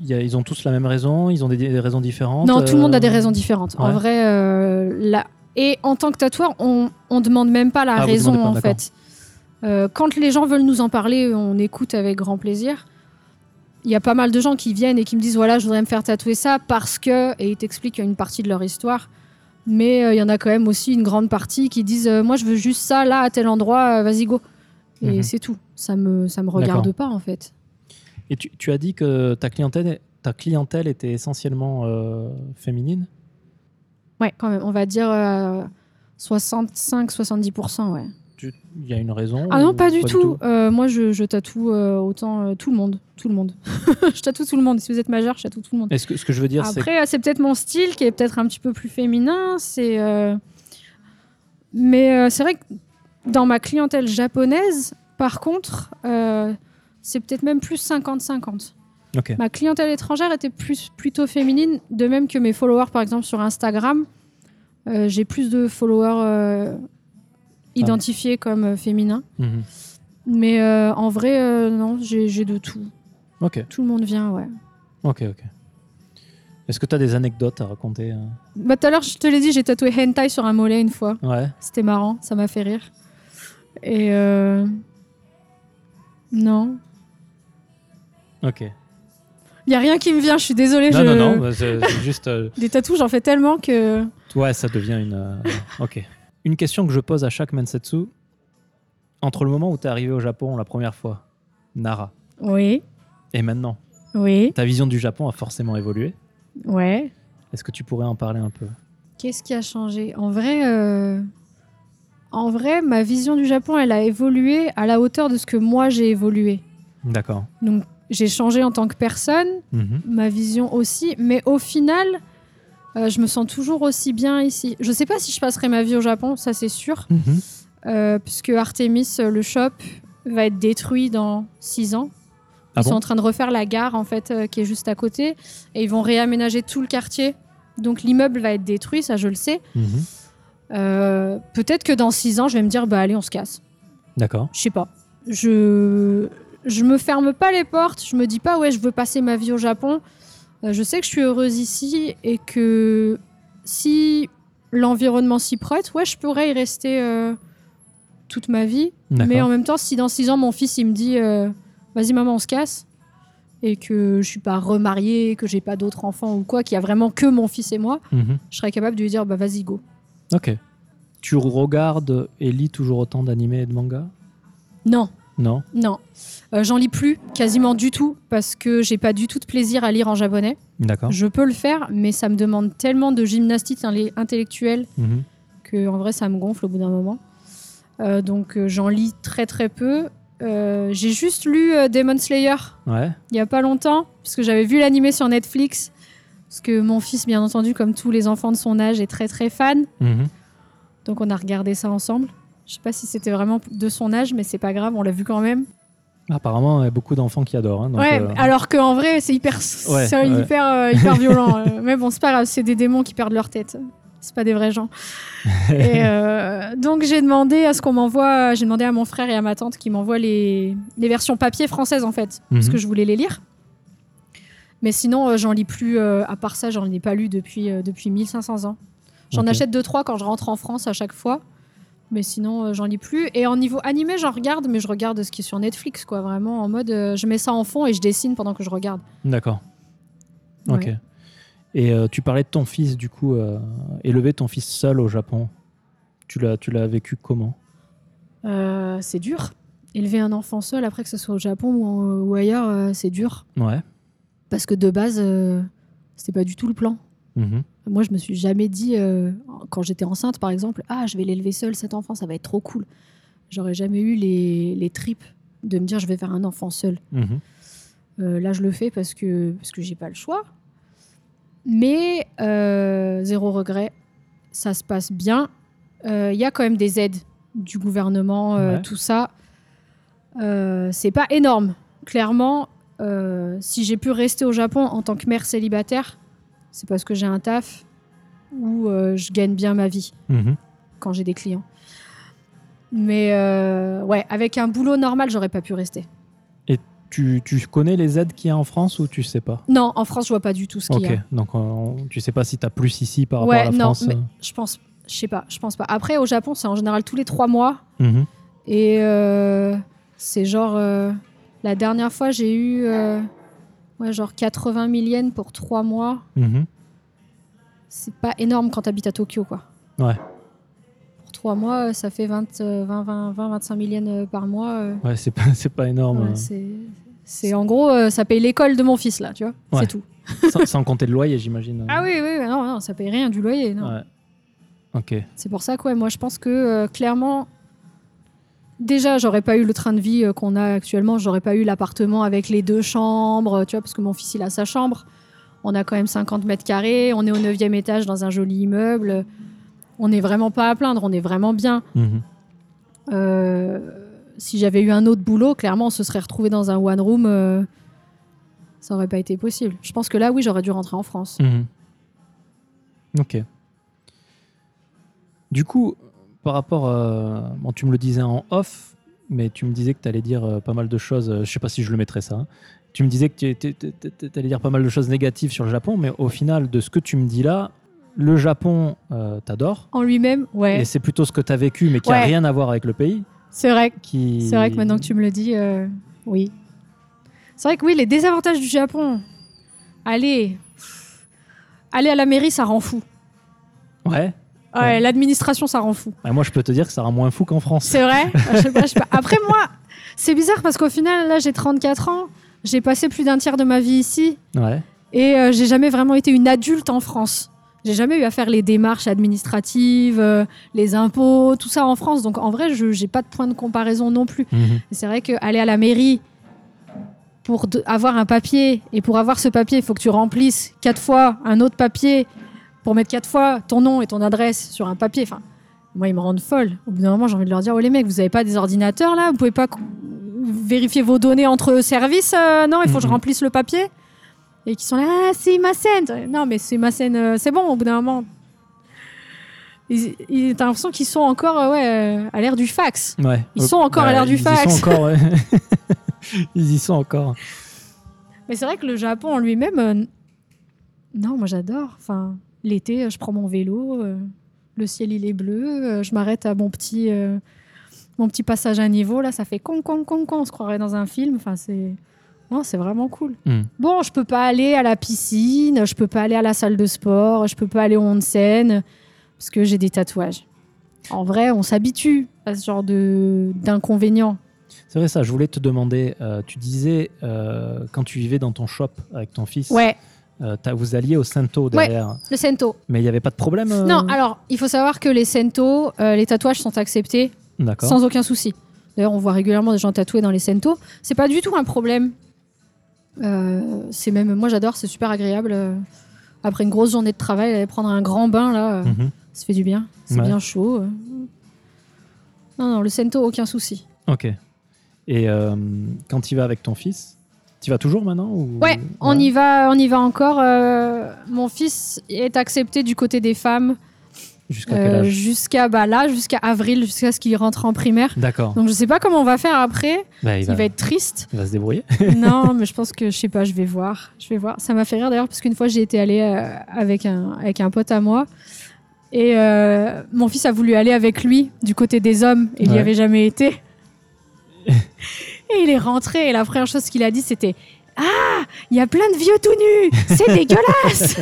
A: Il y a- Ils ont tous la même raison Ils ont des, des raisons différentes
B: non, tout le monde a
A: euh,
B: des raisons différentes.
A: ouais.
B: En vrai, euh, la- et en tant que tatoueur, on ne demande même pas la
A: Ah, vous
B: raison,
A: demandez pas,
B: en
A: d'accord.
B: fait. Euh, quand les gens veulent nous en parler, on écoute avec grand plaisir. Il y a pas mal de gens qui viennent et qui me disent voilà, je voudrais me faire tatouer ça parce que. Et ils t'expliquent une partie de leur histoire. Mais euh, il y en a quand même aussi une grande partie qui disent euh, moi, je veux juste ça, là, à tel endroit, euh, vas-y, go. Et
A: Mhm.
B: c'est tout. Ça me, ça me regarde
A: D'accord.
B: pas, en fait.
A: Et tu, tu as dit que ta clientèle, ta clientèle était essentiellement euh, féminine
B: Ouais, quand même. On va dire euh, 65-70%, ouais.
A: Tu- Il y a une raison
B: Ah
A: ou
B: non, pas du tout. Euh, moi, je, je tatoue euh, autant euh, tout le monde. Tout le monde. je tatoue tout le monde. Si vous êtes majeur, je tatoue tout le monde.
A: Est-ce que ce que je veux dire, c'est
B: Après, euh, c'est peut-être mon style qui est peut-être un petit peu plus féminin. C'est, euh, mais euh, c'est vrai que dans ma clientèle japonaise, par contre, euh, c'est peut-être même plus 50-50.
A: Ok.
B: Ma clientèle étrangère était plus plutôt féminine, de même que mes followers, par exemple sur Instagram, Euh, j'ai plus de followers
A: Ah.
B: euh, identifiés comme euh, féminins.
A: Mhm.
B: Mais euh, en vrai, euh, non, j'ai j'ai de tout.
A: Ok,
B: Tout le monde vient, ouais.
A: ok, ok. Est-ce que tu as des anecdotes à raconter euh
B: Bah, tout à l'heure, je te l'ai dit, j'ai tatoué hentai sur un mollet une fois.
A: Ouais.
B: C'était marrant, ça m'a fait rire. Et euh, non,
A: Ok.
B: il y a rien qui me vient. Je suis désolée.
A: non,
B: je...
A: non, non, bah, c'est c'est juste. euh,
B: Des tatous, j'en fais tellement que.
A: Ouais, ça devient une. euh, ok. Une question que je pose à chaque Mansetsu. Entre le moment où tu es arrivé au Japon la première fois, Nara,
B: Oui,
A: et maintenant,
B: oui,
A: ta vision du Japon a forcément évolué.
B: ouais.
A: Est-ce que tu pourrais en parler un peu
B: Qu'est-ce qui a changé En vrai, euh, en vrai, ma vision du Japon, elle a évolué à la hauteur de ce que moi j'ai évolué.
A: D'accord.
B: Donc j'ai changé en tant que personne,
A: Mhm.
B: ma vision aussi, mais au final, euh, je me sens toujours aussi bien ici. Je sais pas si je passerai ma vie au Japon, ça c'est sûr,
A: Mhm.
B: euh, puisque Artemis, euh, le shop, va être détruit dans 6 ans. Ils
A: Ah
B: sont
A: bon
B: en train de refaire la gare en fait euh, qui est juste à côté et ils vont réaménager tout le quartier. Donc l'immeuble va être détruit, ça je le sais.
A: Mhm.
B: Euh, peut-être que dans six ans, je vais me dire, bah allez, on se casse.
A: D'accord.
B: Je sais pas. Je je me ferme pas les portes. Je me dis pas, ouais, je veux passer ma vie au Japon. Euh, je sais que je suis heureuse ici et que si l'environnement s'y prête, ouais, je pourrais y rester euh, toute ma vie.
A: D'accord.
B: Mais en même temps, si dans six ans, mon fils, il me dit, euh, vas-y, maman, on se casse. Et que je suis pas remariée, que j'ai pas d'autres enfants ou quoi, qu'il y a vraiment que mon fils et moi,
A: Mhm.
B: je serais capable de lui dire bah vas-y go.
A: Ok. Tu regardes et lis toujours autant d'animés et de mangas
B: Non,
A: Non
B: Non, Euh, j'en lis plus quasiment du tout parce que j'ai pas du tout de plaisir à lire en japonais.
A: D'accord.
B: Je peux le faire, mais ça me demande tellement de gymnastique inle- intellectuelle
A: Mhm.
B: que en vrai ça me gonfle au bout d'un moment. Euh, donc euh, j'en lis très très peu. Euh, j'ai juste lu euh, Demon Slayer
A: Ouais.
B: il y a pas longtemps parce que j'avais vu l'animé sur Netflix. Parce que mon fils, bien entendu, comme tous les enfants de son âge, est très très fan.
A: Mhm.
B: Donc on a regardé ça ensemble. Je sais pas si c'était vraiment de son âge, mais c'est pas grave, on l'a vu quand même.
A: Apparemment, il y a beaucoup d'enfants qui adorent. hein, donc,
B: ouais,
A: euh,
B: alors qu'en vrai, c'est hyper,
A: Ouais,
B: c'est
A: ouais.
B: hyper, euh, hyper violent. euh. Mais bon, c'est pas grave, c'est des démons qui perdent leur tête. C'est pas des vrais gens. Et, euh, donc j'ai demandé à ce qu'on m'envoie, j'ai demandé à mon frère et à ma tante qui m'envoient les, les versions papier françaises en fait, parce
A: Mhm.
B: que je voulais les lire. Mais sinon, euh, j'en lis plus. euh, à part ça, j'en ai pas lu depuis euh, depuis 1500 ans. J'en
A: Ok.
B: achète deux trois quand je rentre en France à chaque fois. Mais sinon, euh, j'en lis plus. Et en niveau animé, j'en regarde, mais je regarde ce qui est sur Netflix, quoi. Vraiment, en mode, euh, je mets ça en fond et je dessine pendant que je regarde.
A: D'accord. Ok.
B: Ouais.
A: Et euh, tu parlais de ton fils, du coup, euh, élever ton fils seul au Japon. Tu l'as, tu l'as vécu comment
B: Euh, c'est dur. Élever un enfant seul, après que ce soit au Japon ou, en- ou ailleurs, euh, c'est dur.
A: Ouais.
B: Parce que de base, euh, c'était pas du tout le plan.
A: Mhm.
B: Moi, je me suis jamais dit, euh, quand j'étais enceinte par exemple, ah, je vais l'élever seul cet enfant, ça va être trop cool. J'aurais jamais eu les, les tripes de me dire, je vais faire un enfant seul.
A: Mhm.
B: Euh, là, je le fais parce que, parce que j'ai pas le choix. Mais euh, zéro regret, ça se passe bien. Euh, Il y a quand même des aides du gouvernement, euh,
A: Ouais.
B: tout ça. Euh, c'est pas énorme. Clairement, euh, si j'ai pu rester au Japon en tant que mère célibataire, c'est parce que j'ai un taf où euh, je gagne bien ma vie
A: Mhm.
B: quand j'ai des clients. Mais euh, ouais, avec un boulot normal, j'aurais pas pu rester.
A: Tu, tu connais les aides qu'il y a en France ou tu sais pas
B: Non, en France, je vois pas du tout ce qu'il
A: Ok.
B: y a.
A: Donc, euh, on- tu sais pas si tu as plus ici par rapport
B: Ouais,
A: à la
B: non,
A: France
B: mais je pense, je sais pas, je pense pas. Après, au Japon, c'est en général tous les trois mois.
A: euh. Mhm.
B: Et euh, c'est genre, euh, la dernière fois, j'ai eu euh, ouais, genre 80 000 yens pour trois mois.
A: Mhm.
B: C'est pas énorme quand t'habites à Tokyo, quoi.
A: Ouais.
B: Pour trois mois, euh, ça fait 20, euh, 20, 20, 20 25 000 yens euh, par mois. euh.
A: Ouais, c'est pas, c'est pas énorme.
B: Ouais,
A: euh.
B: c'est, c'est en gros, euh, ça paye l'école de mon fils, là, tu vois.
A: Ouais.
B: C'est tout.
A: sans, sans compter le loyer, j'imagine. euh.
B: Ah oui, oui, non, non, ça paye rien du loyer, non.
A: Ouais. Ok.
B: C'est pour ça que ouais, moi je pense que euh, clairement, déjà j'aurais pas eu le train de vie euh, qu'on a actuellement, j'aurais pas eu l'appartement avec les deux chambres, euh, tu vois, parce que mon fils il a sa chambre. On a quand même 50 mètres carrés, on est au 9 étage dans un joli immeuble. On n'est vraiment pas à plaindre, on est vraiment bien.
A: Mhm.
B: Euh, si j'avais eu un autre boulot, clairement on se serait retrouvé dans un one room. euh, ça aurait pas été possible. Je pense que là, oui, j'aurais dû rentrer en France.
A: Mhm. Ok. Du coup, par rapport. euh, bon, tu me le disais en off, mais tu me disais que tu allais dire euh, pas mal de choses. euh, je sais pas si je le mettrai ça. hein. Tu me disais que tu allais dire pas mal de choses négatives sur le Japon, mais au final, de ce que tu me dis là, le Japon, euh, t'adores.
B: En lui-même, ouais.
A: Et c'est plutôt ce que tu as vécu, mais qui a
B: Ouais.
A: rien à voir avec le pays.
B: C'est vrai que
A: Qui...
B: C'est vrai que maintenant que tu me le dis, euh, oui. C'est vrai que oui, les désavantages du Japon. Allez, aller à la mairie, ça rend fou.
A: Ouais.
B: Ouais,
A: Ouais.
B: l'administration, ça rend fou.
A: Bah, moi, je peux te dire que ça rend moins fou qu'en France.
B: C'est vrai Ah, Je sais pas, je sais pas. Après, moi, c'est bizarre parce qu'au final, là, j'ai 34 ans. J'ai passé plus d'un tiers de ma vie ici
A: Ouais.
B: et euh, j'ai jamais vraiment été une adulte en France. J'ai jamais eu à faire les démarches administratives, euh, les impôts, tout ça en France. Donc en vrai, je j'ai pas de point de comparaison non plus.
A: Mhm.
B: Et C'est vrai qu'aller à la mairie pour de- avoir un papier, et pour avoir ce papier, il faut que tu remplisses quatre fois un autre papier pour mettre quatre fois ton nom et ton adresse sur un papier. Enfin, moi, ils me rendent folle. Au bout d'un moment, j'ai envie de leur dire Oh les mecs, vous n'avez pas des ordinateurs là Vous pouvez pas co- vérifier vos données entre services euh, Non, il faut que je
A: Mhm.
B: remplisse le papier. Et qui sont là Ah, c'est ma scène Non, mais c'est ma scène, euh, c'est bon, au bout d'un moment. Ils- ils- T'as l'impression qu'ils sont encore euh, ouais, euh, à l'ère du fax.
A: Ouais. Bah,
B: Ils sont encore à l'ère du
A: ils y sont
B: fax.
A: encore, ouais. ils y sont encore.
B: Mais c'est vrai que le Japon en lui-même, euh, n- non, moi j'adore. Enfin, l'été, euh, je prends mon vélo, euh, le ciel il est bleu, euh, je m'arrête à mon petit, euh, mon petit passage à niveau. Là, ça fait con con con con, on se croirait dans un film. Enfin, c'est non, c'est vraiment cool.
A: Hmm.
B: Bon, je peux pas aller à la piscine, je peux pas aller à la salle de sport, je peux pas aller au onsen parce que j'ai des tatouages. En vrai, on s'habitue à ce genre de d'inconvénients.
A: C'est vrai ça, je voulais te demander, euh, tu disais euh, quand tu vivais dans ton shop avec ton fils,
B: Ouais,
A: euh, t'as- vous alliez au Sento
B: Ouais.
A: derrière,
B: le sento.
A: mais il n'y avait pas de problème euh,
B: Non, alors, il faut savoir que les sento, euh, les tatouages sont acceptés
A: D'accord.
B: sans aucun souci. D'ailleurs, on voit régulièrement des gens tatoués dans les sento. C'est pas du tout un problème. Euh, c'est même, moi j'adore, c'est super agréable. euh, Après une grosse journée de travail, aller prendre un grand bain là, euh,
A: Mhm.
B: ça fait du bien. C'est
A: Ouais.
B: bien chaud. euh. Non, non, le sento, aucun souci.
A: Ok. Et euh, quand tu vas avec ton fils, tu vas toujours maintenant ou...
B: Ouais, on y va, on y va encore. euh, mon fils est accepté du côté des femmes
A: Jusqu'à quel
B: euh,
A: âge
B: jusqu'à bah, là, jusqu'à avril, jusqu'à ce qu'il rentre en primaire.
A: D'accord.
B: Donc je sais pas comment on va faire après.
A: Bah,
B: Il va être triste.
A: il va se débrouiller.
B: non, mais je pense que je sais pas. Je vais voir. Je vais voir. Ça m'a fait rire d'ailleurs parce qu'une fois j'ai été allée euh, avec un avec un pote à moi et euh, mon fils a voulu aller avec lui du côté des hommes. Il n'y
A: Ouais.
B: avait jamais été. et il est rentré et la première chose qu'il a dit c'était Ah, il y a plein de vieux tout nus. C'est dégueulasse.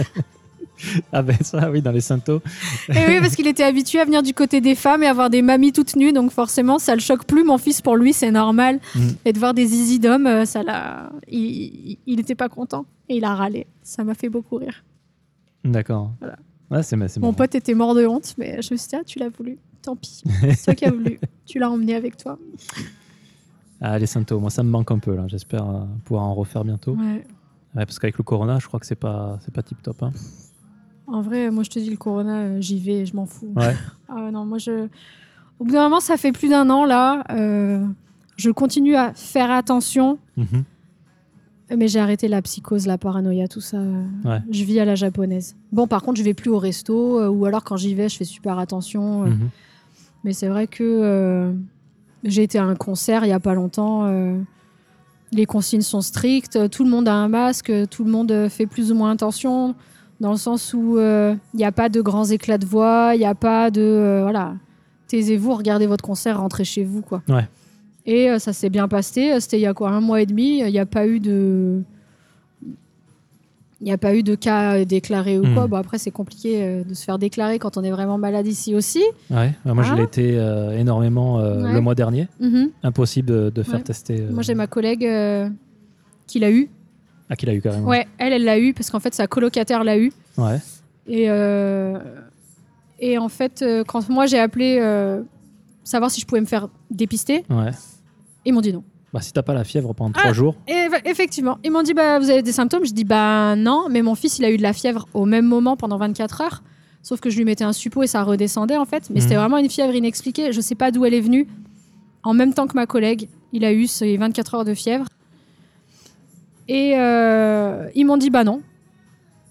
A: Ah ben ça, oui, dans les Sento.
B: et oui, parce qu'il était habitué à venir du côté des femmes et avoir des mamies toutes nues, donc forcément, ça le choque plus. Mon fils, pour lui, c'est normal.
A: Mm.
B: Et de voir des zizi d'hommes, euh, ça l'a. il- Il il était pas content et il a râlé. Ça m'a fait beaucoup rire.
A: D'accord.
B: Voilà.
A: Ouais, c'est c'est
B: Mon
A: marrant.
B: pote était mort de honte, mais je me suis dit, ah, tu l'as voulu. Tant pis. C'est toi qui as voulu. Tu l'as emmené avec toi.
A: Ah, les Sento, moi ça me manque un peu là. J'espère euh, pouvoir en refaire bientôt.
B: Ouais.
A: Ouais, parce qu'avec le Corona, je crois que c'est pas, c'est pas tip top. Hein.
B: En vrai, moi, je te dis, le corona, euh, j'y vais, je m'en fous.
A: Ouais.
B: Ah ouais, non, moi je. Au bout d'un moment, ça fait plus d'un an là. euh, je continue à faire attention,
A: Mhm.
B: Euh, mais j'ai arrêté la psychose, la paranoïa, tout ça. euh,
A: Ouais.
B: Je vis à la japonaise. Bon, par contre, je vais plus au resto, euh, ou alors quand j'y vais, je fais super attention. euh,
A: Mhm.
B: Mais c'est vrai que euh, j'ai été à un concert il y a pas longtemps. euh, les consignes sont strictes, euh, tout le monde a un masque, euh, tout le monde euh, fait plus ou moins attention, dans le sens où euh, il n'y a pas de grands éclats de voix, il n'y a pas de euh, voilà, taisez-vous, regardez votre concert, rentrez chez vous quoi.
A: Ouais.
B: Et euh, ça s'est bien passé. euh, C'était il y a quoi un mois et demi. euh, Il n'y a pas eu de il n'y a pas eu de cas euh, déclarés ou
A: Mhm.
B: quoi. Bon, après, c'est compliqué euh, de se faire déclarer quand on est vraiment malade ici aussi.
A: Ouais, bah moi je
B: Hein
A: l'ai été euh, énormément euh,
B: Ouais.
A: le mois dernier.
B: Mhm.
A: Impossible de, de faire
B: Ouais.
A: tester. euh,
B: Moi, j'ai ma collègue euh, qui l'a eu.
A: Ah, qu'il a eu carrément.
B: Ouais, elle, elle l'a eu parce qu'en fait, sa colocataire l'a eu.
A: Ouais.
B: Et, euh, Et en fait, euh, quand moi j'ai appelé euh, savoir si je pouvais me faire dépister,
A: Ouais.
B: ils m'ont dit non.
A: Bah, si t'as pas la fièvre pendant
B: Ah.
A: trois jours,
B: Et eff- effectivement, ils m'ont dit bah, Vous avez des symptômes Je dis Bah non, mais mon fils il a eu de la fièvre au même moment pendant 24 heures. Sauf que je lui mettais un suppôt et ça redescendait en fait. Mais
A: Mhm.
B: c'était vraiment une fièvre inexpliquée. Je sais pas d'où elle est venue. En même temps que ma collègue, il a eu ces 24 heures de fièvre. Et euh, ils m'ont dit Bah non,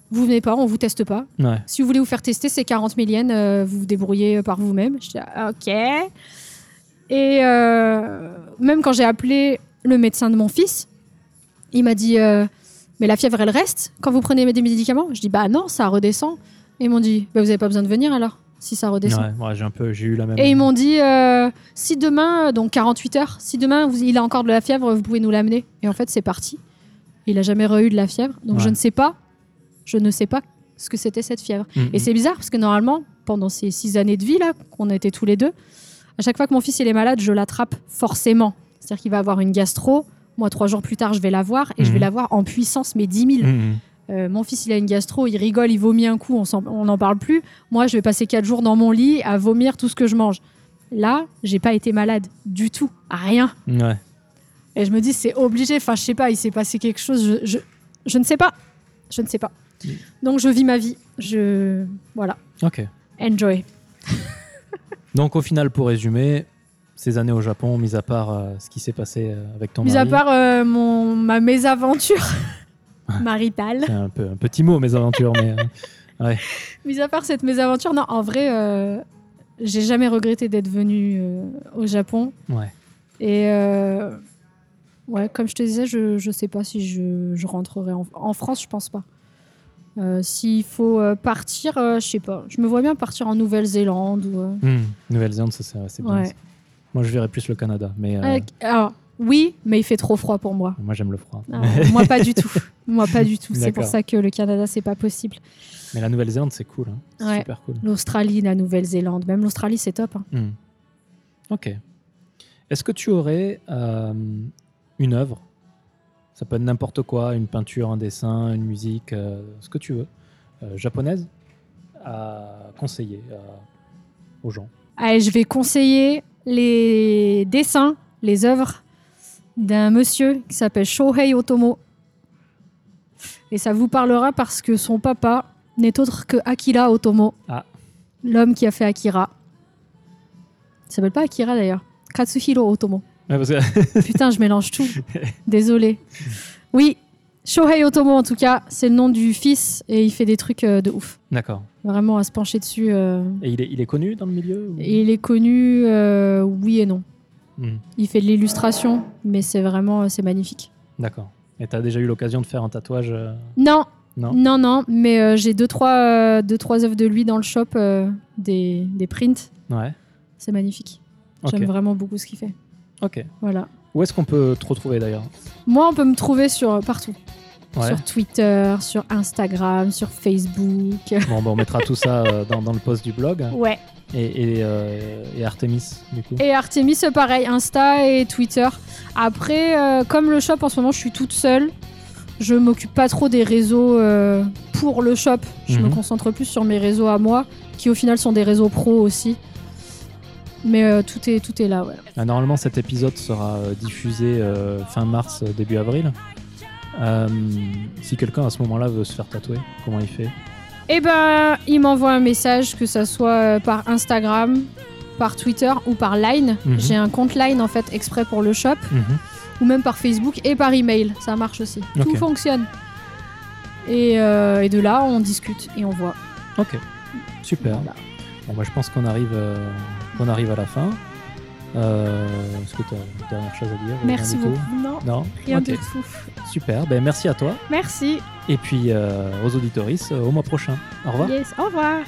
B: vous venez pas, on vous teste pas.
A: ouais.
B: Si vous voulez vous faire tester, c'est 40 000 yens, euh, vous vous débrouillez par vous-même. Je dis, ah, ok. Et euh, même quand j'ai appelé le médecin de mon fils, il m'a dit, euh, mais la fièvre, elle reste quand vous prenez des médicaments Je dis, bah non, ça redescend. Et ils m'ont dit, bah, vous n'avez pas besoin de venir alors, si ça redescend.
A: ouais, ouais, j'ai un peu, j'ai eu la même.
B: Et ils m'ont dit, euh, si demain, euh, donc 48 heures, si demain vous- il a encore de la fièvre, vous pouvez nous l'amener. Et en fait, c'est parti. Il a jamais re-eu de la fièvre. Donc
A: Ouais.
B: je ne sais pas, je ne sais pas ce que c'était cette fièvre.
A: Mm,
B: Et
A: mm.
B: c'est bizarre parce que normalement, pendant ces six années de vie là qu'on a été tous les deux, à chaque fois que mon fils il est malade, je l'attrape forcément. C'est-à-dire qu'il va avoir une gastro. Moi, trois jours plus tard, je vais la voir et je
A: Mhm.
B: vais la voir en puissance, mais 10 000.
A: Mm, mm.
B: Euh, mon fils, il a une gastro, il rigole, il vomit un coup, on s'en- on n'en parle plus. Moi, je vais passer quatre jours dans mon lit à vomir tout ce que je mange. Là, j'ai pas été malade du tout, à rien.
A: Mm, Ouais.
B: Et je me dis, c'est obligé. Enfin, je sais pas, il s'est passé quelque chose. Je, je, je ne sais pas. Je ne sais pas.
A: Mhm.
B: Donc, je vis ma vie. Je. Voilà.
A: Ok.
B: Enjoy.
A: Donc au final, pour résumer, ces années au Japon, mis à part euh, ce qui s'est passé euh, avec ton
B: Mis à
A: mari,
B: part euh, mon, ma mésaventure
A: Ah.
B: maritale,
A: c'est un peu un petit mot mes aventures, mais euh,
B: mis à part cette mésaventure, non, en vrai, euh, j'ai jamais regretté d'être venue euh, au Japon.
A: ouais.
B: Et euh, ouais, comme je te disais, je, je sais pas si je, je rentrerai en, en France, je pense pas. Euh, S'il faut euh, partir, euh, je sais pas. Je me vois bien partir en Nouvelle-Zélande ou. euh,
A: Hmm. Nouvelle-Zélande, ça, c'est c'est bien.
B: Ouais.
A: ça. Moi, je verrais plus le Canada, mais euh,
B: avec- alors, oui, mais il fait trop froid pour moi.
A: moi j'aime le froid.
B: Alors, moi, pas du tout. Moi, pas du tout. C'est pour
A: D'accord.
B: ça que le Canada, c'est pas possible.
A: Mais la Nouvelle-Zélande, c'est cool, hein. C'est
B: Ouais.
A: super cool.
B: L'Australie, la Nouvelle-Zélande, même l'Australie, c'est top. hein.
A: Hmm. Ok. Est-ce que tu aurais euh, une œuvre Ça peut être n'importe quoi, une peinture, un dessin, une musique, euh, ce que tu veux, euh, japonaise, à conseiller à- aux gens.
B: Allez, je vais conseiller les dessins, les œuvres d'un monsieur qui s'appelle Shohei Otomo. Et ça vous parlera parce que son papa n'est autre que Akira Otomo,
A: Ah.
B: l'homme qui a fait Akira. Il s'appelle pas Akira d'ailleurs, Katsuhiro Otomo.
A: Ouais, parce que-
B: Putain, je mélange tout. Désolé. Oui, Shohei Otomo en tout cas, c'est le nom du fils et il fait des trucs euh, de ouf.
A: D'accord.
B: Vraiment à se pencher dessus. euh.
A: Et il est, il est connu dans le milieu ou-
B: Et Il est connu, euh, oui et non.
A: Hmm.
B: Il fait de l'illustration, mais c'est vraiment, euh, c'est magnifique.
A: D'accord. Et t'as déjà eu l'occasion de faire un tatouage euh,
B: Non,
A: Non.
B: non, non, mais euh, j'ai deux trois, euh, deux trois œuvres de lui dans le shop, euh, des, des prints.
A: Ouais.
B: C'est magnifique.
A: Ok.
B: J'aime vraiment beaucoup ce qu'il fait.
A: Ok.
B: Voilà.
A: Où est-ce qu'on peut te retrouver d'ailleurs
B: Moi, on peut me trouver sur euh, partout,
A: Ouais.
B: sur Twitter, sur Instagram, sur Facebook.
A: Bon, bah, on mettra tout ça euh, dans, dans le post du blog.
B: ouais.
A: Et, et, euh, et Artemis, du coup.
B: Et Artemis, euh, pareil, Insta et Twitter. Après, euh, comme le shop en ce moment, je suis toute seule. Je m'occupe pas trop des réseaux euh, pour le shop. Je
A: Mhm.
B: me concentre plus sur mes réseaux à moi, qui au final sont des réseaux pro aussi. Mais euh, tout est tout est là, ouais.
A: Ah, Normalement, cet épisode sera euh, diffusé euh, fin mars, euh, début avril. Euh, si quelqu'un à ce moment-là veut se faire tatouer, comment il fait
B: Et ben, il m'envoie un message, que ça soit euh, par Instagram, par Twitter ou par Line.
A: Mhm.
B: J'ai un compte Line en fait exprès pour le shop. ou même par Facebook et par email. Ça marche aussi.
A: Ok.
B: Tout fonctionne. Et, euh, et de là, on discute et on voit.
A: Ok, super.
B: Voilà.
A: Bon, bah, je pense qu'on arrive, euh, qu'on arrive à la fin. Euh, Est-ce que tu as une dernière chose à dire rien
B: Merci
A: du tout
B: beaucoup. Non,
A: Non
B: rien
A: Ok,
B: du tout.
A: Super, ben, merci à toi.
B: Merci.
A: Et puis euh, aux auditoristes, euh, au mois prochain. Au revoir.
B: Yes, au revoir.